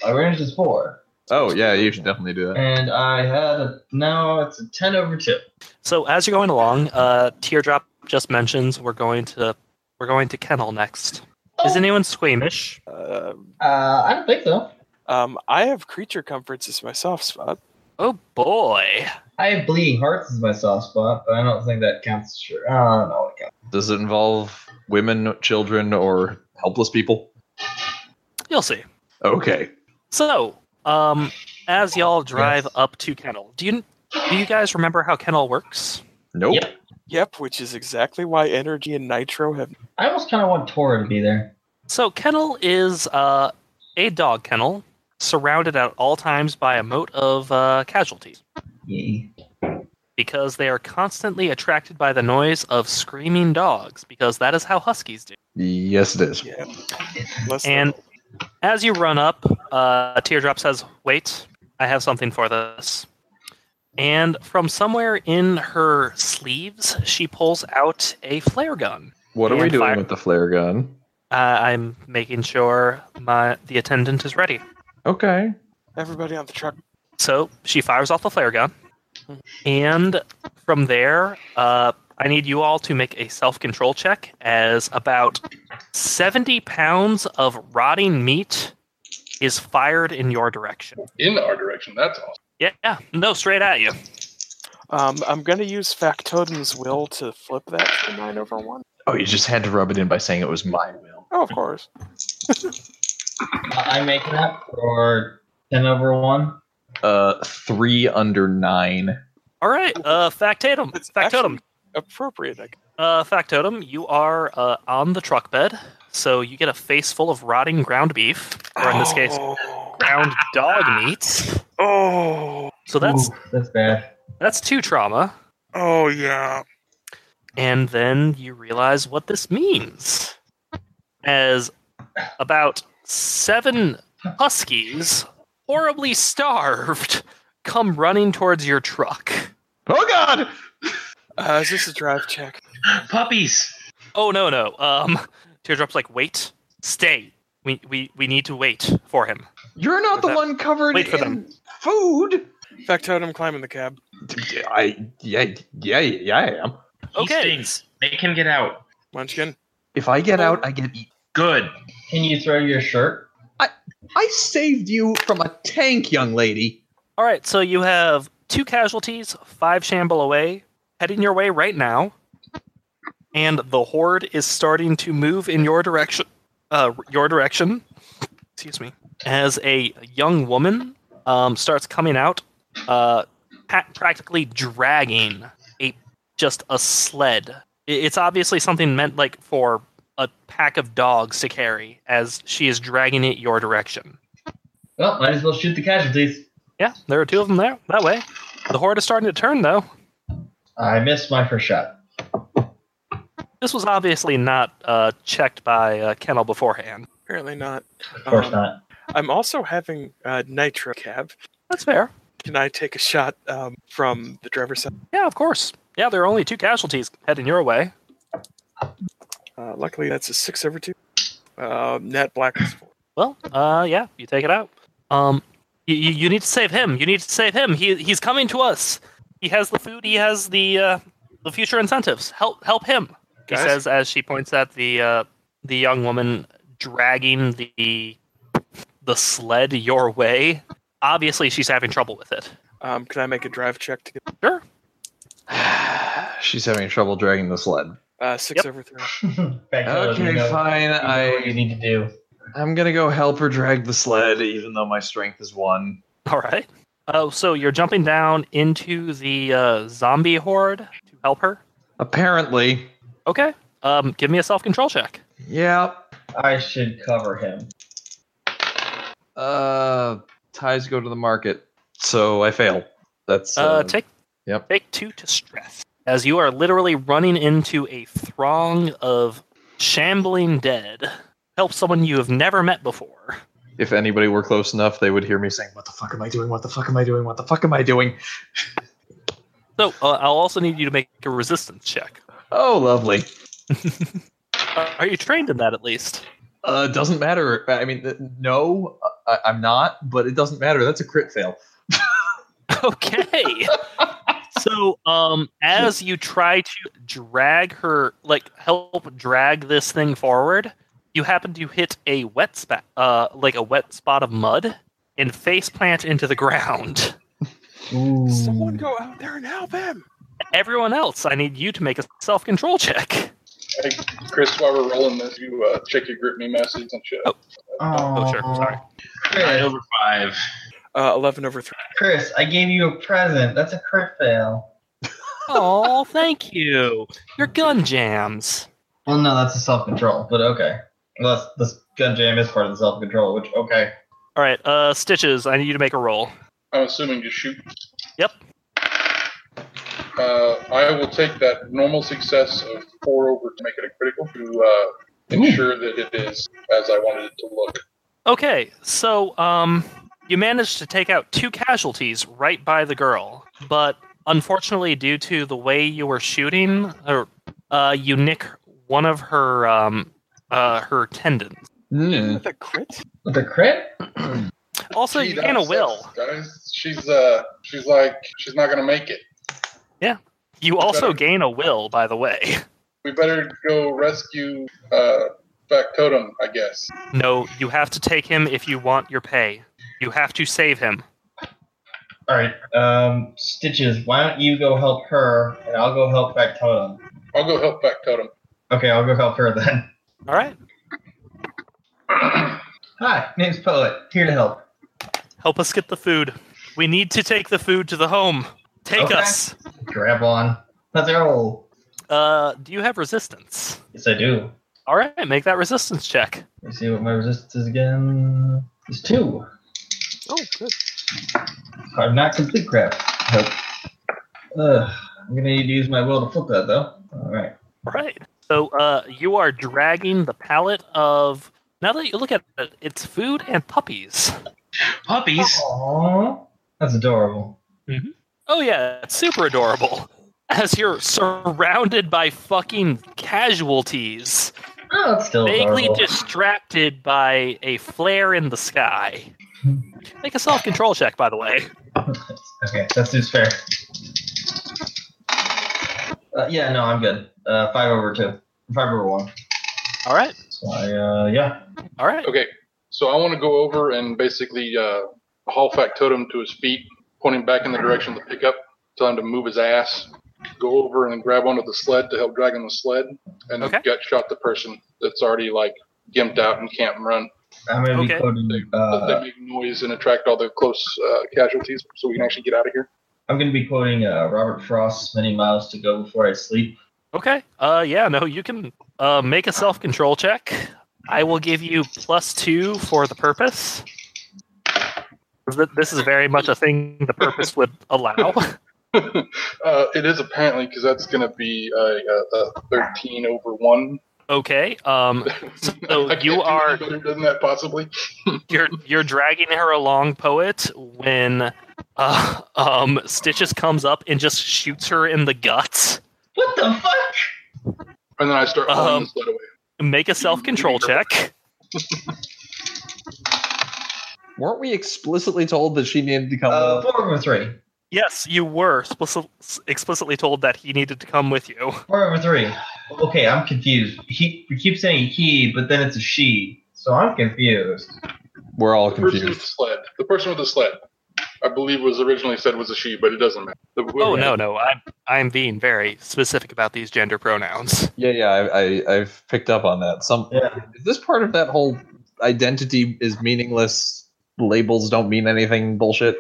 my range is four, Oh, yeah, you should definitely do that. and I had a now it's a ten over two. So as you're going along, uh, Teardrop just mentions we're going to we're going to kennel next. Is anyone squeamish? Uh, Uh, I don't think so. um, I have creature comforts as my soft spot. Oh boy. I have bleeding hearts as my soft spot, but I don't think that counts. as Sure. Oh no, it counts. Does it involve women, children, or helpless people? You'll see. Okay. So, um, as y'all drive up to Kennel, do you do you guys remember how Kennel works? Nope. Yep. Yep, which is exactly why energy and nitro have. I almost kind of want Tora to be there. So, kennel is uh, a dog kennel surrounded at all times by a moat of uh, casualties Yay. because they are constantly attracted by the noise of screaming dogs because that is how huskies do. Yes, it is. Yeah. Less than- And as you run up, uh, Teardrop says, Wait, I have something for this. And from somewhere in her sleeves, she pulls out a flare gun. What are we And doing fire- with the flare gun? Uh, I'm making sure my the attendant is ready. Okay. everybody on the truck. So she fires off the flare gun. And from there, uh, I need you all to make a self control check as about 70 pounds of rotting meat is fired in your direction. in our direction. That's awesome. Yeah, yeah. no, straight at you. Um, I'm going to use Factotum's will to flip that to nine over one. Oh, you just had to rub it in by saying it was my will. Oh, of course. I make that for 10 over 1. Uh, three under nine. All right, uh, factatum, It's factotum, actually- Appropriate. I uh, factotum. You are uh, on the truck bed, so you get a face full of rotting ground beef, or in this case, Oh. ground dog meat. Oh. So that's Ooh, that's bad. that's two trauma. Oh yeah. And then you realize what this means. As about seven huskies, horribly starved, come running towards your truck. Oh God! Uh, is this a drive check? Puppies. Oh no no. Um Teardrop's like, wait, stay. We we, we need to wait for him. You're not the That- one covered wait for in food. Factotum climbing the cab. I yeah yeah yeah I am. He Okay. stinks. Make him get out. Munchkin. If I get out, I get eaten. Good. Can you throw your shirt? I saved you from a tank, young lady. All right, so you have two casualties, five shamble away, heading your way right now, and the horde is starting to move in your direction. Uh, your direction, excuse me. As a young woman um, starts coming out, uh, pa- practically dragging a just a sled. I- It's obviously something meant like for a pack of dogs to carry, as she is dragging it your direction. Well, might as well shoot the casualties. Yeah, there are two of them there. That way, the horde is starting to turn. Though I missed my first shot. this was obviously not uh, checked by uh, Kennel beforehand. Apparently not. Of course Um, not. I'm also having uh, nitro cab. That's fair. Can I take a shot um, from the driver's side? Yeah, of course. Yeah, there are only two casualties heading your way. Uh, luckily, that's a six over two. Uh, net black is four. Well, uh, yeah, you take it out. Um, you, you you need to save him. You need to save him. He he's coming to us. He has the food. He has the uh, the future incentives. Help help him. He Guys? says as she points at the uh, the young woman dragging the the sled your way. Obviously, she's having trouble with it. Um, can I make a drive check to get She's having trouble dragging the sled. uh, six Yep. over three? Back to Okay, you know- fine. you know what you I need to do. I'm gonna go help her drag the sled, even though my strength is one. All right. Oh, so you're jumping down into the uh, zombie horde to help her. Apparently, Okay. Um, give me a self control check. yeah. I should cover him. Uh, ties go to the market, so I fail. That's um, Uh, take yep. take two to stress as you are literally running into a throng of shambling dead. Help someone you have never met before. if anybody were close enough, they would hear me saying, "What the fuck am I doing? What the fuck am I doing? What the fuck am I doing?" So uh, I'll also need you to make a resistance check. Oh, lovely. Uh, are you trained in that at least? Uh, doesn't matter. I mean, th- no, uh, I- I'm not, but it doesn't matter. That's a crit fail. Okay. so, um, as you try to drag her, like help drag this thing forward, you happen to hit a wet spot, uh, like a wet spot of mud, and face plant into the ground. Ooh. Someone go out there and help him. Everyone else, I need you to make a self control check. Hey, Chris, while we're rolling this, you uh, check your grip me message and shit. Oh. Aw. Oh, sure. Sorry. Nine Chris, over five. Uh, Eleven over three. Chris, I gave you a present. That's a crit fail. Oh, thank you. Your gun jams. Well, no, that's a self control, but okay. Unless this gun jam is part of the self control, which okay. All right, uh, Stitches, I need you to make a roll. I'm assuming just shoot. Yep. Uh, I will take that normal success of four over to make it a critical to uh, ensure that it is as I wanted it to look. Okay, so um, you managed to take out two casualties right by the girl, but unfortunately, due to the way you were shooting, or uh, you nick one of her um, uh, her tendons. Mm. With a crit? With a crit? Also, Gee, you that gain a sucks, will. guys. She's uh, she's like, she's not gonna make it. You also gain a will, by the way. We better go rescue uh, Factotum, I guess. No, you have to take him if you want your pay. You have to save him. All right. Um, Stitches, why don't you go help her, and I'll go help Factotum. I'll go help Factotum. Okay, I'll go help her then. All right. Hi, name's Poet. Here to help. Help us get the food. We need to take the food to the home. Take Okay. us. Grab on. Let's roll. Uh, do you have resistance? Yes, I do. All right, make that resistance check. Let me see what my resistance is again. It's two. Oh, good. I'm not complete crap. Nope. Ugh, I'm gonna need to use my will to flip that though. All right. All right. So uh, you are dragging the pallet of. Now that you look at it, it's food and puppies. Puppies. Aww. That's adorable. Oh, yeah, it's super adorable. As you're surrounded by fucking casualties, Oh, it's still vaguely adorable. distracted by a flare in the sky. Make a self control check, by the way. okay, that seems fair. Uh, yeah, no, I'm good. Uh, five over two. Five over one. All right. So I, uh, yeah. All right. Okay, so I want to go over and basically uh, haul Factotum to his feet, point him back in the direction of the pickup, tell him to move his ass, go over and grab onto the sled to help drag on the sled, and Okay. gut shot the person that's already like gimped out and can't run. I'm gonna Okay. be coding. So Uh, they make noise and attract all the close uh, casualties so we can actually get out of here. I'm gonna be quoting uh, Robert Frost's "Many Miles to Go Before I Sleep." Okay. Uh, yeah, no, you can uh, make a self control check. I will give you plus two for the purpose. Th- This is very much a thing the purpose would allow. uh, it is apparently because that's going to be uh, a, a 13 over 1. Okay. Um, so I can't you do are any better than that, possibly. you're you're dragging her along, poet, when uh, um, Stitches comes up and just shoots her in the guts. What the fuck? And then I start hauling Um, the sled away. Make a self control check. Weren't we explicitly told that she needed to come? Uh, Uh, four over three. Yes, you were explicit, explicitly told that he needed to come with you. Four over three. Okay, I'm confused. He we keep saying he, but then it's a she, so I'm confused. We're all The person with the confused. sled. The person with the sled. I believe was originally said was a she, but it doesn't matter. The- Oh whoever- no, no, I'm I'm being very specific about these gender pronouns. Yeah, yeah, I, I, I've picked up on that. Some Yeah. is this part of that whole identity is meaningless. Labels don't mean anything. Bullshit.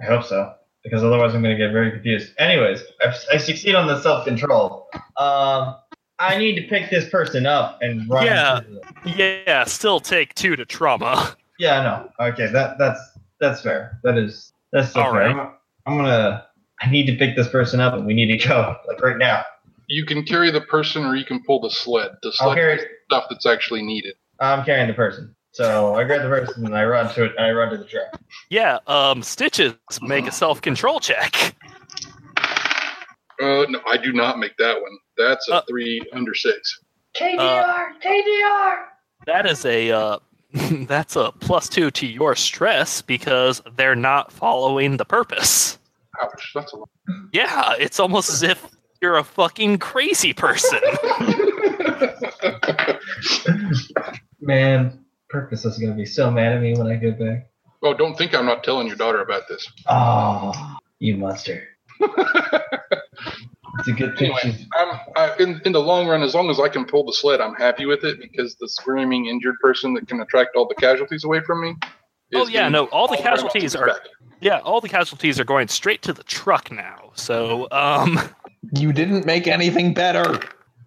I hope so, because otherwise I'm going to get very confused. Anyways, I, I succeed on the self control. Um, I need to pick this person up and run. Yeah. to the- Yeah, still take two to trauma. yeah, I know. Okay, that that's that's fair. That is that's so All fair. right. I'm, I'm gonna. I need to pick this person up, and we need to go like right now. You can carry the person or you can pull the sled. The I'll sled carry. is stuff that's actually needed. I'm carrying the person, so I grab the person and I run to it. And I run to the truck. Yeah, um, stitches make a self control check. Uh, no, I do not make that one. That's a Uh, three under six. KDR, KDR. Uh, That is a uh, that's a plus two to your stress because they're not following the purpose. Ouch, that's a lot. Yeah, it's almost as if you're a fucking crazy person. Man, purpose is gonna be so mad at me when I get back. oh, don't think I'm not telling your daughter about this. Oh, you monster. It's a good thing Anyway. she's. I'm I, in in the long run, as long as I can pull the sled, I'm happy with it because the screaming injured person that can attract all the casualties away from me. oh is yeah, getting no, all the all around casualties off are his back. yeah, all the casualties are going straight to the truck now. So um, You didn't make anything better.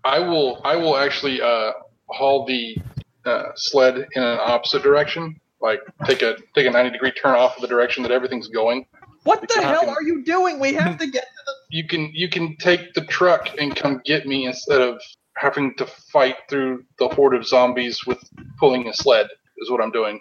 I will I will actually uh, haul the uh, sled in an opposite direction, like take a take a ninety degree turn off of the direction that everything's going. What the Yeah. hell are you doing? We have to get. You can you can take the truck and come get me instead of having to fight through the horde of zombies with pulling a sled. Is what I'm doing.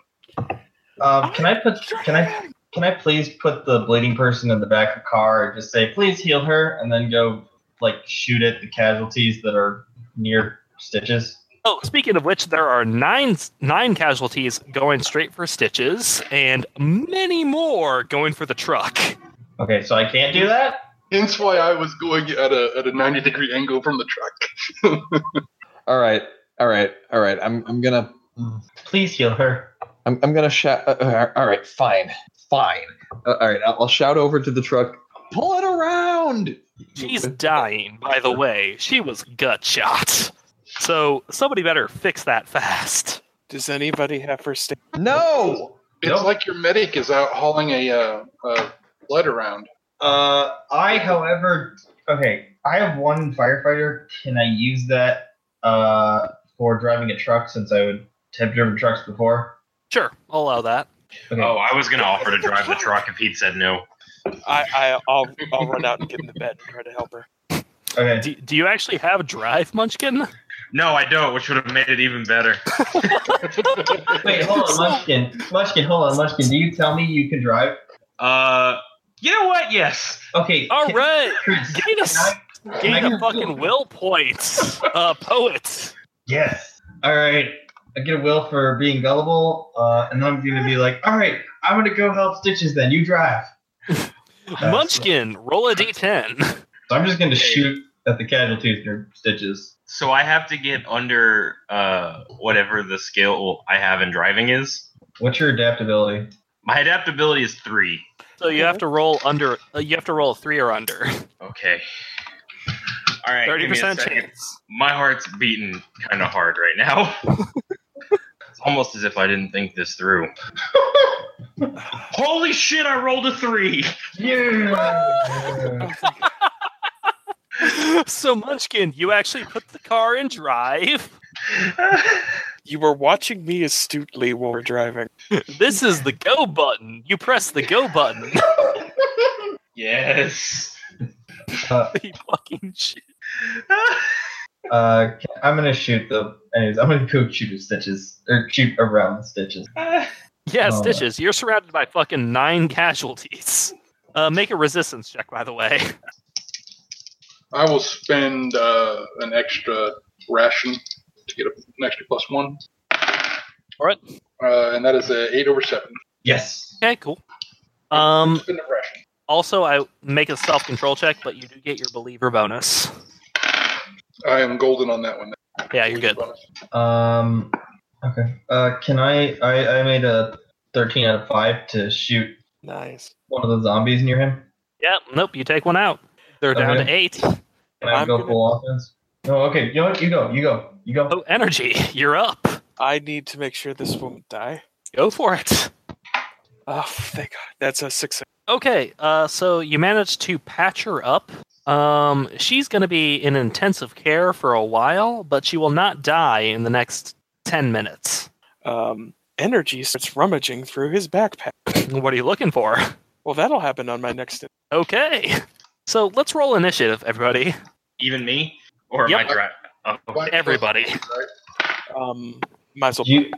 Um, can I put? Can I? Can I please put the bleeding person in the back of the car and just say, "Please heal her," and then go like shoot at the casualties that are near stitches? Oh, speaking of which, there are nine nine casualties going straight for stitches, and many more going for the truck. Okay, so I can't do that. Hence why I was going at a at a ninety degree angle from the truck. All right, all right, all right. I'm I'm gonna Please heal her. I'm, I'm gonna shout. Uh, uh, all right, fine, fine. Uh, all right, I'll, I'll shout over to the truck. Pull it around. She's dying, by the way. She was gut shot. So somebody better fix that fast. Does anybody have first aid? No. It's Nope. like your medic is out hauling a uh, uh, sled around. Uh, I, however, okay, I have one firefighter. Can I use that uh, for driving a truck since I would have driven trucks before? Sure, I'll allow that. Okay. Oh, I was gonna offer to drive the truck if he'd said no. I, I I'll I'll run out and get in the bed and try to help her. Okay. Do, do you actually have drive, Munchkin? No, I don't, which would have made it even better. Wait, hold on, Munchkin. Munchkin, hold on, Munchkin. Do you tell me you can drive? Uh, you know what? Yes. Okay. All can- right, Chris, gain a, s- can I- gain a fucking will point, uh, poet. Yes. All right. I get a will for being gullible, uh, and then I'm gonna be like, all right, I'm gonna go help Stitches. Then you drive. Munchkin, roll a d10. So I'm just gonna shoot at the casualties near Stitches. So I have to get under uh whatever the skill I have in driving is. What's your adaptability? My adaptability is three. So you have to roll under. Uh, you have to roll a three or under. Okay. All right. Thirty give me a percent second. chance. My heart's beating kind of hard right now. it's almost as if I didn't think this through. Holy shit! I rolled a three. Yeah. so Munchkin, you actually put the car in drive. You were watching me astutely while we're driving. This is the go button. You press the go button. yes. You fucking shit. Uh, I'm gonna shoot the. Anyways, I'm gonna go shoot at Stitches or shoot around Stitches. Uh, Yeah, Oh. stitches. You're surrounded by fucking nine casualties. Uh, make a resistance check, by the way. I will spend uh, an extra ration to get an extra plus one. All right. Uh, and that is a eight over seven. Yes. Okay, cool. Um, Spend a ration. also, I make a self control check, but you do get your believer bonus. I am golden on that one. Yeah, you're good. Um. Okay. Uh, can I? I I made a 13 out of five to shoot Nice. one of the zombies near him. Yeah, nope, you take one out. They're down to eight. Can I I'm go gonna- full offense? No. Okay. You know what? You go. You go. You go. Oh, energy, you're up. I need to make sure this won't die. Go for it. Oh, thank God. That's a six. Okay, uh, so you managed to patch her up. Um, she's going to be in intensive care for a while, but she will not die in the next 10 minutes. Um, energy starts rummaging through his backpack. What are you looking for? Well, that'll happen on my next. Okay, so let's roll initiative, everybody. Even me or Yep. my drive. Oh, okay. Everybody. Um, might as well. Do you,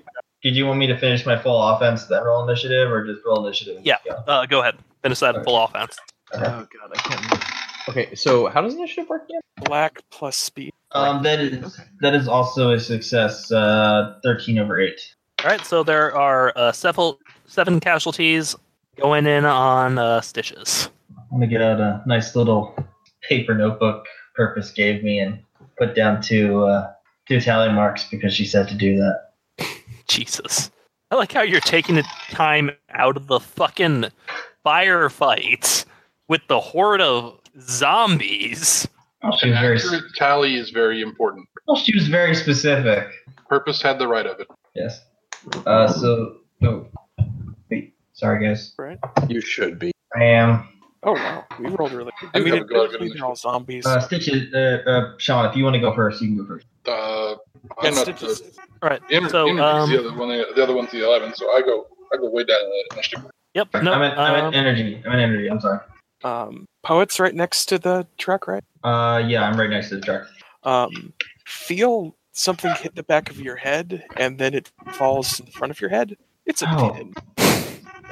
did you want me to finish my full offense then roll initiative or just roll initiative? and Yeah. go? Uh, go ahead, finish that full offense. Oh god, I can't. Okay, so how does initiative work again? Black plus speed. Um, that is that is also a success. Uh, 13 over eight. All right, so there are uh, several, seven casualties going in on uh, stitches. I'm gonna get out a nice little paper notebook Purpose gave me and put down two uh, two tally marks because she said to do that. Jesus. I like how you're taking the time out of the fucking firefight with the horde of zombies. She An was very accurate tally is very important. well, she was very specific. Purpose had the right of it. Yes. Uh, so oh, wait, sorry guys. You should be. I am Oh wow, we rolled really. I do mean, have a it, good- good they're all zombies. uh, Stitches. Uh, uh, Sean, if you want to go first, you can go first. Uh, I'm That's not Stitches. the- All right. Inter- so, Interview's um, the other one. The other one's the eleven. So I go, I go way down in the initiative. Yep. No. I'm, at, I'm um, at energy. I'm at energy. I'm sorry. Um, poets right next to the truck, right? Uh, yeah, I'm right next to the truck. Um, feel something hit the back of your head, and then it falls in front of your head. It's a Oh. Ow. pin,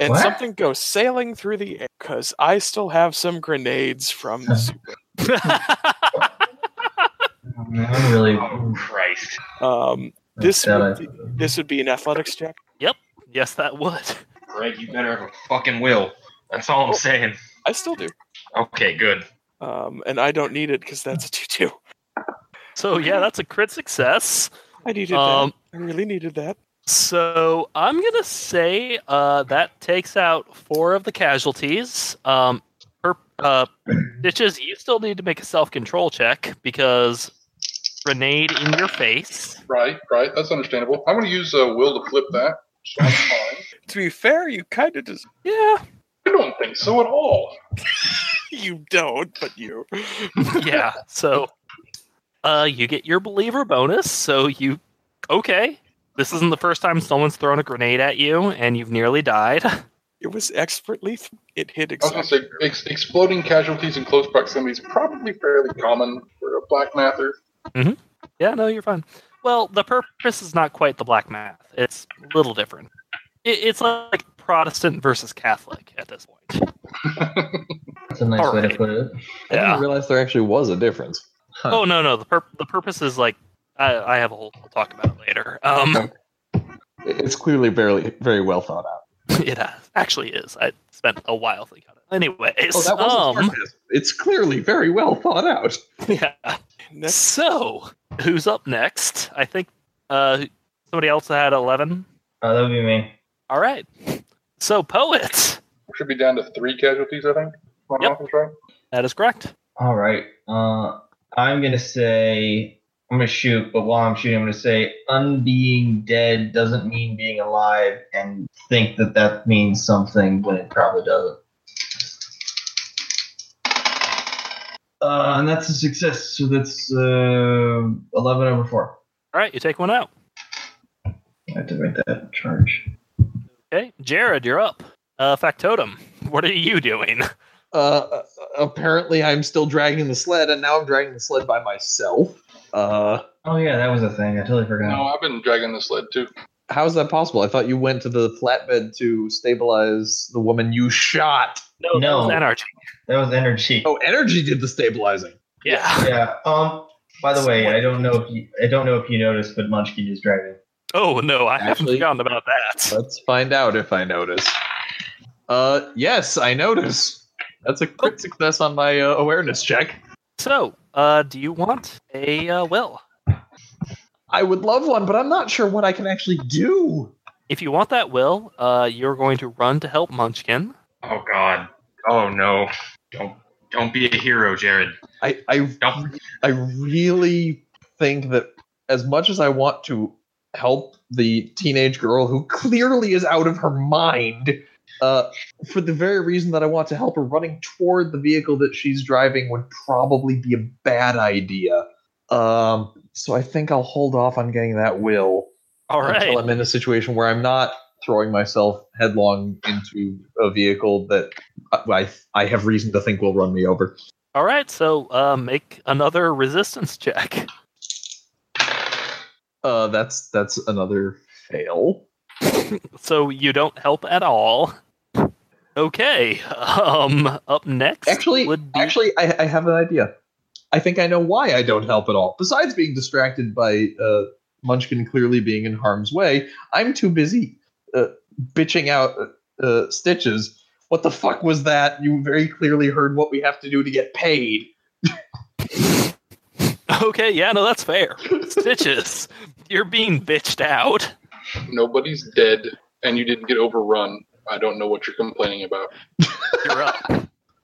and What? something goes sailing through the air. Cause I still have some grenades from the super. I'm really. Oh Christ! Um, this That I- would be, this would be an athletics check. yes, that would. Greg, you better have a fucking will. That's all I'm saying. I still do, Okay, good. um, and I don't need it because that's a two-two. So yeah, that's a crit success. I needed Um, that. I really needed that. So I'm gonna say uh, that takes out four of the casualties. Um, per, uh, Ditches, you still need to make a self control check because grenade in your face. Right, right. That's understandable. I'm going to use uh, will to flip that. So I'm fine. To be fair, you kind of just Yeah, I don't think so at all. you don't, but you. yeah. So uh, you get your believer bonus. So you okay? This isn't the first time someone's thrown a grenade at you and you've nearly died. It was expertly. Th- it hit I was going to exactly. say ex- exploding casualties in close proximity is probably fairly common for a black mather. Yeah, no, you're fine. Well, the purpose is not quite the black math. It's a little different. It, it's like Protestant versus Catholic at this point. That's a nice way Alright. to put it. I didn't realize there actually was a difference. Huh. Oh no, no. The pur- the purpose is like I, I have a whole I'll talk about it later. Um, It's clearly barely very well thought out. it uh, actually is. I spent a while thinking about it. Anyways, Oh, that wasn't um, sarcasm. It's clearly very well thought out. yeah. Next, So who's up next? I think uh, somebody else had eleven. Uh, that would be me. All right. So poets. We should be down to three casualties, I think. if My Yep. math is right. That is correct. All right. Uh, I'm gonna say I'm gonna shoot, but while I'm shooting, I'm gonna say unbeing dead doesn't mean being alive, and think that that means something when it probably doesn't. Uh, and that's a success. So that's uh, eleven over four. All right, you take one out. Activate that charge. Okay, Jared, you're up. Uh, factotum, what are you doing? Uh, apparently, I'm still dragging the sled, and now I'm dragging the sled by myself. Uh, Oh yeah, that was a thing. I totally forgot. No, I've been dragging this sled too. how is that possible? I thought you went to the flatbed to stabilize the woman you shot. No, No. that was anarchy. That was energy. Oh, energy did the stabilizing. Yeah. Yeah. Um. By the way, I don't know if you, I don't know if you noticed, but Munchkin is driving. Oh no, I haven't Actually- forgotten about that. Let's find out if I notice. Uh, yes, I notice. That's a crit success on my uh, awareness check. So, uh, do you want a uh, will? I would love one, but I'm not sure what I can actually do. If you want that will, uh, you're going to run to help Munchkin. Oh God. Oh no. Don't don't be a hero, Jared. I, I Don't. I really think that as much as I want to help the teenage girl who clearly is out of her mind, uh, for the very reason that I want to help her, running toward the vehicle that she's driving would probably be a bad idea. Um, so I think I'll hold off on getting that will All until right. I'm in a situation where I'm not throwing myself headlong into a vehicle that I, I have reason to think will run me over. All right. So, uh, make another resistance check. Uh, that's that's another fail. So you don't help at all. Okay. Um. Up next. Actually, would be- actually, I, I have an idea. I think I know why I don't help at all. Besides being distracted by uh, Munchkin clearly being in harm's way, I'm too busy uh, bitching out uh, uh, stitches. What the fuck was that? You very clearly heard what we have to do to get paid. Okay. Yeah. No, that's fair. Stitches. You're being bitched out. Nobody's dead, and you didn't get overrun. I don't know what you're complaining about. You're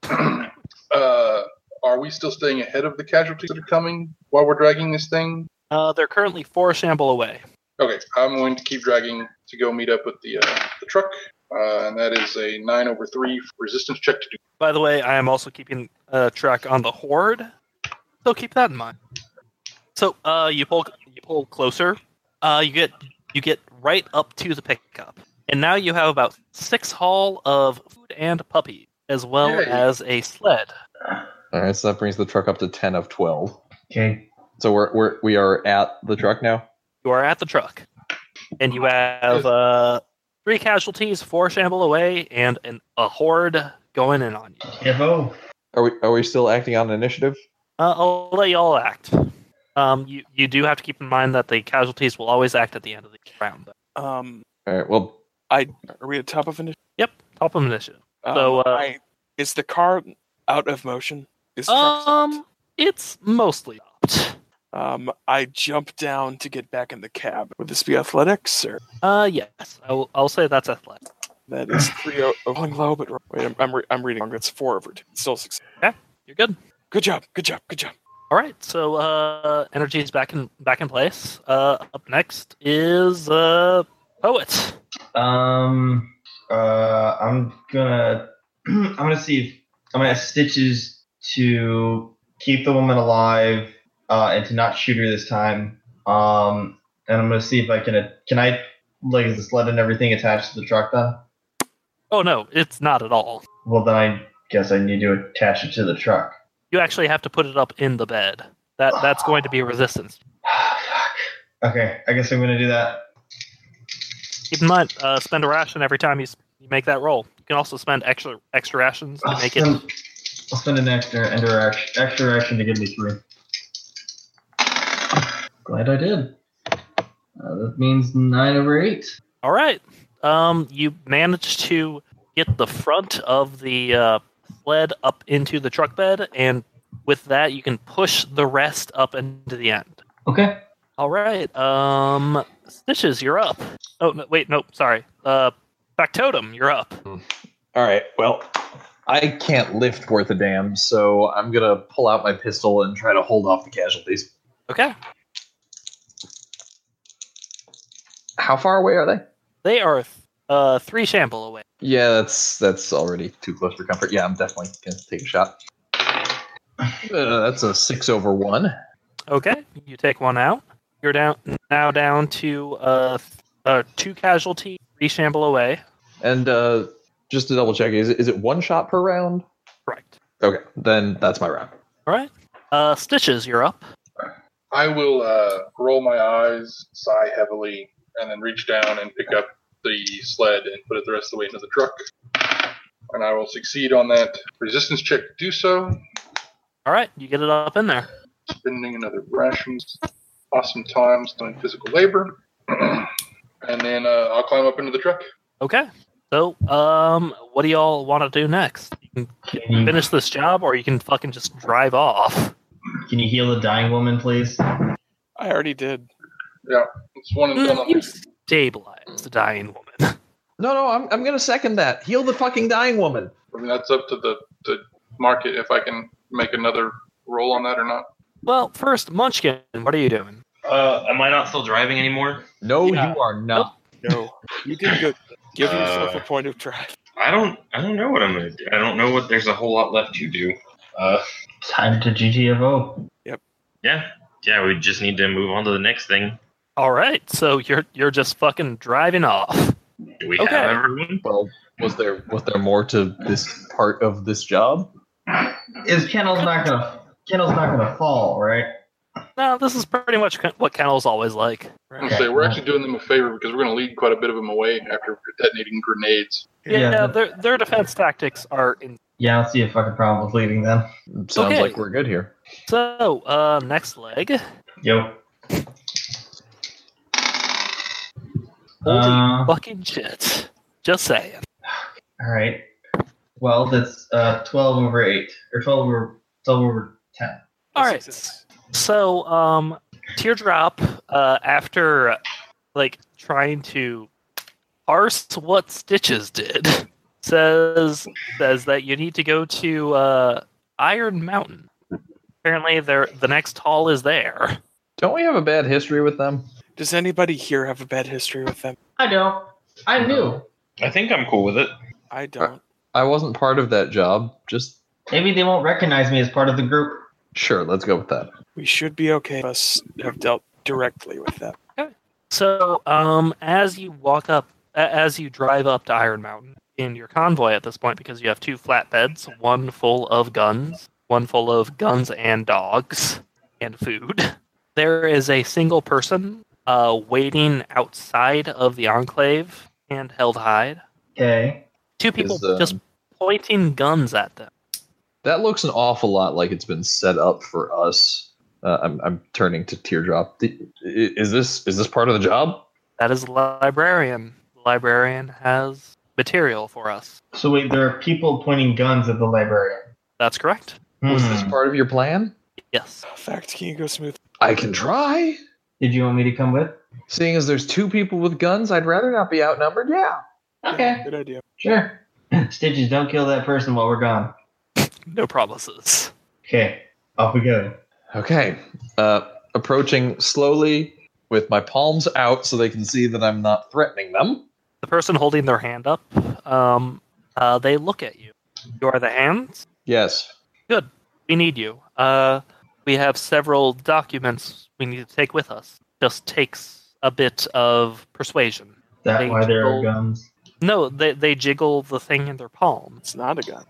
up. Uh, are we still staying ahead of the casualties that are coming while we're dragging this thing? Uh, they're currently four shamble away. Okay, I'm going to keep dragging to go meet up with the uh, the truck, uh, and that is a nine over three resistance check to do. By the way, I am also keeping uh, track on the horde, so keep that in mind. So uh, you pull You pull closer. Uh, you get you get right up to the pickup, and now you have about six haul of food and puppies, as well Yay. as a sled. All right, so that brings the truck up to ten of twelve. Okay. So we're, we're we are at the truck now. You are at the truck, and you have uh, three casualties, four shamble away, and an, a horde going in on you. FO. Are we are we still acting on initiative? Uh, I'll let you all act. Um, you you do have to keep in mind that the casualties will always act at the end of the round. Um, All right. Well, are we at top of initiative? Yep, top of initiative. Um, So, uh, I, is the car out of motion? Is the truck stopped? Um, it's mostly stopped. um, I jump down to get back in the cab. Would this be athletics or Uh, yes, I will, I'll say that's athletic. that is three o- oh, one low? But wrong. wait, I'm I'm, re- I'm reading wrong. That's four over two. Still six. You're good. Good job. Good job. Good job. All right, so uh, energy is back in back in place. Uh, up next is uh, poet. Um, uh, I'm gonna, I'm gonna see if I'm gonna ask Stitches to keep the woman alive uh, and to not shoot her this time. Um, and I'm gonna see if I can, can I, like, is the sled and everything attached to the truck then? Oh no, it's not at all. Well, then I guess I need to attach it to the truck. You actually have to put it up in the bed. That that's going to be resistance. Fuck. Okay, I guess I'm gonna do that. Keep in mind, uh, spend a ration every time you, s- you make that roll. You can also spend extra extra rations to I'll make it. spend, I'll spend an extra extra action, extra action to give me three. Glad I did. Uh, that means nine over eight. All right. Um, you managed to get the front of the uh, sled up into the truck bed, and with that, you can push the rest up into the end. Okay. All right. Um, Stitches, you're up. Oh no, wait, no, sorry. Uh, Factotum, you're up. all right. Well, I can't lift worth a damn, so I'm gonna pull out my pistol and try to hold off the casualties. Okay. How far away are they? They are uh three shamble away. Yeah, that's that's already too close for comfort. Yeah, I'm definitely gonna take a shot. Uh, that's a six over one. Okay, you take one out. You're down now down to uh, th- uh two casualty, three shamble away. And uh, just to double check, is it, is it one shot per round? Correct. Okay, then that's my round. All right. Uh, Stitches, you're up. I will uh, roll my eyes, sigh heavily, and then reach down and pick up the sled and put it the rest of the way into the truck. And I will succeed on that resistance check to do so, All right, you get it up in there. spending another ration. Awesome times doing physical labor. and then uh, I'll climb up into the truck. Okay. So, um, what do y'all want to do next? You Can can you, finish this job, or you can fucking just drive off. can you heal the dying woman, please? I already did. It's one and done. on You this. stabilize the dying woman. No, no, I'm, I'm gonna second that. Heal the fucking dying woman. I mean, that's up to the, the market if I can make another roll on that or not. Well, first, Munchkin, what are you doing? Uh, am I not still driving anymore? No, Yeah. you are not. No, you did good. Give yourself Uh. a point of drive. I don't. I don't know what I'm gonna do. I don't know what. There's a whole lot left to do. Uh, Time to GTFO. yeah, yeah. We just need to move on to the next thing. All right, so you're you're just fucking driving off. Do we Okay. have everyone? Well, was there was there more to this part of this job? Is Kennel's not gonna Kennel's not gonna fall, right? No, this is pretty much what Kennel's always like. I'm gonna say we're actually doing them a favor because we're going to lead quite a bit of them away after detonating grenades. Yeah, Yeah. their their defense tactics are in. Yeah, I don't see a fucking problem with leaving then. Sounds Okay. like we're good here. So, uh, next leg. Yo. Holy Uh, fucking shit. Just saying. All right. Well, that's uh, 12 over 8. Or 12 over, 12 over 10. All right. So, um, Teardrop, uh, after like trying to parse what Stitches did, says says that you need to go to uh, Iron Mountain. Apparently, there the next hall is there. Don't we have a bad history with them? Does anybody here have a bad history with them? I don't. I knew. I think I'm cool with it. I Uh, don't. I wasn't part of that job. Just Maybe they won't recognize me as part of the group. sure, let's go with that. We should be okay. Us have dealt directly with that. So, um, as you walk up, a- as you drive up to Iron Mountain in your convoy at this point, because you have two flatbeds, one full of guns, one full of guns and dogs and food, there is a single person uh, waiting outside of the enclave, handheld hide. Okay. Two people Is, um, just pointing guns at them. That looks an awful lot like it's been set up for us. Uh, I'm, I'm turning to Teardrop. D- i- Is this is this part of the job? That is the librarian. The librarian has material for us. So wait, there are people pointing guns at the librarian. That's correct. Was Hmm. this part of your plan? Yes. Fact, can you go smooth? I can try. Did you want me to come with? Seeing as there's two people with guns, I'd rather not be outnumbered. Yeah. Okay, Good idea. sure. Stitches, don't kill that person while we're gone. No promises. Okay, off we go. Okay. Uh, approaching slowly with my palms out so they can see that I'm not threatening them. The person holding their hand up, um, uh, they look at you. You are the hands. Yes. We need you. Uh, we have several documents we need to take with us. Just takes a bit of persuasion. That They why there are told- guns. No, they, they jiggle the thing in their palm. It's not a gun.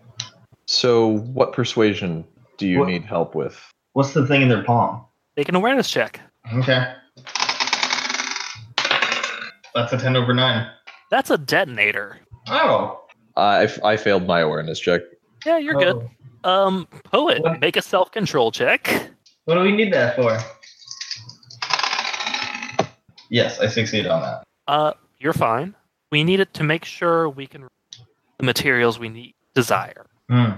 So, what persuasion do you What- need help with? What's the thing in their palm? Make an awareness check. Okay. That's a ten over nine. That's a detonator. Oh. I, I failed my awareness check. Yeah, you're good. Oh. Um, poet, What? make a self control check. What do we need that for? Yes, I succeed on that. Uh, you're fine. We need it to make sure we can the materials we need desire. Hmm.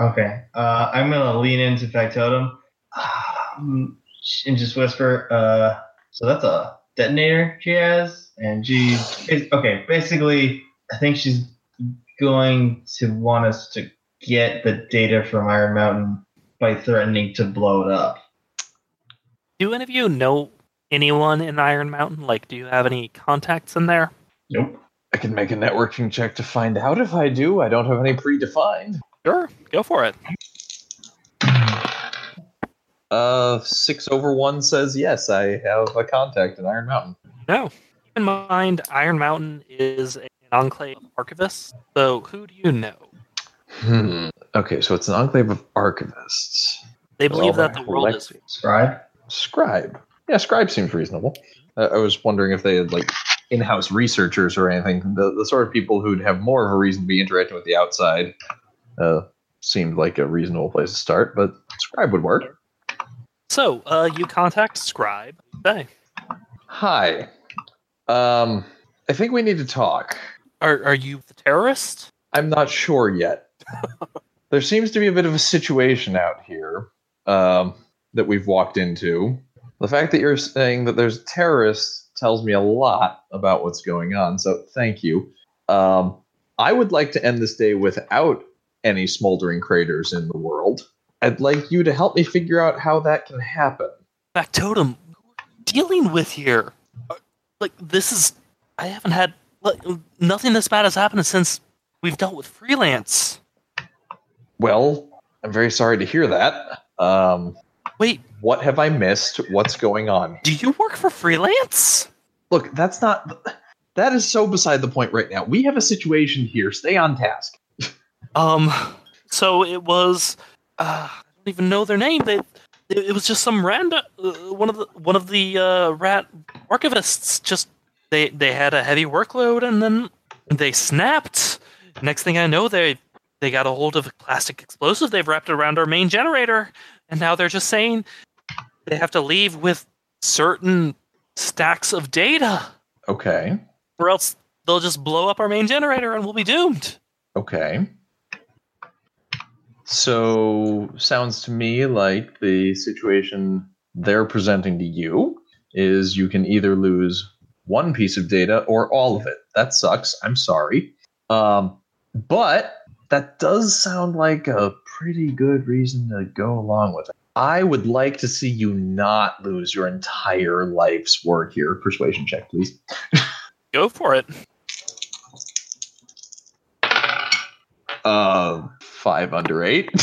Okay. Uh, I'm gonna lean into Factotum um, and just whisper. Uh, so that's a detonator she has, and she's it's- okay. Basically, I think she's going to want us to get the data from Iron Mountain by threatening to blow it up. Do any of you know anyone in Iron Mountain? Like, do you have any contacts in there? Nope. I can make a networking check to find out if I do. I don't have any predefined. Sure, go for it. Uh, six over one says yes. I have a contact in Iron Mountain. Keep in mind, Iron Mountain is an enclave of archivists. So, who do you know? Hmm. Okay, so it's an enclave of archivists. They believe Well, that the world is collect- Scribe. scribe. Yeah, scribe seems reasonable. Uh, I was wondering if they had like in-house researchers or anything. The the sort of people who'd have more of a reason to be interacting with the outside uh, seemed like a reasonable place to start. But scribe would work. so. Uh, you contact Scribe. Hey, Hi. Um, I think we need to talk. are are you the terrorist? I'm not sure yet. there seems to be a bit of a situation out here um, that we've walked into. The fact that you're saying that there's terrorists tells me a lot about what's going on, so thank you. Um, I would like to end this day without any smoldering craters in the world. I'd like you to help me figure out how that can happen. Factotum, who are you dealing with here? Uh, Like, this is. I haven't had. Like, nothing this bad has happened since we've dealt with freelance. Well, I'm very sorry to hear that. Um, Wait, what have I missed? What's going on? do you work for freelance? Look, that's not. That is so beside the point right now. We have a situation here. Stay on task. Um, so it was. Uh, I don't even know their name. They, it, it was just some random uh, one of the one of the uh, rat archivists. Just they they had a heavy workload and then they snapped. Next thing I know, they they got a hold of a plastic explosive. They've wrapped it around our main generator, and now they're just saying they have to leave with certain stacks of data, Okay. or else they'll just blow up our main generator and we'll be doomed. Okay. So, sounds to me like the situation they're presenting to you is you can either lose one piece of data or all of it. That sucks. I'm sorry. Um, but that does sound like a pretty good reason to go along with it. I would like to see you not lose your entire life's work here. Persuasion check, please. Go for it. Uh, five under eight.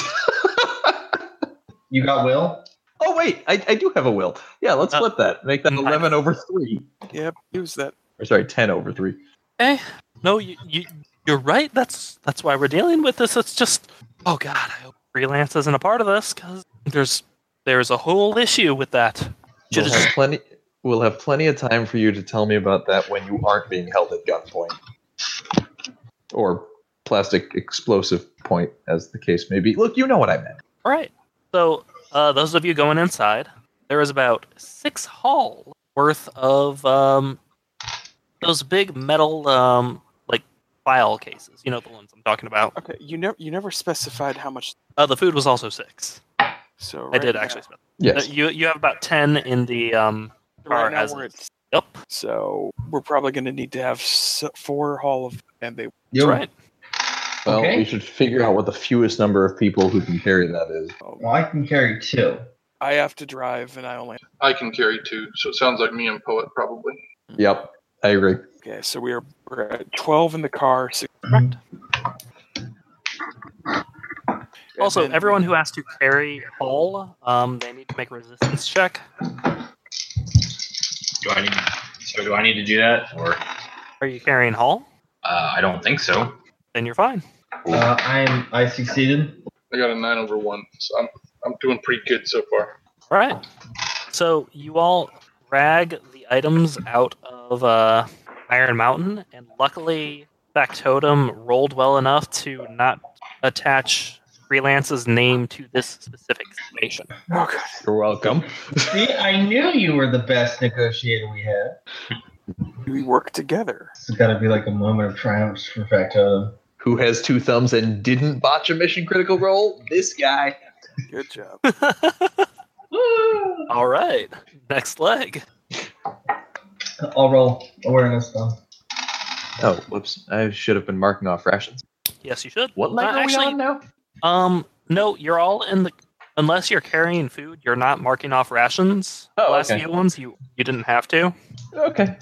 You got Will. Oh wait, I, I do have a will. Yeah, let's Uh, flip that. Make that nine. eleven over three. Yep, use that. Or sorry, ten over three. Eh, no, you, you you're right. That's that's why we're dealing with this. It's just oh god, I hope freelance isn't a part of this because there's there's a whole issue with that. We'll Should've have plenty. We'll have plenty of time for you to tell me about that when you aren't being held at gunpoint, or plastic explosive point, as the case may be. Look, you know what I meant. All right. So, uh, those of you going inside, there is about six hall worth of um, those big metal um, like file cases. You know the ones I'm talking about. Okay, you never you never specified how much. Uh, the food was also six. So I right did now- actually. Spend. uh, Yes. You you have about ten in the um, Right Or now as we're is. at- yep. so we're probably going to need to have s- four hall of and they That's Yo, right. Well, okay. we should figure out what the fewest number of people who can carry that is. Well, I can carry two. um, I have to drive and I only I can carry two, so it sounds like me and Poet probably. Yep, I agree. okay. So we are we're at twelve in the car. Six, Correct. and Mm-hmm. Also, then- everyone who has to carry hall, um, they need to make a resistance check. Do I need? So do I need to do that, or uh, Are you carrying hall? I don't think so. Then you're fine. Uh, I'm I succeeded. I got a nine over one, so I'm I'm doing pretty good so far. All right. So you all drag the items out of uh, Iron Mountain, and luckily, Factotum rolled well enough to not attach Freelance's name to this specific station. Oh, God. You're welcome. See, I knew you were the best negotiator we had. we work together. It's got to be like a moment of triumph for uh, Factotum. Who has two thumbs and didn't botch a mission critical roll? This guy. Good job. all right. Next leg. I'll roll awareness though. Oh, whoops! I should have been marking off rations. Yes, you should. What Uh, leg are actually, we on now? Um, no, you're all in the. Unless you're carrying food, you're not marking off rations. Oh, the last okay. few ones, you you didn't have to. Okay.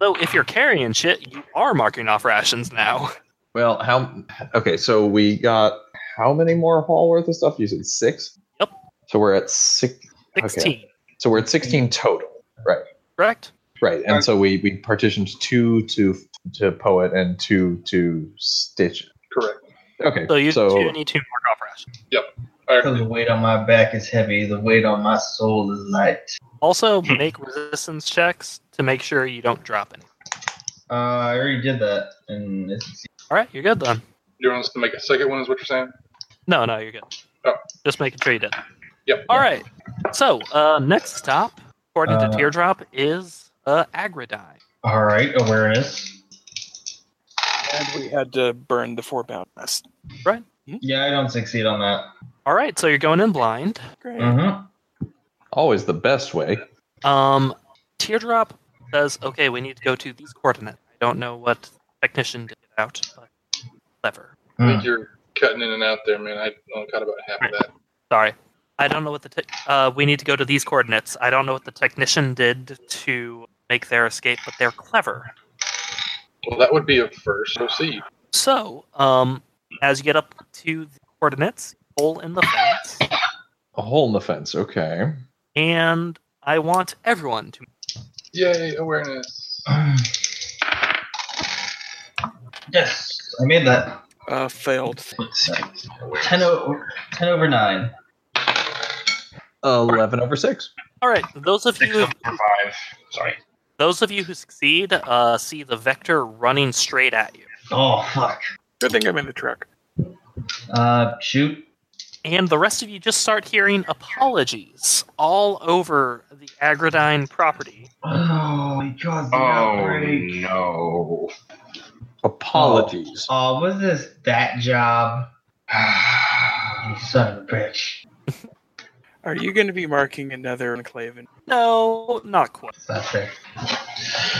Though, if you're carrying shit, you are marking off rations now. Well, how? Okay, so we got how many more hall worth of stuff? You said six. Yep. So we're at six. Okay. Sixteen, So we're at sixteen total. Right. correct? Right. And so we we partitioned two to to poet and two to stitch. Correct. Okay. So you so two need to mark off rations. Because the weight on my back is heavy, the weight on my soul is light. Also, Hmm. make resistance checks to make sure you don't drop any. Uh, I already did that, and it's All right, you're good then. You want us to make a second one, is what you're saying? No, no, you're good. Oh. Just making sure you did. Yep. All right. So uh, next stop, according Uh, to Teardrop, is uh, Agridine. all right. Awareness. And we had to burn the four bound mess. Yeah, I don't succeed on that. All right, so you're going in blind. Great. Mm-hmm. always the best way. Um, Teardrop says, "Okay, we need to go to these coordinates." I don't know what technician did out, but clever. I think you're cutting in and out there, man. I only caught about half of that. Sorry, I don't know what the te- uh, we need to go to these coordinates. I don't know what the technician did to make their escape, but they're clever. Well, that would be a first. Proceed. So, um, as you get up to the coordinates, hole in the fence, A hole in the fence. Okay. and I want everyone to. Yay, awareness. Yes, I made that. Uh, failed. Ten, o- 10 over nine. Eleven over six. All right, those of Six you over five. Sorry. those of you who succeed uh, see the vector running straight at you. Oh fuck. Good thing I'm in the truck. Uh, shoot. and the rest of you just start hearing apologies all over the Agridine property. Oh my god. The Oh outbreak. no. Apologies. Oh, was this that job? you son of a bitch. Are you going to be marking another enclave? And No, not quite. It's not fair.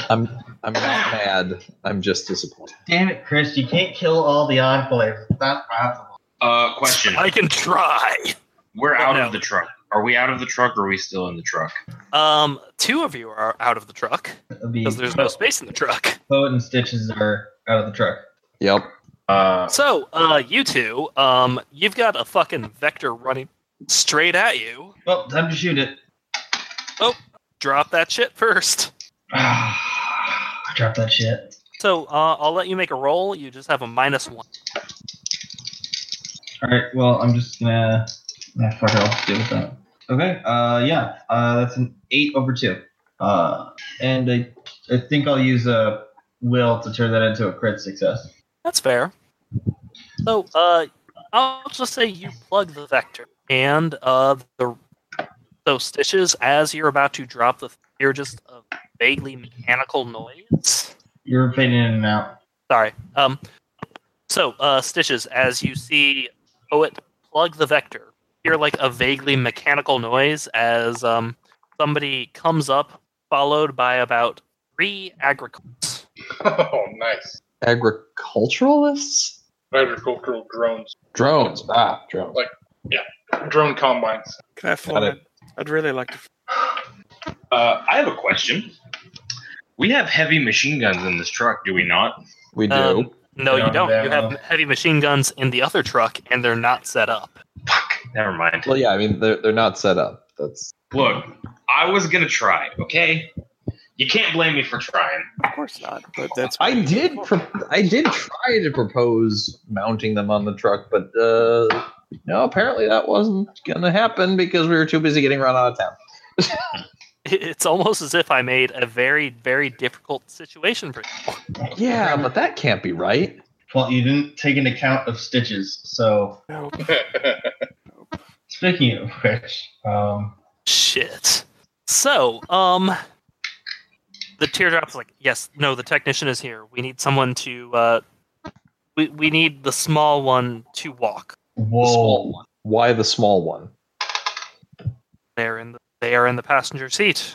I'm I'm not mad. I'm just disappointed. Damn it, Chris! You can't kill all the enclaves. It's not possible. Uh, question. I can try. We're out No. of the truck. Are we out of the truck? or Are we still in the truck? Um, two of you are out of the truck It'll be because there's no space in the truck. Boat and stitches are out of the truck. Yep. Uh, So, uh, you two, um, you've got a fucking vector running straight at you. Well, time to shoot it. drop that shit first. I dropped that shit. So uh, I'll let you make a roll. You just have a minus one. All right. Well, I'm just gonna. Yeah, fuck it. I'll just deal with that. Okay. Uh, yeah. Uh, that's an eight over two. Uh, and I, I think I'll use a will to turn that into a crit success. That's fair. So uh, I'll just say you plug the vector and uh, the those stitches as you're about to drop the. You're just a vaguely mechanical noise. You're fading in and out. Sorry. Um. So uh, stitches as you see poet plug the vector. Hear like a vaguely mechanical noise as um somebody comes up, followed by about three agriculturists. oh, nice. Agriculturalists? Agricultural drones, Drones. Ah, drones. drone combines. Can I have Got it. one? I'd really like to. Uh, I have a question. We have heavy machine guns in this truck, do we not? We do. Um, No, Yeah, you don't. that You have one. heavy machine guns in the other truck, and they're not set up. Fuck. Never mind. well, yeah, I mean, they're, they're not set up. That's Look, I was gonna try. Okay. You can't blame me for trying. Of course not, but that's. I did. Pro- I did try to propose mounting them on the truck, but uh, no. Apparently, that wasn't going to happen because we were too busy getting run out of town. It's almost as if I made a very, very difficult situation for you. Yeah, but that can't be right. Well, you didn't take into account of stitches. So No, speaking of which, um, Shit. So, um, the teardrop's like, yes, no, the technician is here. We need someone to, uh, we, we need the small one to walk. The whoa, small one. Why the small one? They're in the, they are in the passenger seat.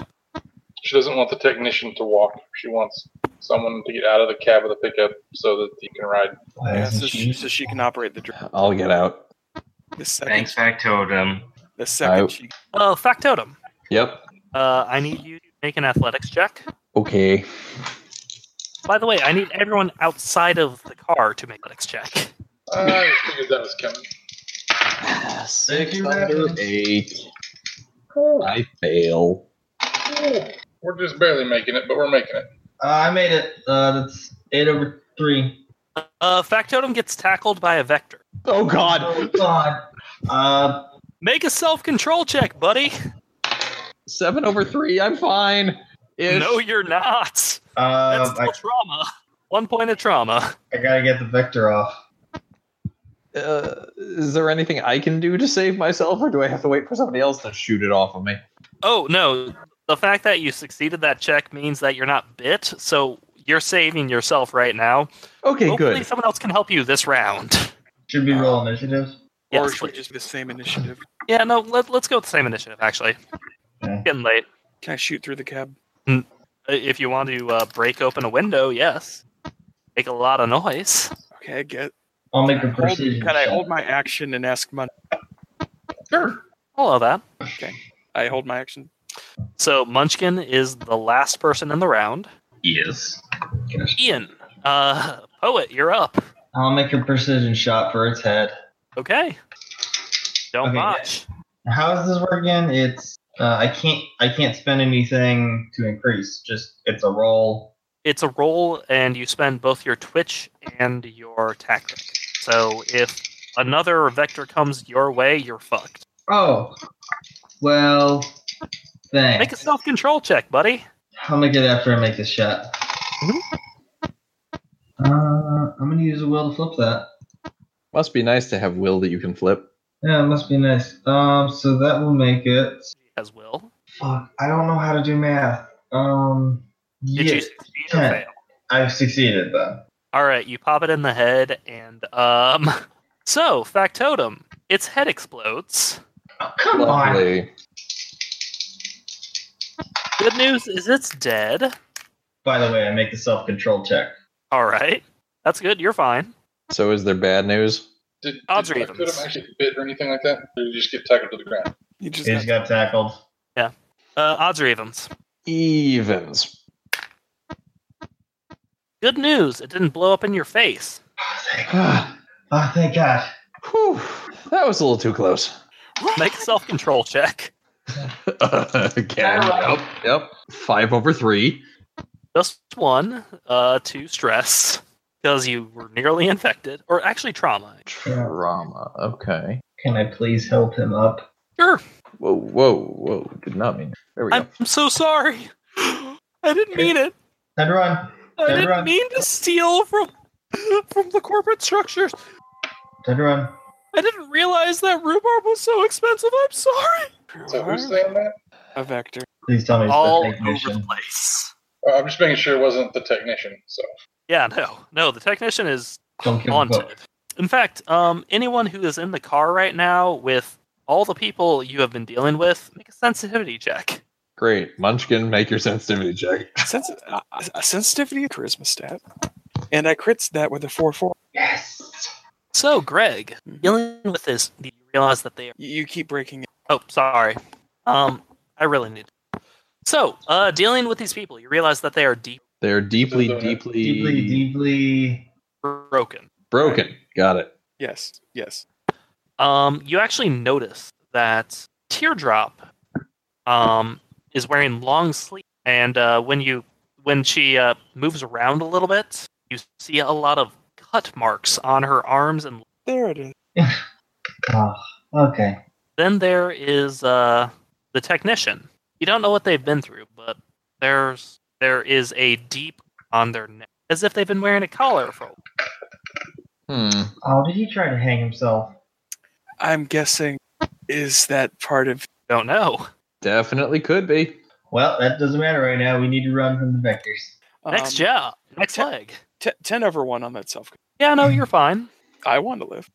She doesn't want the technician to walk. She wants someone to get out of the cab of the pickup so that he can ride. why yeah, isn't so, she- she, so she can operate the drone. I'll get out. The second, Thanks, Factotum. the second I- she Uh, factotum. Yep. Uh, I need you to make an athletics check. Okay. By the way, I need everyone outside of the car to make an athletics check. Uh, I figured that was coming. Six you, under Raffles. eight. I fail. Ooh, we're just barely making it, but we're making it. Uh, I made it. Uh, that's eight over three. Uh, Factotum gets tackled by a vector. Oh God. Oh God. Uh, Make a self control check, buddy. Seven over three. I'm fine. Ish. No, you're not. That's Um, uh, I, still trauma. One point of trauma. I gotta get the vector off. uh, is there anything I can do to save myself, or do I have to wait for somebody else to shoot it off of me? Oh, no. The fact that you succeeded that check means that you're not bit, so you're saving yourself right now. Okay, Hopefully, good. someone else can help you this round. Should be roll initiatives. or Yes, should we please. just be the same initiative? Yeah, no, let, let's go with the same initiative, actually. Okay. Getting late. Can I shoot through the cab? Uh, If you want to uh, break open a window, yes. Make a lot of noise. Okay, I get. I'll make a Hold, precision. can I check. hold my action and ask money? All of that. I hold my action. So Munchkin is the last person in the round. Yes. Ian, uh, poet, you're up. I'll make a precision shot for its head. Okay. Don't Okay, botch. How does this work again? It's uh, I can't I can't spend anything to increase. Just it's a roll. It's a roll, and you spend both your twitch and your tactic. So if another vector comes your way, you're fucked. Oh, well, Make a thanks. self control check, buddy. I'll make it after I make this shot. Mhm. Uh, I'm gonna use a will to flip that. Must be nice to have will that you can flip. Yeah, it must be nice. Um, so that will make it. As will. Fuck, I don't know how to do math. Um, Did yeah, you succeed or Yeah. fail? I've succeeded then. All right, you pop it in the head, and um. So factotum, its head explodes. Oh, come on. Luckily, Good news is it's dead. By the way, I make the self control check. All right, that's good. You're fine. So is there bad news? Did, Odds did or Factotum evens? actually get bit or anything like that? Or did you just get tackled to the ground? You just. He just got tackled. Uh, odds or evens? Evens. Good news, it didn't blow up in your face. Whew, Oh, thank God. that was a little too close. Make a self control check. Again. Yep. Yep. Five over three. Just one uh, to stress because you were nearly infected, or actually trauma. Trauma. Okay. Can I please help him up? Sure. Whoa, whoa, whoa. Did not mean. There we go. I'm so sorry. I didn't mean it. Time to run. I Everyone- didn't mean to steal from from the corporate structures. Time to run. I didn't realize that rhubarb was so expensive. I'm sorry. So who's saying that? a vector. Please tell me it's All the over the technician. place. Uh, I'm just making sure it wasn't the technician. So Yeah, no, no. The technician is Don't give a haunted. fuck. In fact, um, anyone who is in the car right now with all the people you have been dealing with, make a sensitivity check. Great. Munchkin, make your sensitivity check. Sens- uh, uh, sensitivity and charisma stat. And I crits that with a 4 4. Yes. So, Greg, Mhm. dealing with this, do you realize that they are? You, you keep breaking it. Oh, sorry. Um, I really need. So, uh, dealing with these people, you realize that they are deep They're deeply, Those are deeply, Deeply, deeply. broken. broken. Got it. Yes, yes. Um, you actually notice that Teardrop, um, is wearing long sleeves, and uh, when you when she uh, moves around a little bit, you see a lot of cut marks on her arms, and There it is. Ah, okay. then there is uh, the technician. You don't know what they've been through, but there's there is a deep on their neck, as if they've been wearing a collar for. a while. Hmm. Oh, did he try to hang himself? I'm guessing is that part of Don't know. Definitely could be. Well, that doesn't matter right now. We need to run from the vectors. um, Next job. Next te- leg. te- 10 over 1 on that self. Yeah, no, you're fine. I want to live.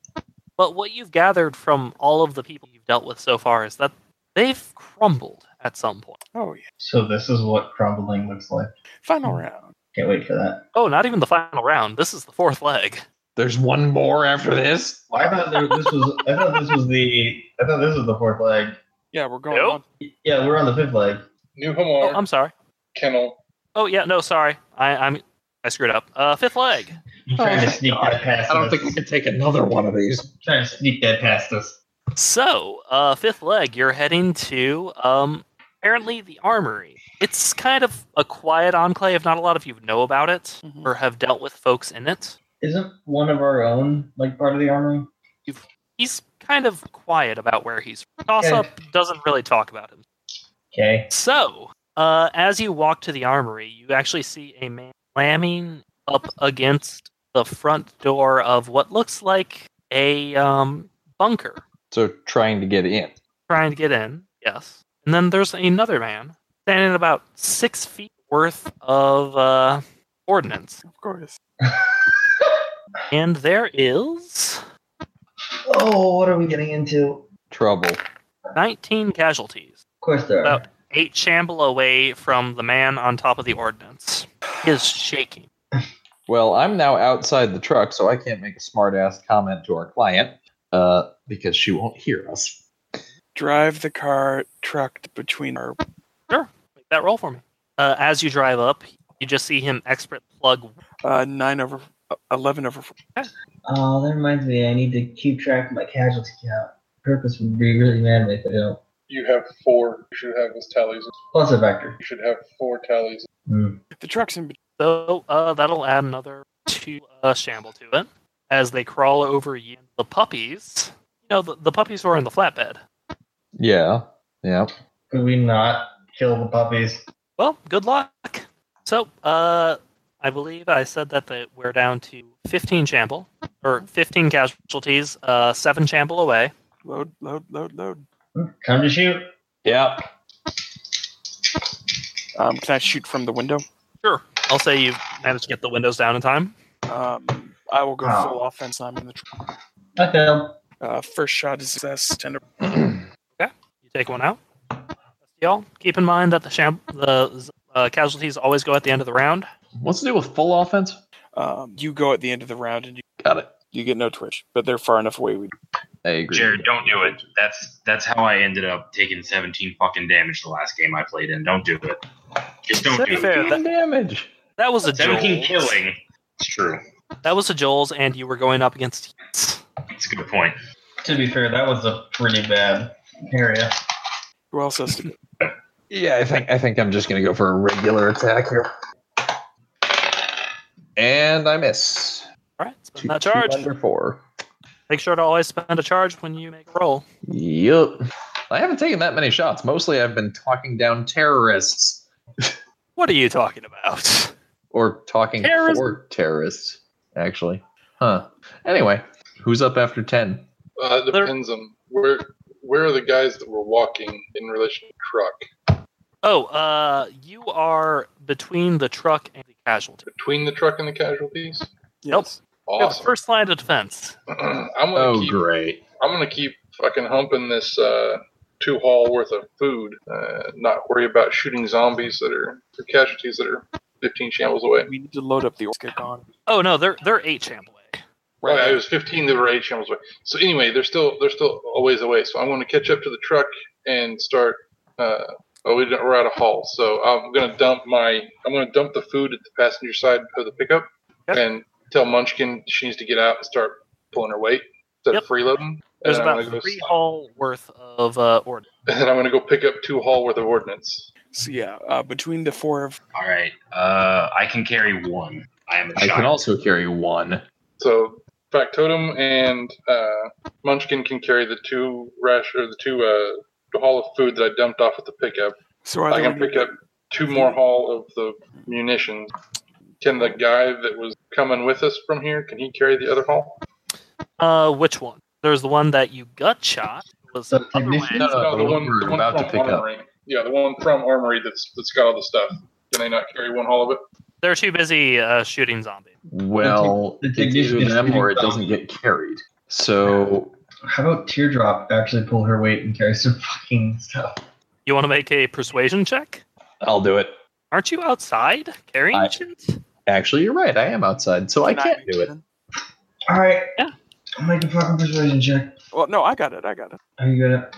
But what you've gathered from all of the people you've dealt with so far is that they've crumbled at some point. Oh, yeah. So this is what crumbling looks like. Final Hmm. round. Can't wait for that. Oh, not even the final round. This is the fourth leg. There's one more after this. Well, I thought there, this was. I thought this was the. I thought this was the fourth leg. Yeah, we're going Nope. on. Yeah, we're on the fifth leg. New Oh, Homar I'm sorry. Kennel. Oh yeah, no, sorry. I, I'm I screwed up. Uh, fifth leg. You're trying Oh my to sneak God. that past I don't us. think we can take another one of these. trying to sneak that past us. So, uh, fifth leg. You're heading to um apparently the armory. It's kind of a quiet enclave. Not a lot of you know about it Mhm. or have dealt with folks in it. Isn't one of our own like part of the armory? He's kind of quiet about where he's. Toss Okay. up doesn't really talk about him. Okay. So, uh, as you walk to the armory, you actually see a man slamming up against the front door of what looks like a um, bunker, So trying to get in. trying to get in. Yes, and then there's another man standing about six feet worth of uh, ordnance, Of course. and there is Oh, what are we getting into? Trouble. 19 casualties, Of course there are. about eight shamble away from the man on top of the ordnance. He is shaking. Well, I'm now outside the truck, so I can't make a smart ass comment to our client uh, because she won't hear us. Drive the car truck between our. Make that roll for me. Uh, as you drive up, you just see him expert plug. Uh, 9 over. uh, 11 over. four. Oh, that reminds me. I need to keep track of my casualty count. Purpose would be really mad at me if I don't. You have four. You should have his tallies. Plus a vector. You should have four tallies. Hmm. The truck's in. So uh, that'll add another two uh, shamble to it as they crawl over you. The puppies, you know, the, the puppies were in the flatbed. Yeah. Yeah. Could we not kill the puppies? Well, good luck. So uh, I believe I said that the, we're down to 15 shamble or 15 casualties, uh, seven shamble away. Load, load, load, load. Time to shoot. Yeah. Um, can I shoot from the window? Sure, I'll say you managed to get the windows down in time. Um, I will go Oh. full offense. I'm in the tr- I failed. uh, first shot is success. Ten to- You take one out. Y'all keep in mind that the sham- the uh, casualties always go at the end of the round. What's to do with full offense? um, you go at the end of the round and you, Got it. you get no twitch, but they're far enough away. We I agree. Jared, don't do it. That's that's how I ended up taking 17 fucking damage the last game I played in. Don't do it. Just don't To be do it. fair, that, damage. that was a 17 Joel's. killing. It's true. That was a Joel's, and you were going up against. Heats. It's a good point. To be fair, that was a pretty bad area. Who else has to go? Yeah, I think I think I'm just gonna go for a regular attack here. And I miss. All right, Two- spend that two charge. Under four. Make sure to always spend a charge when you make a roll. Yup. I haven't taken that many shots. Mostly, I've been talking down terrorists What are you talking about? or talking Terrorism. for terrorists. Actually, huh? Anyway, who's up after ten? Uh, it There- depends on where where are the guys that were walking in relation to truck Oh, uh, you are between the truck and the casualty. between the truck and the casualties. Nope. Yes. You're the Awesome. First line of defense. I'm gonna Oh, keep. great! I'm gonna keep fucking humping this uh, two haul worth of food. Uh, not worry about shooting zombies that are or casualties that are 15 shambles away. We need to load up the orc. Get on. Oh no, they're they're eight champ away. Right. it was 15 that were eight channels away. So anyway, they're still they're still a ways away. So I'm going to catch up to the truck and start. Uh, oh, we don't, we're out of haul, so I'm going to dump my I'm going to dump the food at the passenger side of the pickup Yep. and tell Munchkin she needs to get out and start pulling her weight instead Yep. of freeloading. There's and about I'm gonna go, three s- haul worth of uh, ordnance. and I'm going to go pick up two haul worth of ordnance. So yeah, uh, between the four of All right. Uh, I can carry one. I am a I child. can also carry one. So Factotum and uh, Munchkin can carry the two rash or the two uh, the haul of food that I dumped off at the pickup. so I either can we pick up two more haul of the munitions. Can the guy that was coming with us from here, can he carry the other haul? Uh, which one? There's the one that you gut shot. Was The the other way. technician? No, no, Uh, the, one we're about to from pick up. Armory. Yeah, the one from Armory that's that's got all the stuff. Can they not carry one haul of it? They're too busy uh, shooting zombies. Well, The it's technician either is them or it shooting doesn't get carried. So How about Teardrop actually pull her weight and carry some fucking stuff? You want to make a persuasion check? I'll do it. Aren't you outside carrying I- shit? Actually, you're right. I am outside, so I Can can't make do it. ten? All right. Yeah. I'll make a fucking persuasion check. Well, no, I got it. I got it. Are you gonna?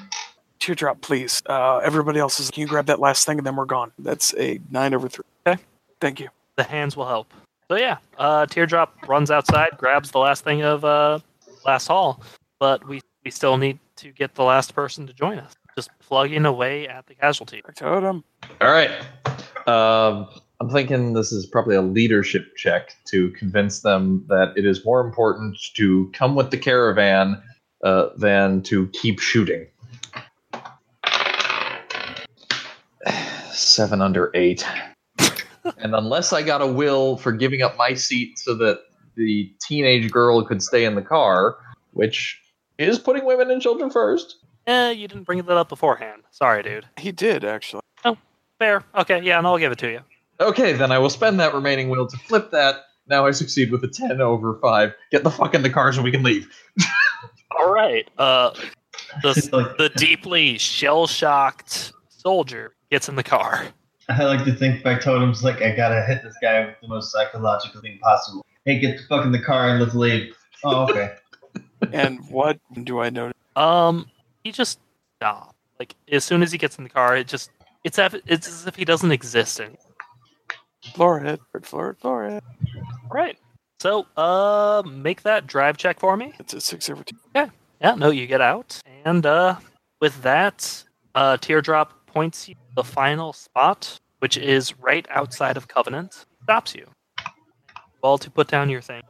Teardrop, please. Uh, everybody else is. Can you grab that last thing and then we're gone? That's a nine over three. Okay. Thank you. The hands will help. So yeah, uh, Teardrop runs outside, grabs the last thing of uh, last haul, but we we still need to get the last person to join us. Just plugging away at the casualty. Totem. All right. Um, I'm thinking this is probably a leadership check to convince them that it is more important to come with the caravan uh, than to keep shooting. Seven under eight. and unless I got a will for giving up my seat so that the teenage girl could stay in the car, which is putting women and children first. Eh, you didn't bring that up beforehand. Sorry, dude. He did actually. Fair. Okay, yeah, and I'll give it to you. Okay, then I will spend that remaining will to flip that. Now I succeed with a 10 over 5. Get the fuck in the car so we can leave. All right. Uh, the Like, the deeply shell shocked soldier gets in the car. I like to think by totems, like I gotta hit this guy with the most psychological thing possible. Hey, get the fuck in the car and let's leave. Oh, okay. and what do I notice? Um, he just stops. Like as soon as he gets in the car, it just it's as, it's as if he doesn't exist anymore. Florid, florid, florid. Right. So, uh, make that drive check for me. It's a six over two. Yeah. No, you get out, and uh, with that, uh, teardrop points you to the final spot, which is right outside of Covenant. Stops you. Well, to put down your thing,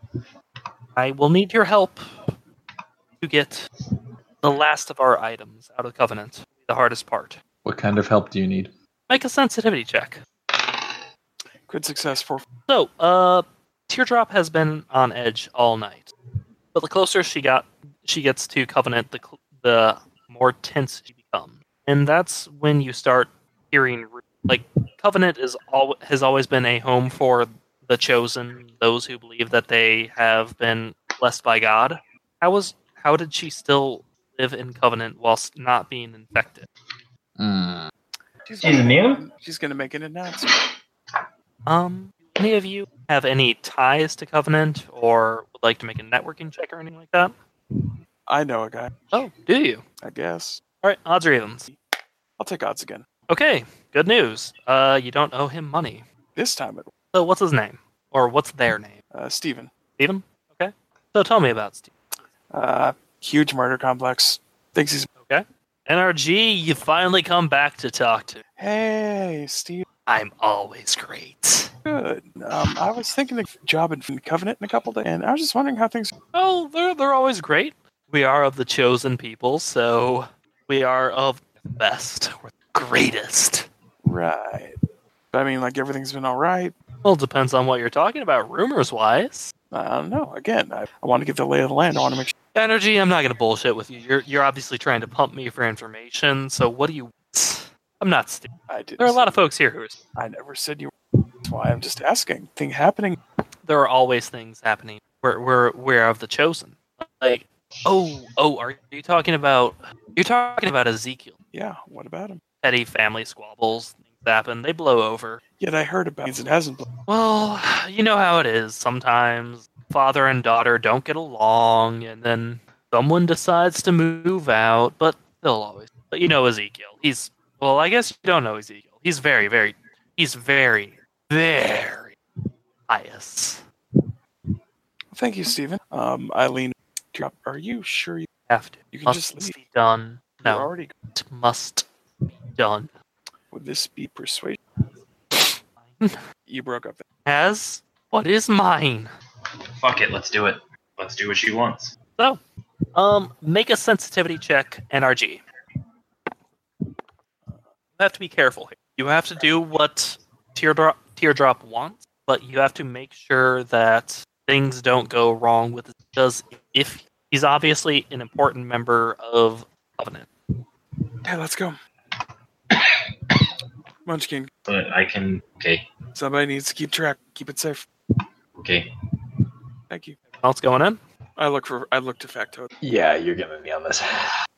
I will need your help to get the last of our items out of Covenant. The hardest part. What kind of help do you need? Make a sensitivity check. Good success for. So, uh, Teardrop has been on edge all night, but the closer she got, she gets to Covenant, the cl- the more tense she becomes, and that's when you start hearing re- like Covenant is al- has always been a home for the chosen, those who believe that they have been blessed by God. How was how did she still live in Covenant whilst not being infected? Mm. She's immune? She's gonna make an announcement. Um, any of you have any ties to Covenant or would like to make a networking check or anything like that? I know a guy. Oh, do you? I guess All right, odds or evens. I'll take odds again. Okay, good news. Uh, you don't owe him money. This time it. So, what's his name? Or what's their name? Uh, Steven. Steven? Okay. So, tell me about Steve. Uh, huge murder complex. Thinks he's Okay. NRG, you finally come back to talk to. me. Hey, Steve. I'm always great. Good. Um, I was thinking of job in Covenant in a couple days, and I was just wondering how things. Oh, they're they're always great. We are of the chosen people, so we are of the best. We're the greatest. Right. I mean, like everything's been all right. Well, it depends on what you're talking about, rumors wise. I don't know. Again, I, I want to get the lay of the land. I want to make sure. Energy, I'm not gonna bullshit with you. You're you're obviously trying to pump me for information. So what do you? want? I'm not stupid. I did. There are a lot of folks here who are. I never said you. That's why I'm just asking. Thing happening. There are always things happening. We're we're we're of the chosen. Like oh oh, are you talking about? You're talking about Ezekiel. Yeah. What about him? Petty family squabbles. Things happen. They blow over. Yet I heard about it. It hasn't. Well, you know how it is. Sometimes father and daughter don't get along, and then someone decides to move out, but they'll always. But you know Ezekiel. He's well. I guess you don't know Ezekiel. He's very, very. He's very, very pious. Thank you, Stephen. Um, Eileen, drop. Are you sure you, Have to. you can must just leave? be done. You're No, already. it must be done. Would this be persuasion? You broke up. There. As what is mine? Fuck it, let's do it. Let's do what she wants. So, um, make a sensitivity check, NRG. You have to be careful here. You have to do what Teardrop Teardrop wants, but you have to make sure that things don't go wrong with it. Because if he's obviously an important member of Covenant, Hey, let's go. Munchkin, But I can. Okay, somebody needs to keep track. Keep it safe. okay. Thank you. What else going on? I look for. I look to facto. Yeah, you're gonna be on this.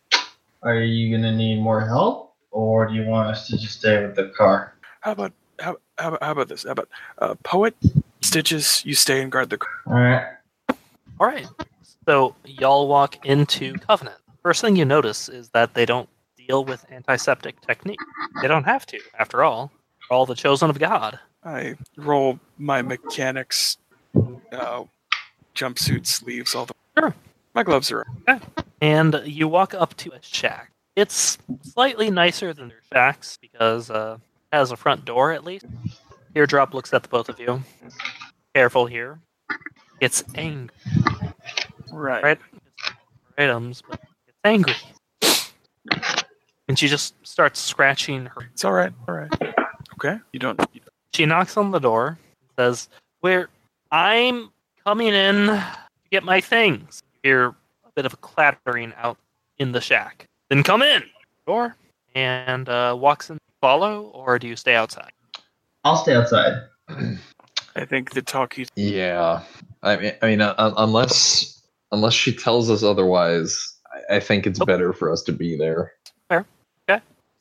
Are you gonna need more help, or do you want us to just stay with the car? How about how, how, about- how about this? How about uh, poet stitches? You stay and guard the. car. All right. All right. So y'all walk into Covenant. First thing you notice is that they don't deal with antiseptic technique. They don't have to, after all. They're all the chosen of God. I roll my mechanics uh, jumpsuit sleeves. All the Sure. My gloves are. and you walk up to a shack. It's slightly nicer than their shacks because uh, it has a front door at least. Teardrop looks at the both of you. Careful here. It's angry. Right. Right. Items, but it's angry. And she just starts scratching her. It's all right. All right. Okay. You don't. You don't. She knocks on the door. Says, "Where I'm coming in to get my things." You hear a bit of clattering out in the shack. Then come in. Door and uh, walks in. Follow or do you stay outside? I'll stay outside. I think the talkie. Yeah, I mean, I mean, uh, un- unless unless she tells us otherwise, I, I think it's Oh. better for us to be there.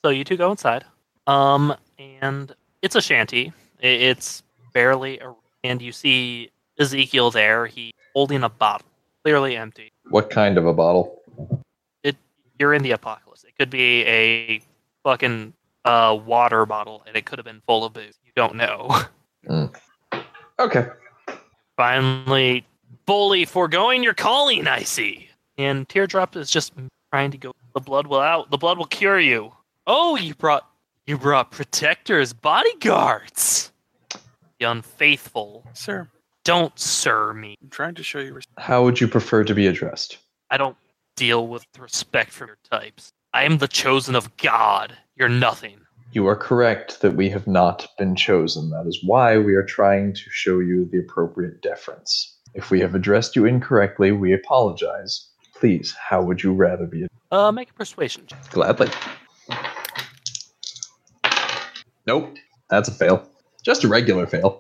So you two go inside. Um, and it's a shanty. I- It's barely a, and you see Ezekiel there. He holding a bottle, clearly empty. What kind of a bottle? you're in the apocalypse. It could be a fucking uh, water bottle, and it could have been full of booze. You don't know. Okay. Finally, fully foregoing your calling, I see. And Teardrop is just trying to go. The blood will out. The blood will cure you. Oh, you brought you brought protectors, bodyguards. The unfaithful. Sir, Don't sir me. I'm trying to show you. res- How would you prefer to be addressed? I don't deal with respect for your types. I am the chosen of God. You're nothing. You are correct that we have not been chosen. That is why we are trying to show you the appropriate deference. If we have addressed you incorrectly, we apologize. Please, how would you rather be? Uh, make a persuasion check. Gladly. Nope. That's a fail. Just a regular fail.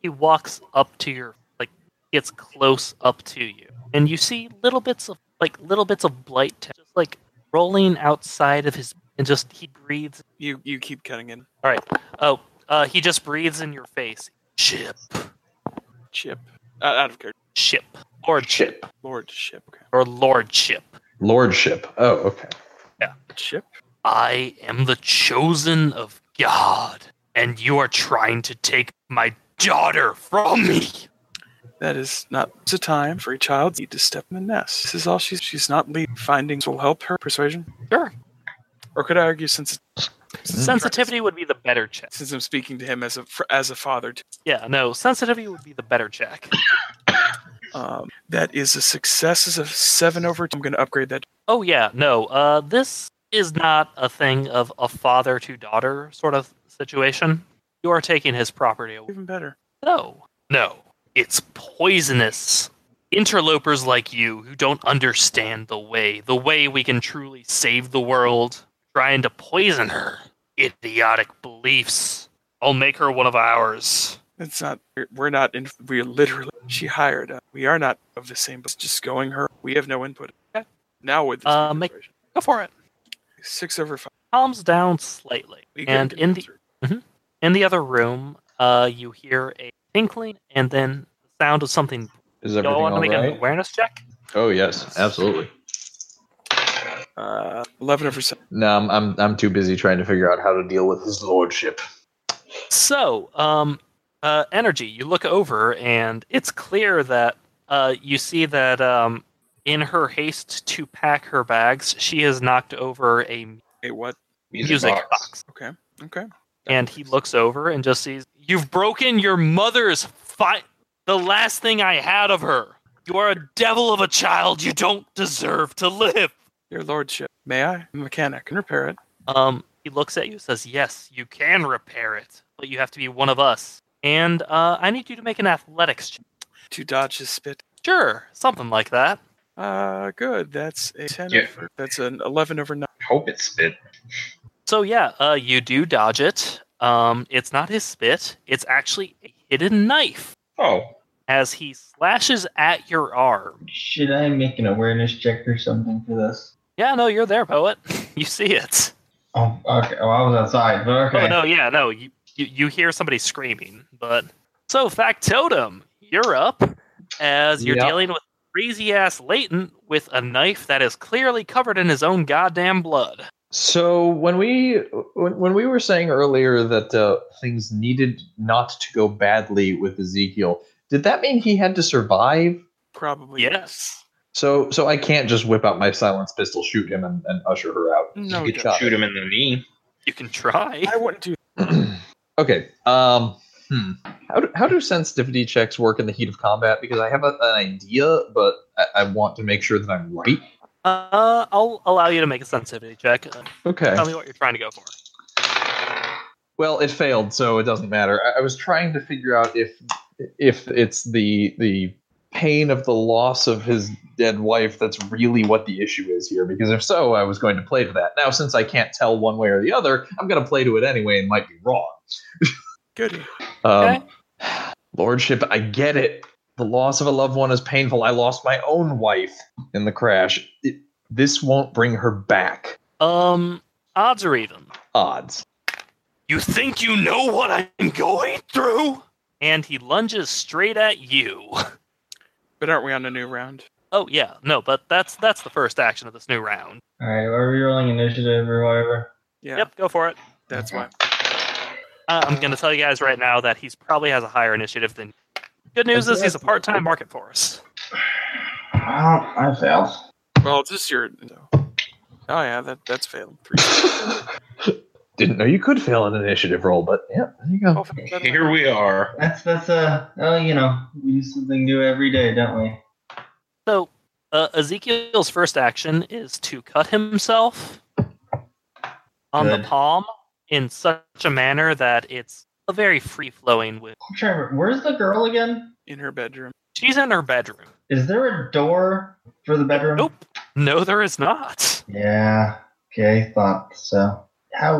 he walks up to your like gets close up to you and you see little bits of like little bits of blight ta- just like rolling outside of his and just he breathes You you keep cutting in. oh uh he just breathes in your face ship Chip. Uh, out of character. ship lordship Lord Chip. Okay. or lordship Lordship. Oh, okay. Chip. i am the chosen of god and you are trying to take my daughter from me That is not the time for a child need to step in the nest. This is all she's she's not leaving. Findings will help her persuasion. Sure. Or could I argue since Sensitivity would be the better check. since I'm speaking to him as a fr- as a father too, Yeah, no, sensitivity would be the better check. um, that is a success is a seven over. Two. I'm going to upgrade that. Oh yeah, no. Uh, this is not a thing of a father to daughter sort of situation. You are taking his property away. Even better. No, no. It's poisonous. Interlopers like you who don't understand the way, the way we can truly save the world, trying to poison her. Idiotic beliefs. I'll make her one of ours. It's not. we're- We're not. In, we're literally. She hired. Us. We are not of the same. It's just going her. We have no input. Okay. Now with this Uh, make- persuasion. Go for it. six over five. Calms down slightly. We And could- in the- In the other room, uh, you hear a tinkling and then the sound of something. Is Y'all everything want to all make right? an awareness check? Oh yes, absolutely. uh, eleven over seven. No, I'm, I'm I'm too busy trying to figure out how to deal with his lordship. So, um, uh, energy. You look over, and it's clear that uh, you see that um, in her haste to pack her bags, she has knocked over a Hey, what? music, box. Okay. Okay. And he looks over and just sees you've broken your mother's fi- the last thing I had of her. You are a devil of a child. You don't deserve to live. Your lordship, may I? I'm a mechanic and repair it. Um, he looks at you, says, "Yes, you can repair it, but you have to be one of us." And uh, I need you to make an athletics check. To dodge his spit. Sure, something like that. Uh, good. That's a ten. Yeah. Over, that's an eleven over nine. Hope it spit. So yeah, uh, you do dodge it. Um, it's not his spit; it's actually a hidden knife. Oh, As he slashes at your arm. Should I make an awareness check or something for this? Yeah, no, you're there, poet. you see it. Oh, okay. Well, I was outside, but okay. Oh no, yeah, no. You, you you hear somebody screaming, but so factotum, you're up as you're Yep. dealing with crazy ass Leighton with a knife that is clearly covered in his own goddamn blood. So when we when, when we were saying earlier that uh, things needed not to go badly with Ezekiel, did that mean he had to survive? Probably. Yes. So so I can't just whip out my silence pistol, shoot him, and, and usher her out. No. Good doubt. shot. shoot him in the knee. You can try. I wouldn't do. okay. Um, hmm. How do, how do sensitivity checks work in the heat of combat? Because I have a, an idea, but I, I want to make sure that I'm right. Uh, I'll allow you to make a sensitivity check. Uh, Okay. Um, Tell me what you're trying to go for. Well, it failed, so it doesn't matter. I, I was trying to figure out if if it's the the pain of the loss of his dead wife that's really what the issue is here. Because if so, I was going to play to that. Now, since I can't tell one way or the other, I'm going to play to it anyway and might be wrong. Good. Um, Lordship, I get it. The loss of a loved one is painful. I lost my own wife in the crash. It, this won't bring her back. Um, odds or even. Odds. You think you know what I'm going through? And he lunges straight at you. But aren't we on a new round? Oh yeah, no, but that's that's the first action of this new round. All right. Are we rolling initiative or whatever? Yeah. Yep, go for it. That's why. Uh, I'm going to tell you guys right now that he's probably has a higher initiative than. Good news is he's a part-time market force. I, I failed. Well, it's just your. no. Oh yeah, that that's failed. Three. Didn't know you could fail an initiative roll, but yeah, there you go. Oh, better. Here we are. That's that's uh oh you know we do something new every day, don't we? So uh, Ezekiel's first action is to cut himself on the Good. palm in such a manner that it's a very free-flowing. With I'm trying. to remember- Where's the girl again? in her bedroom. she's in her bedroom. Is there a door for the bedroom? Nope. No, there is not. Yeah. Okay. Thought so. How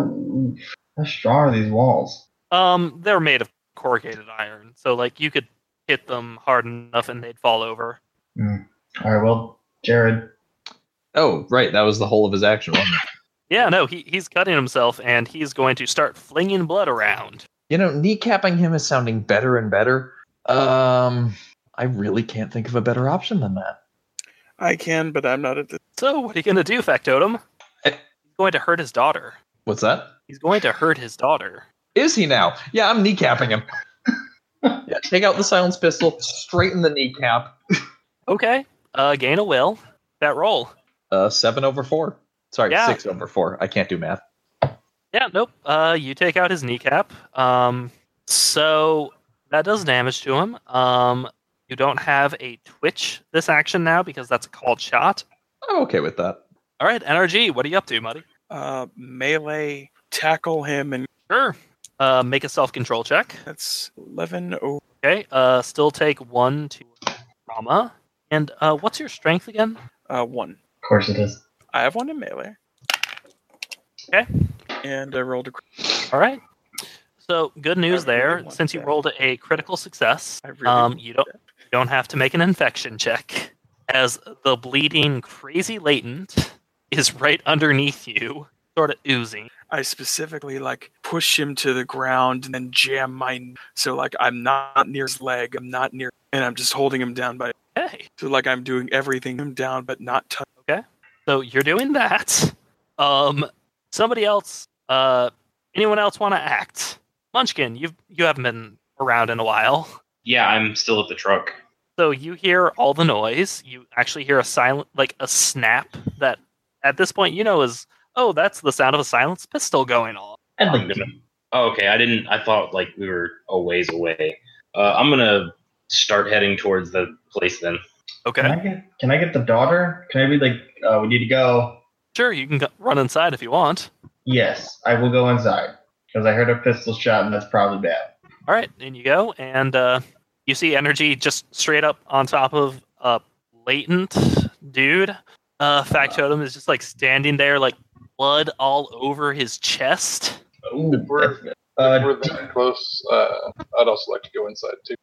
how strong are these walls? Um, they're made of corrugated iron, so like you could hit them hard enough and they'd fall over. All right. Well, Jared. Oh, right, that was the whole of his action. Wasn't it? Yeah, no, he, he's cutting himself and he's going to start flinging blood around. You know, kneecapping him is sounding better and better. Um, I really can't think of a better option than that. I can, but I'm not at the. So what are you going to do, Factotum? Eh. He's going to hurt his daughter. What's that? He's going to hurt his daughter. Is he now? Yeah, I'm kneecapping him. Yeah, take out the silence pistol, straighten the kneecap. Okay. Uh, gain a will. That roll. Uh, seven over four. Sorry, Yeah. six over four. I can't do math. Yeah, nope. Uh, you take out his kneecap. Um, so that does damage to him. Um, you don't have a twitch this action now because that's a called shot. I'm okay with that. All right, NRG, what are you up to, buddy? Uh, melee tackle him, and Sure. Uh, make a self control check. that's eleven. Oh, Okay. Uh, still take one to trauma. And uh, what's your strength again? uh, one. Of course it is. I have one in melee. Okay. And I rolled a. crit. All right. So good news really there. want Since you that. rolled a critical success, I really um, you don't you don't have to make an infection check, as the bleeding crazy latent is right underneath you, sort of oozing. I specifically like push him to the ground and then jam my so like I'm not near his leg, I'm not near, and I'm just holding him down by Okay, so like I'm doing everything him down but not touch. so you're doing that. Um, somebody else. Uh, anyone else want to act? Munchkin, you you haven't been around in a while. Yeah, I'm still at the truck. So you hear all the noise. You actually hear a silent, like a snap that at this point you know is, oh, that's the sound of a silenced pistol going off. I'd I'm like gonna. Oh, okay. I didn't. I thought like we were a ways away. Uh, I'm gonna start heading towards the place then. Can I get Can I get the daughter? Can I be like, uh, we need to go? Sure, you can go- run inside if you want. Yes, I will go inside because I heard a pistol shot and that's probably bad. All right, in you go, and uh, you see energy just straight up on top of a latent dude. Uh, Factotum is just like standing there, like blood all over his chest. Ooh, We're- that's- uh, We're that close. Uh, I'd also like to go inside too.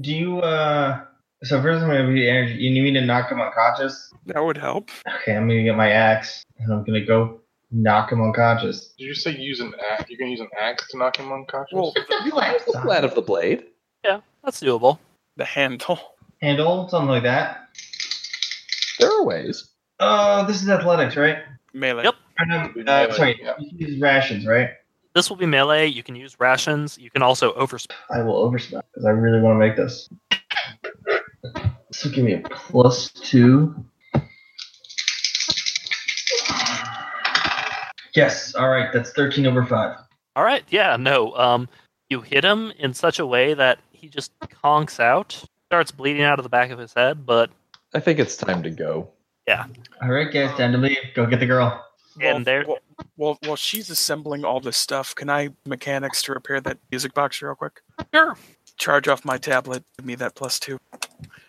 do you? Uh, so first I'm gonna be energy. You need me to knock him unconscious? That would help. Okay, I'm gonna get my axe and I'm gonna go knock him unconscious. Did you say use an axe? You can use an axe to knock him unconscious. Well, the, The flat of the blade. That's doable. the handle. Handle something like that. There are ways. Oh, this is athletics, right? Melee. Yep. Or no, Yeah, Uh, sorry, yeah. you can use rations, right? This will be melee. You can use rations. You can also overspend. I will overspend because I really want to make this. This will give me a plus two. Yes. All right. That's thirteen over five. All right, yeah, no. Um, you hit him in such a way that he just conks out, starts bleeding out of the back of his head. But I think it's time to go. All right, guys, time to leave. Go get the girl. And there- Well, well, well, she's assembling all this stuff. Can I mechanics to repair that music box real quick? sure, Charge off my tablet. Give me that plus two.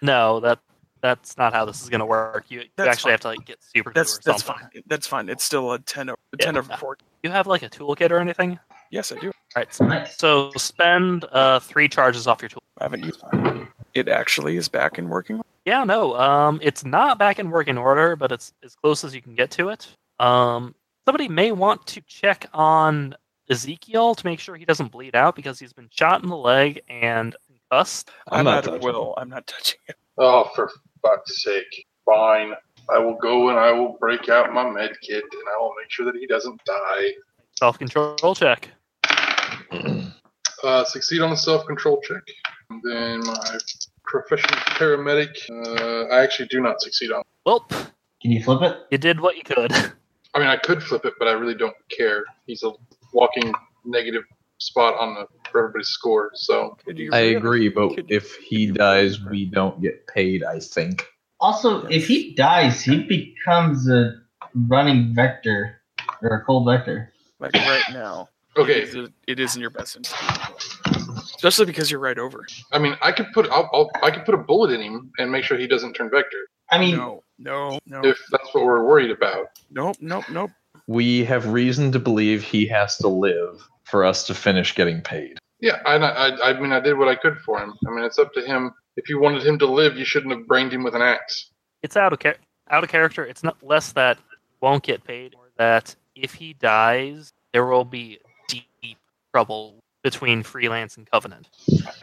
no, that that's not how this is gonna work. You, you That's actually fine. have to like get super glue That's or that's something. fine. That's fine. It's still a ten over Yeah. ten over four. You have like a toolkit or anything? Yes, I do. All right, so, Nice. so spend uh three charges off your tool. I haven't used mine. It actually is back and working. Yeah, no. Um, it's not back in working order, but it's as close as you can get to it. Um, somebody may want to check on Ezekiel to make sure he doesn't bleed out because he's been shot in the leg and concussed. I'm I'm, not not at touching will. I'm not touching it. Oh, for fuck's sake. Fine. I will go and I will break out my med kit and I will make sure that he doesn't die. Self control check. Uh, succeed on the self control check. And then my professional paramedic. Uh, I actually do not succeed on. Welp, Can you flip it? you did what you could. I mean, I could flip it, but I really don't care. He's a walking negative spot on the for everybody's score. So Could you I really- agree, but if he dies, we don't get paid, I think. Also, if he dies, he becomes a running vector or a cold vector. Like right now. okay. It is, it is in your best interest. Especially because you're right over. I mean, I could put I'll, I'll, I could put a bullet in him and make sure he doesn't turn vector I mean, No, no, no, if that's what we're worried about. nope, nope, nope. We have reason to believe he has to live for us to finish getting paid. Yeah, I, I, I mean, I did what I could for him. I mean, it's up to him. If you wanted him to live, you shouldn't have brained him with an axe. It's out of char- out of character. It's not less that you won't get paid, or that if he dies, there will be deep trouble between freelance and covenant.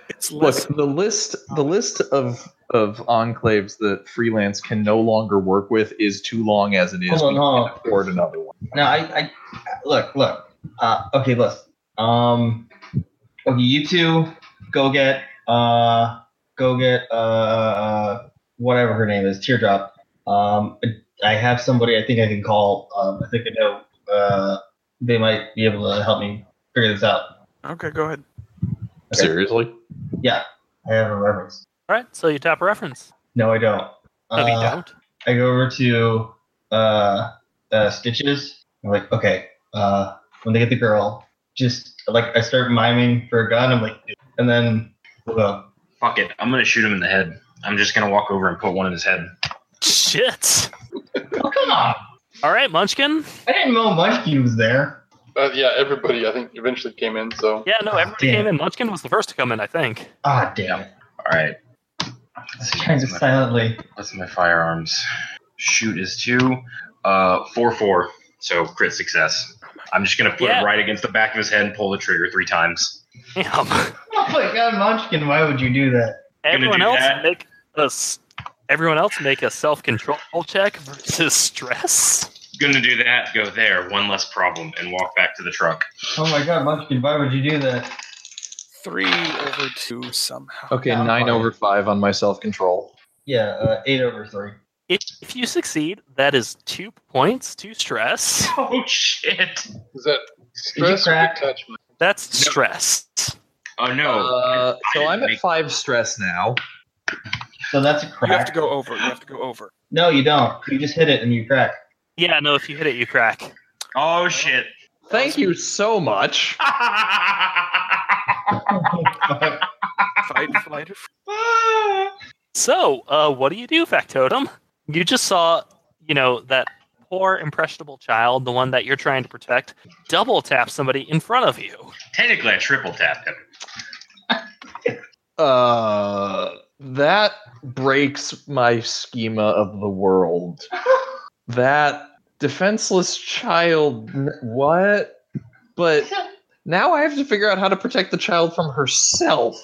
It's less. Look, the list the list of of enclaves that freelance can no longer work with is too long as it is. Hold on, we hold can't afford another one. No, I, I look, look. Uh, okay, listen. Um, okay, you two go get uh, go get uh, whatever her name is, Teardrop. Um, I have somebody I think I can call. Um, I think I know uh, they might be able to help me figure this out. Okay, go ahead. Okay. Seriously? Yeah, I have a reference. All right, so you tap reference. No, I don't. No, you Uh, don't. I go over to uh, uh, Stitches. I'm like, okay, uh, when they get the girl, just like I start miming for a gun. I'm like, and then we'll go. Fuck it. I'm gonna shoot him in the head. I'm just gonna walk over and put one in his head. Shit. Oh, come on! All right, Munchkin. I didn't know Munchkin was there. Uh, yeah, everybody I think eventually came in. So Yeah, no, Ah, everybody damn. came in. Munchkin was the first to come in, I think. Ah, damn it. All right. Kind of silently. What's my firearms? Shoot is two. Uh, four four. So crit success. I'm just gonna put Yeah. it right against the back of his head and pull the trigger three times. Damn. Oh my god, Munchkin, why would you do that? Everyone do else that. make us. Everyone else make a self-control check versus stress. Gonna do that. Go there. One less problem, and walk back to the truck. Oh my god, Munchkin, why would you do that? Three over two somehow. Okay, Yeah, I'm nine fine. over five on my self control. Yeah, uh, 8 over 3. If, if you succeed, that is two points to stress. Oh shit! is that stress or crack? detachment? That's No. stress. Oh no! Uh, I so didn't I'm at make- five stress now. So that's a You crack. have to go over. You have to go over. No, you don't. You just hit it and you crack. Yeah, no, if you hit it, you crack. Oh shit! Thank you so much. Fight, flight, or fr- So, uh, what do you do, Factotum? You just saw, you know, that poor impressionable child, the one that you're trying to protect, double tap somebody in front of you. Technically, I triple tapped him. Uh, that breaks my schema of the world. that defenseless child. n- What? But now I have to figure out how to protect the child from herself.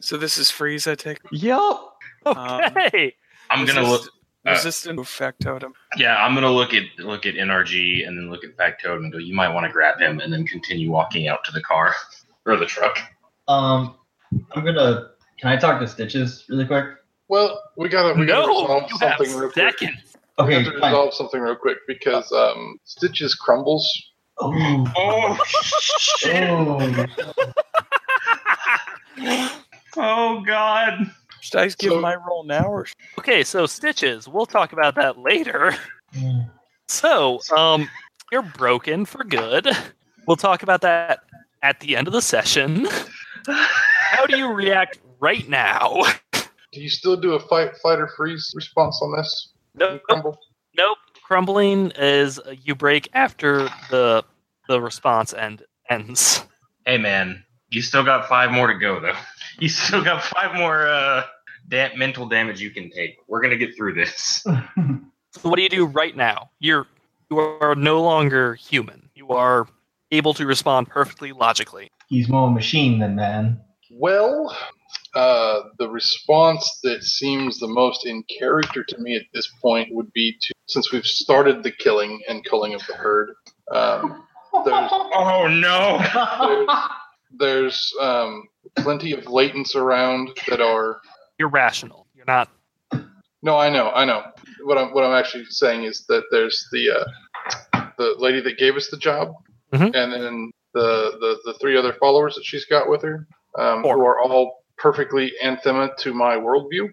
So this is freeze. I take Yup. Um, Okay. I'm gonna Resist- look. uh, resistant effect totem. Yeah, I'm gonna look at look at NRG and then look at Factotum and go. You might want to grab him and then continue walking out to the car or the truck. Um, I'm gonna. Can I talk to Stitches really quick? Well, we gotta we gotta no, resolve you have something real quick. seconds. We Okay, have to fine. resolve something real quick because um, Stitches crumbles. Ooh. Oh shit! Ooh. Oh god! Should I give So- my roll now or okay, so stitches. We'll talk about that later. Mm. So, um, you're broken for good. We'll talk about that at the end of the session. How do you react right now? Do you still do a fight, flight, or freeze response on this? when you Nope, Crumble. nope. Crumbling is uh, you break after the the response end ends. Hey man, you still got five more to go though. You still got five more uh, da- mental damage you can take. We're gonna get through this. So what do you do right now? You're you are no longer human. You are able to respond perfectly logically. He's more machine than man. Well, uh, the response that seems the most in character to me at this point would be to, since we've started the killing and culling of the herd, um, there's, Oh no! there's um, plenty of latents around that are. You're rational. You're not No, I know, I know. What I'm what I'm actually saying is that there's the uh, the lady that gave us the job, Mhm. and then the, the the three other followers that she's got with her, um, Four. who are all perfectly anthema to my worldview.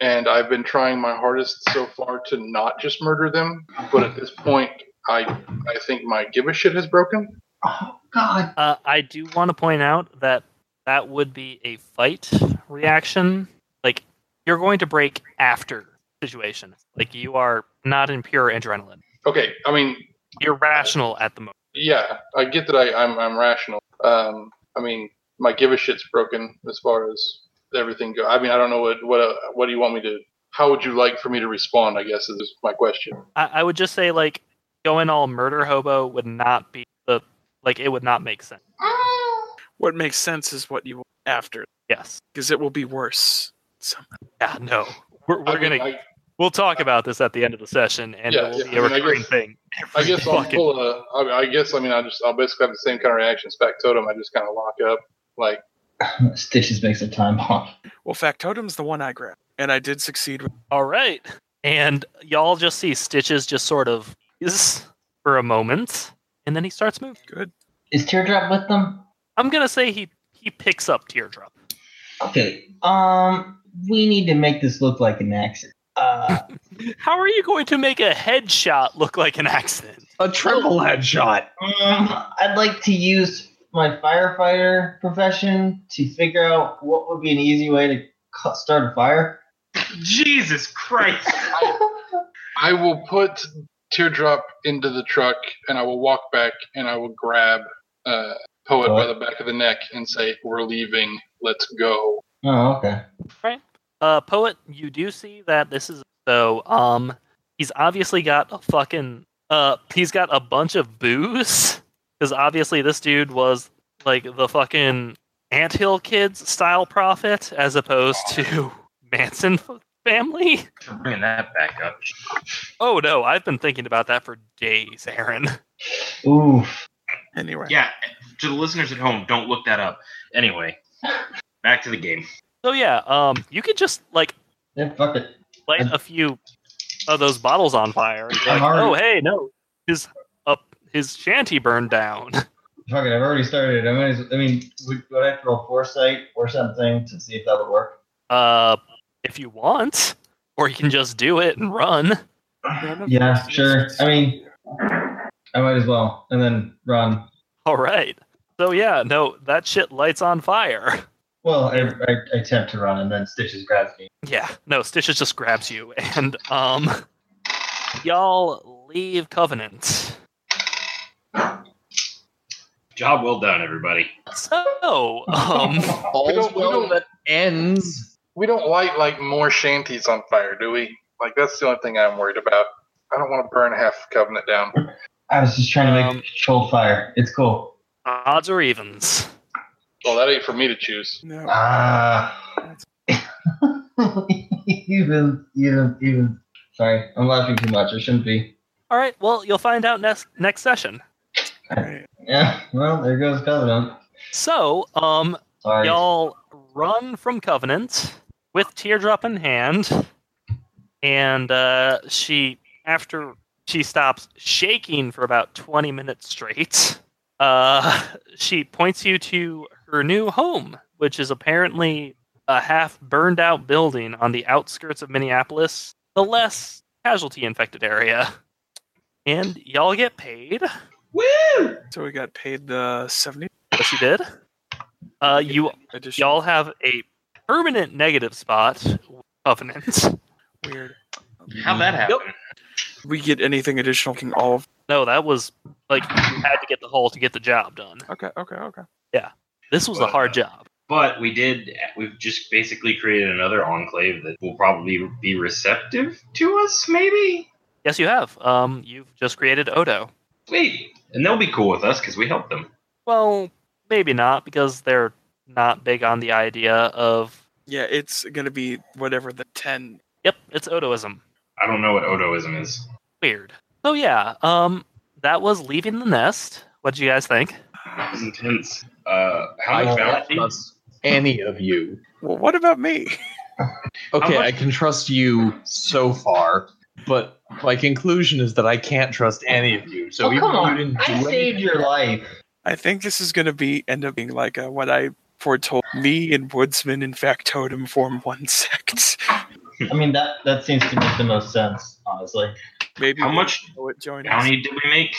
And I've been trying my hardest so far to not just murder them, but at this point, I I think my give a shit has broken. oh God. Uh, I do want to point out that that would be a fight reaction. Like you're going to break after situation. Like you are not in pure adrenaline. Okay, I mean, You're rational at the moment. yeah, I get that I, I'm I'm rational. Um, I mean, my give a shit's broken as far as everything go. I mean, I don't know what what uh, what do you want me to? How would you like for me to respond? I guess is my question. I, I would just say like going all murder hobo would not be the like it would not make sense. what makes sense is what you after Yes. because it will be worse. Somehow. Yeah. No. We're, we're I mean, gonna I, We'll talk about this at the end of the session, and Yeah, it will yeah, be a I mean, I recurring guess- thing. I guess I'll Fucking- pull a. I, I guess I mean I just I'll basically have the same kind of reaction as Factotum. I just kind of lock up. Like Stitches makes a time off. Well, Factotum's the one I grabbed, and I did succeed. With- All right. And y'all just see Stitches just sort of is for a moment, and then he starts moving. Good. Is Teardrop with them? I'm gonna say he he picks up Teardrop. Okay. Um, we need to make this look like an accident. Uh, How are you going to make a headshot look like an accident? A triple headshot. um, I'd like to use my firefighter profession to figure out what would be an easy way to cu- start a fire. Jesus Christ! I will put Teardrop into the truck, and I will walk back, and I will grab uh, Poet by Poet. the back of the neck and say, "We're leaving. Let's go." oh, okay. Uh, poet, you do see that this is so. Um, he's obviously got a fucking uh, he's got a bunch of booze because obviously this dude was like the fucking anthill kids style prophet as opposed to Manson f- family. Bringing that back up. Oh no, I've been thinking about that for days, Aaron. Oof. Anyway, Yeah, to the listeners at home, don't look that up. Anyway, back to the game. So yeah, um, you could just like Yeah, fuck it. light a few of those bottles on fire. and be I'm Like, already- oh hey, no, his up his shanty burned down. Fuck it. I've already started. I mean, I mean, would, would I have to roll foresight or something to see if that would work? Uh, if you want, or you can just do it and run. Yeah, sure. I mean, I might as well, and then run. All right. So yeah, no, that shit lights on fire. Well, I, I, I attempt to run, and then Stitches grabs me. Yeah, no, Stitches just grabs you, and um, y'all leave Covenant. Job well done, everybody. So um, We All's don't- we well don't- that ends. We don't light like more shanties on fire, do we? Like that's the only thing I'm worried about. I don't want to burn half the covenant down. I was just trying to make Um, a controlled fire. It's cool. odds or evens. Well, that ain't for me to choose. No. uh, Ah. even, even, even. Sorry, I'm laughing too much. I shouldn't be. All right. Well, you'll find out next next session. Alright. Yeah. Well, there goes Covenant. So um, Sorry. Y'all run from Covenant with teardrop in hand, and uh, she, after she stops shaking for about 20 minutes straight, uh, she points you to her new home, which is apparently a half burned out building on the outskirts of Minneapolis, the less casualty infected area. And y'all get paid. So we got paid the seventy. Yes, you did. Uh, you Addition. y'all have a permanent negative spot with covenant Weird. How'd that happen? We get anything additional from all of? no that was like you had to get the hole to get the job done Okay. Okay. Okay. this was a hard job But we did. We've just basically created another enclave that will probably be receptive to us, maybe. yes you have um you've just created odo Wait, and they'll be cool with us because we helped them. well maybe not because they're not big on the idea of Yeah, it's gonna be whatever the ten. yep it's odoism I don't know what Odoism is. weird so yeah um that was leaving the nest what do you guys think That was intense. Uh, how I much don't bounty? trust any of you. Well, what about me? Okay, much- I can trust you so far, but my conclusion is that I can't trust any of you. So oh, even come though on. you didn't do I saved anything- your life. I think this is gonna be end up being like uh, what I foretold. Me and Woodsman in Factotum form one sect. I mean, that that seems to make the most sense, honestly. Maybe How we'll much know it joined us. bounty did we make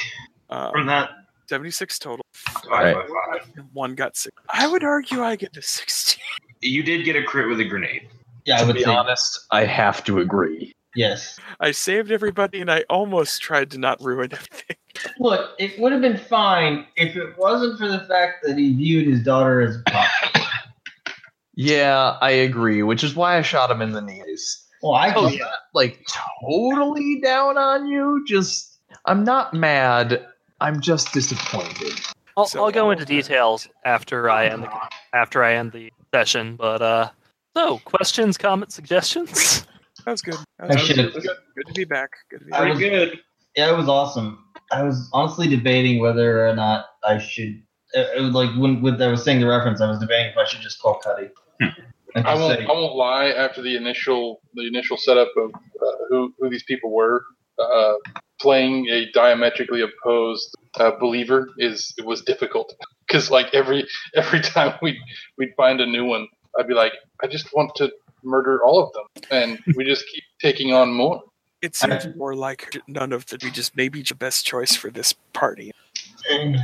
from Um, that? Seventy-six total. Five Right. by five. One got six. I would argue I get the sixteen. You did get a crit with a grenade. Yeah, I To would be say honest, I have to agree. yes. I saved everybody, and I almost tried to not ruin everything. Look, it would have been fine if it wasn't for the fact that he viewed his daughter as a pop. Yeah, I agree, which is why I shot him in the knees. Well, I Oh, can yeah. Like totally down on you. Just I'm not mad. I'm just disappointed. I'll, So- I'll go into details after I end the, after I end the session. But uh, so questions, comments, suggestions. That was good. That I was should good. have. Good to be back. Good to be I back. was- good. Yeah, it was awesome. I was honestly debating whether or not I should. uh, It was like when, when I was saying the reference, I was debating if I should just call Cuddy. Hmm. And I just won't. say, I won't lie. After the initial the initial setup of uh, who who these people were, uh, playing a diametrically opposed uh, believer is it was difficult because like every every time we we'd find a new one, I'd be like, I just want to murder all of them, and we just keep taking on more. It seems more like none of the. We just maybe the best choice for this party. and,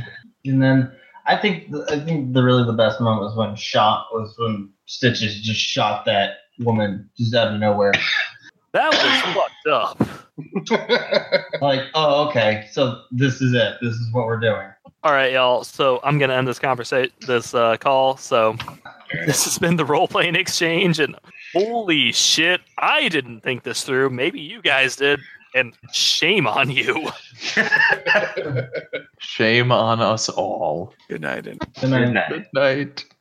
and then I think the, I think the really the best moment was when shot was when Stitches just shot that woman just out of nowhere. That was fucked up. like, oh, okay, so this is it. This is what we're doing. All right, y'all. So I'm gonna end this conversation, this uh, call. So this has been the role playing exchange, and holy shit, I didn't think this through. Maybe you guys did, and shame on you. Shame on us all. Good night, and And then Good night.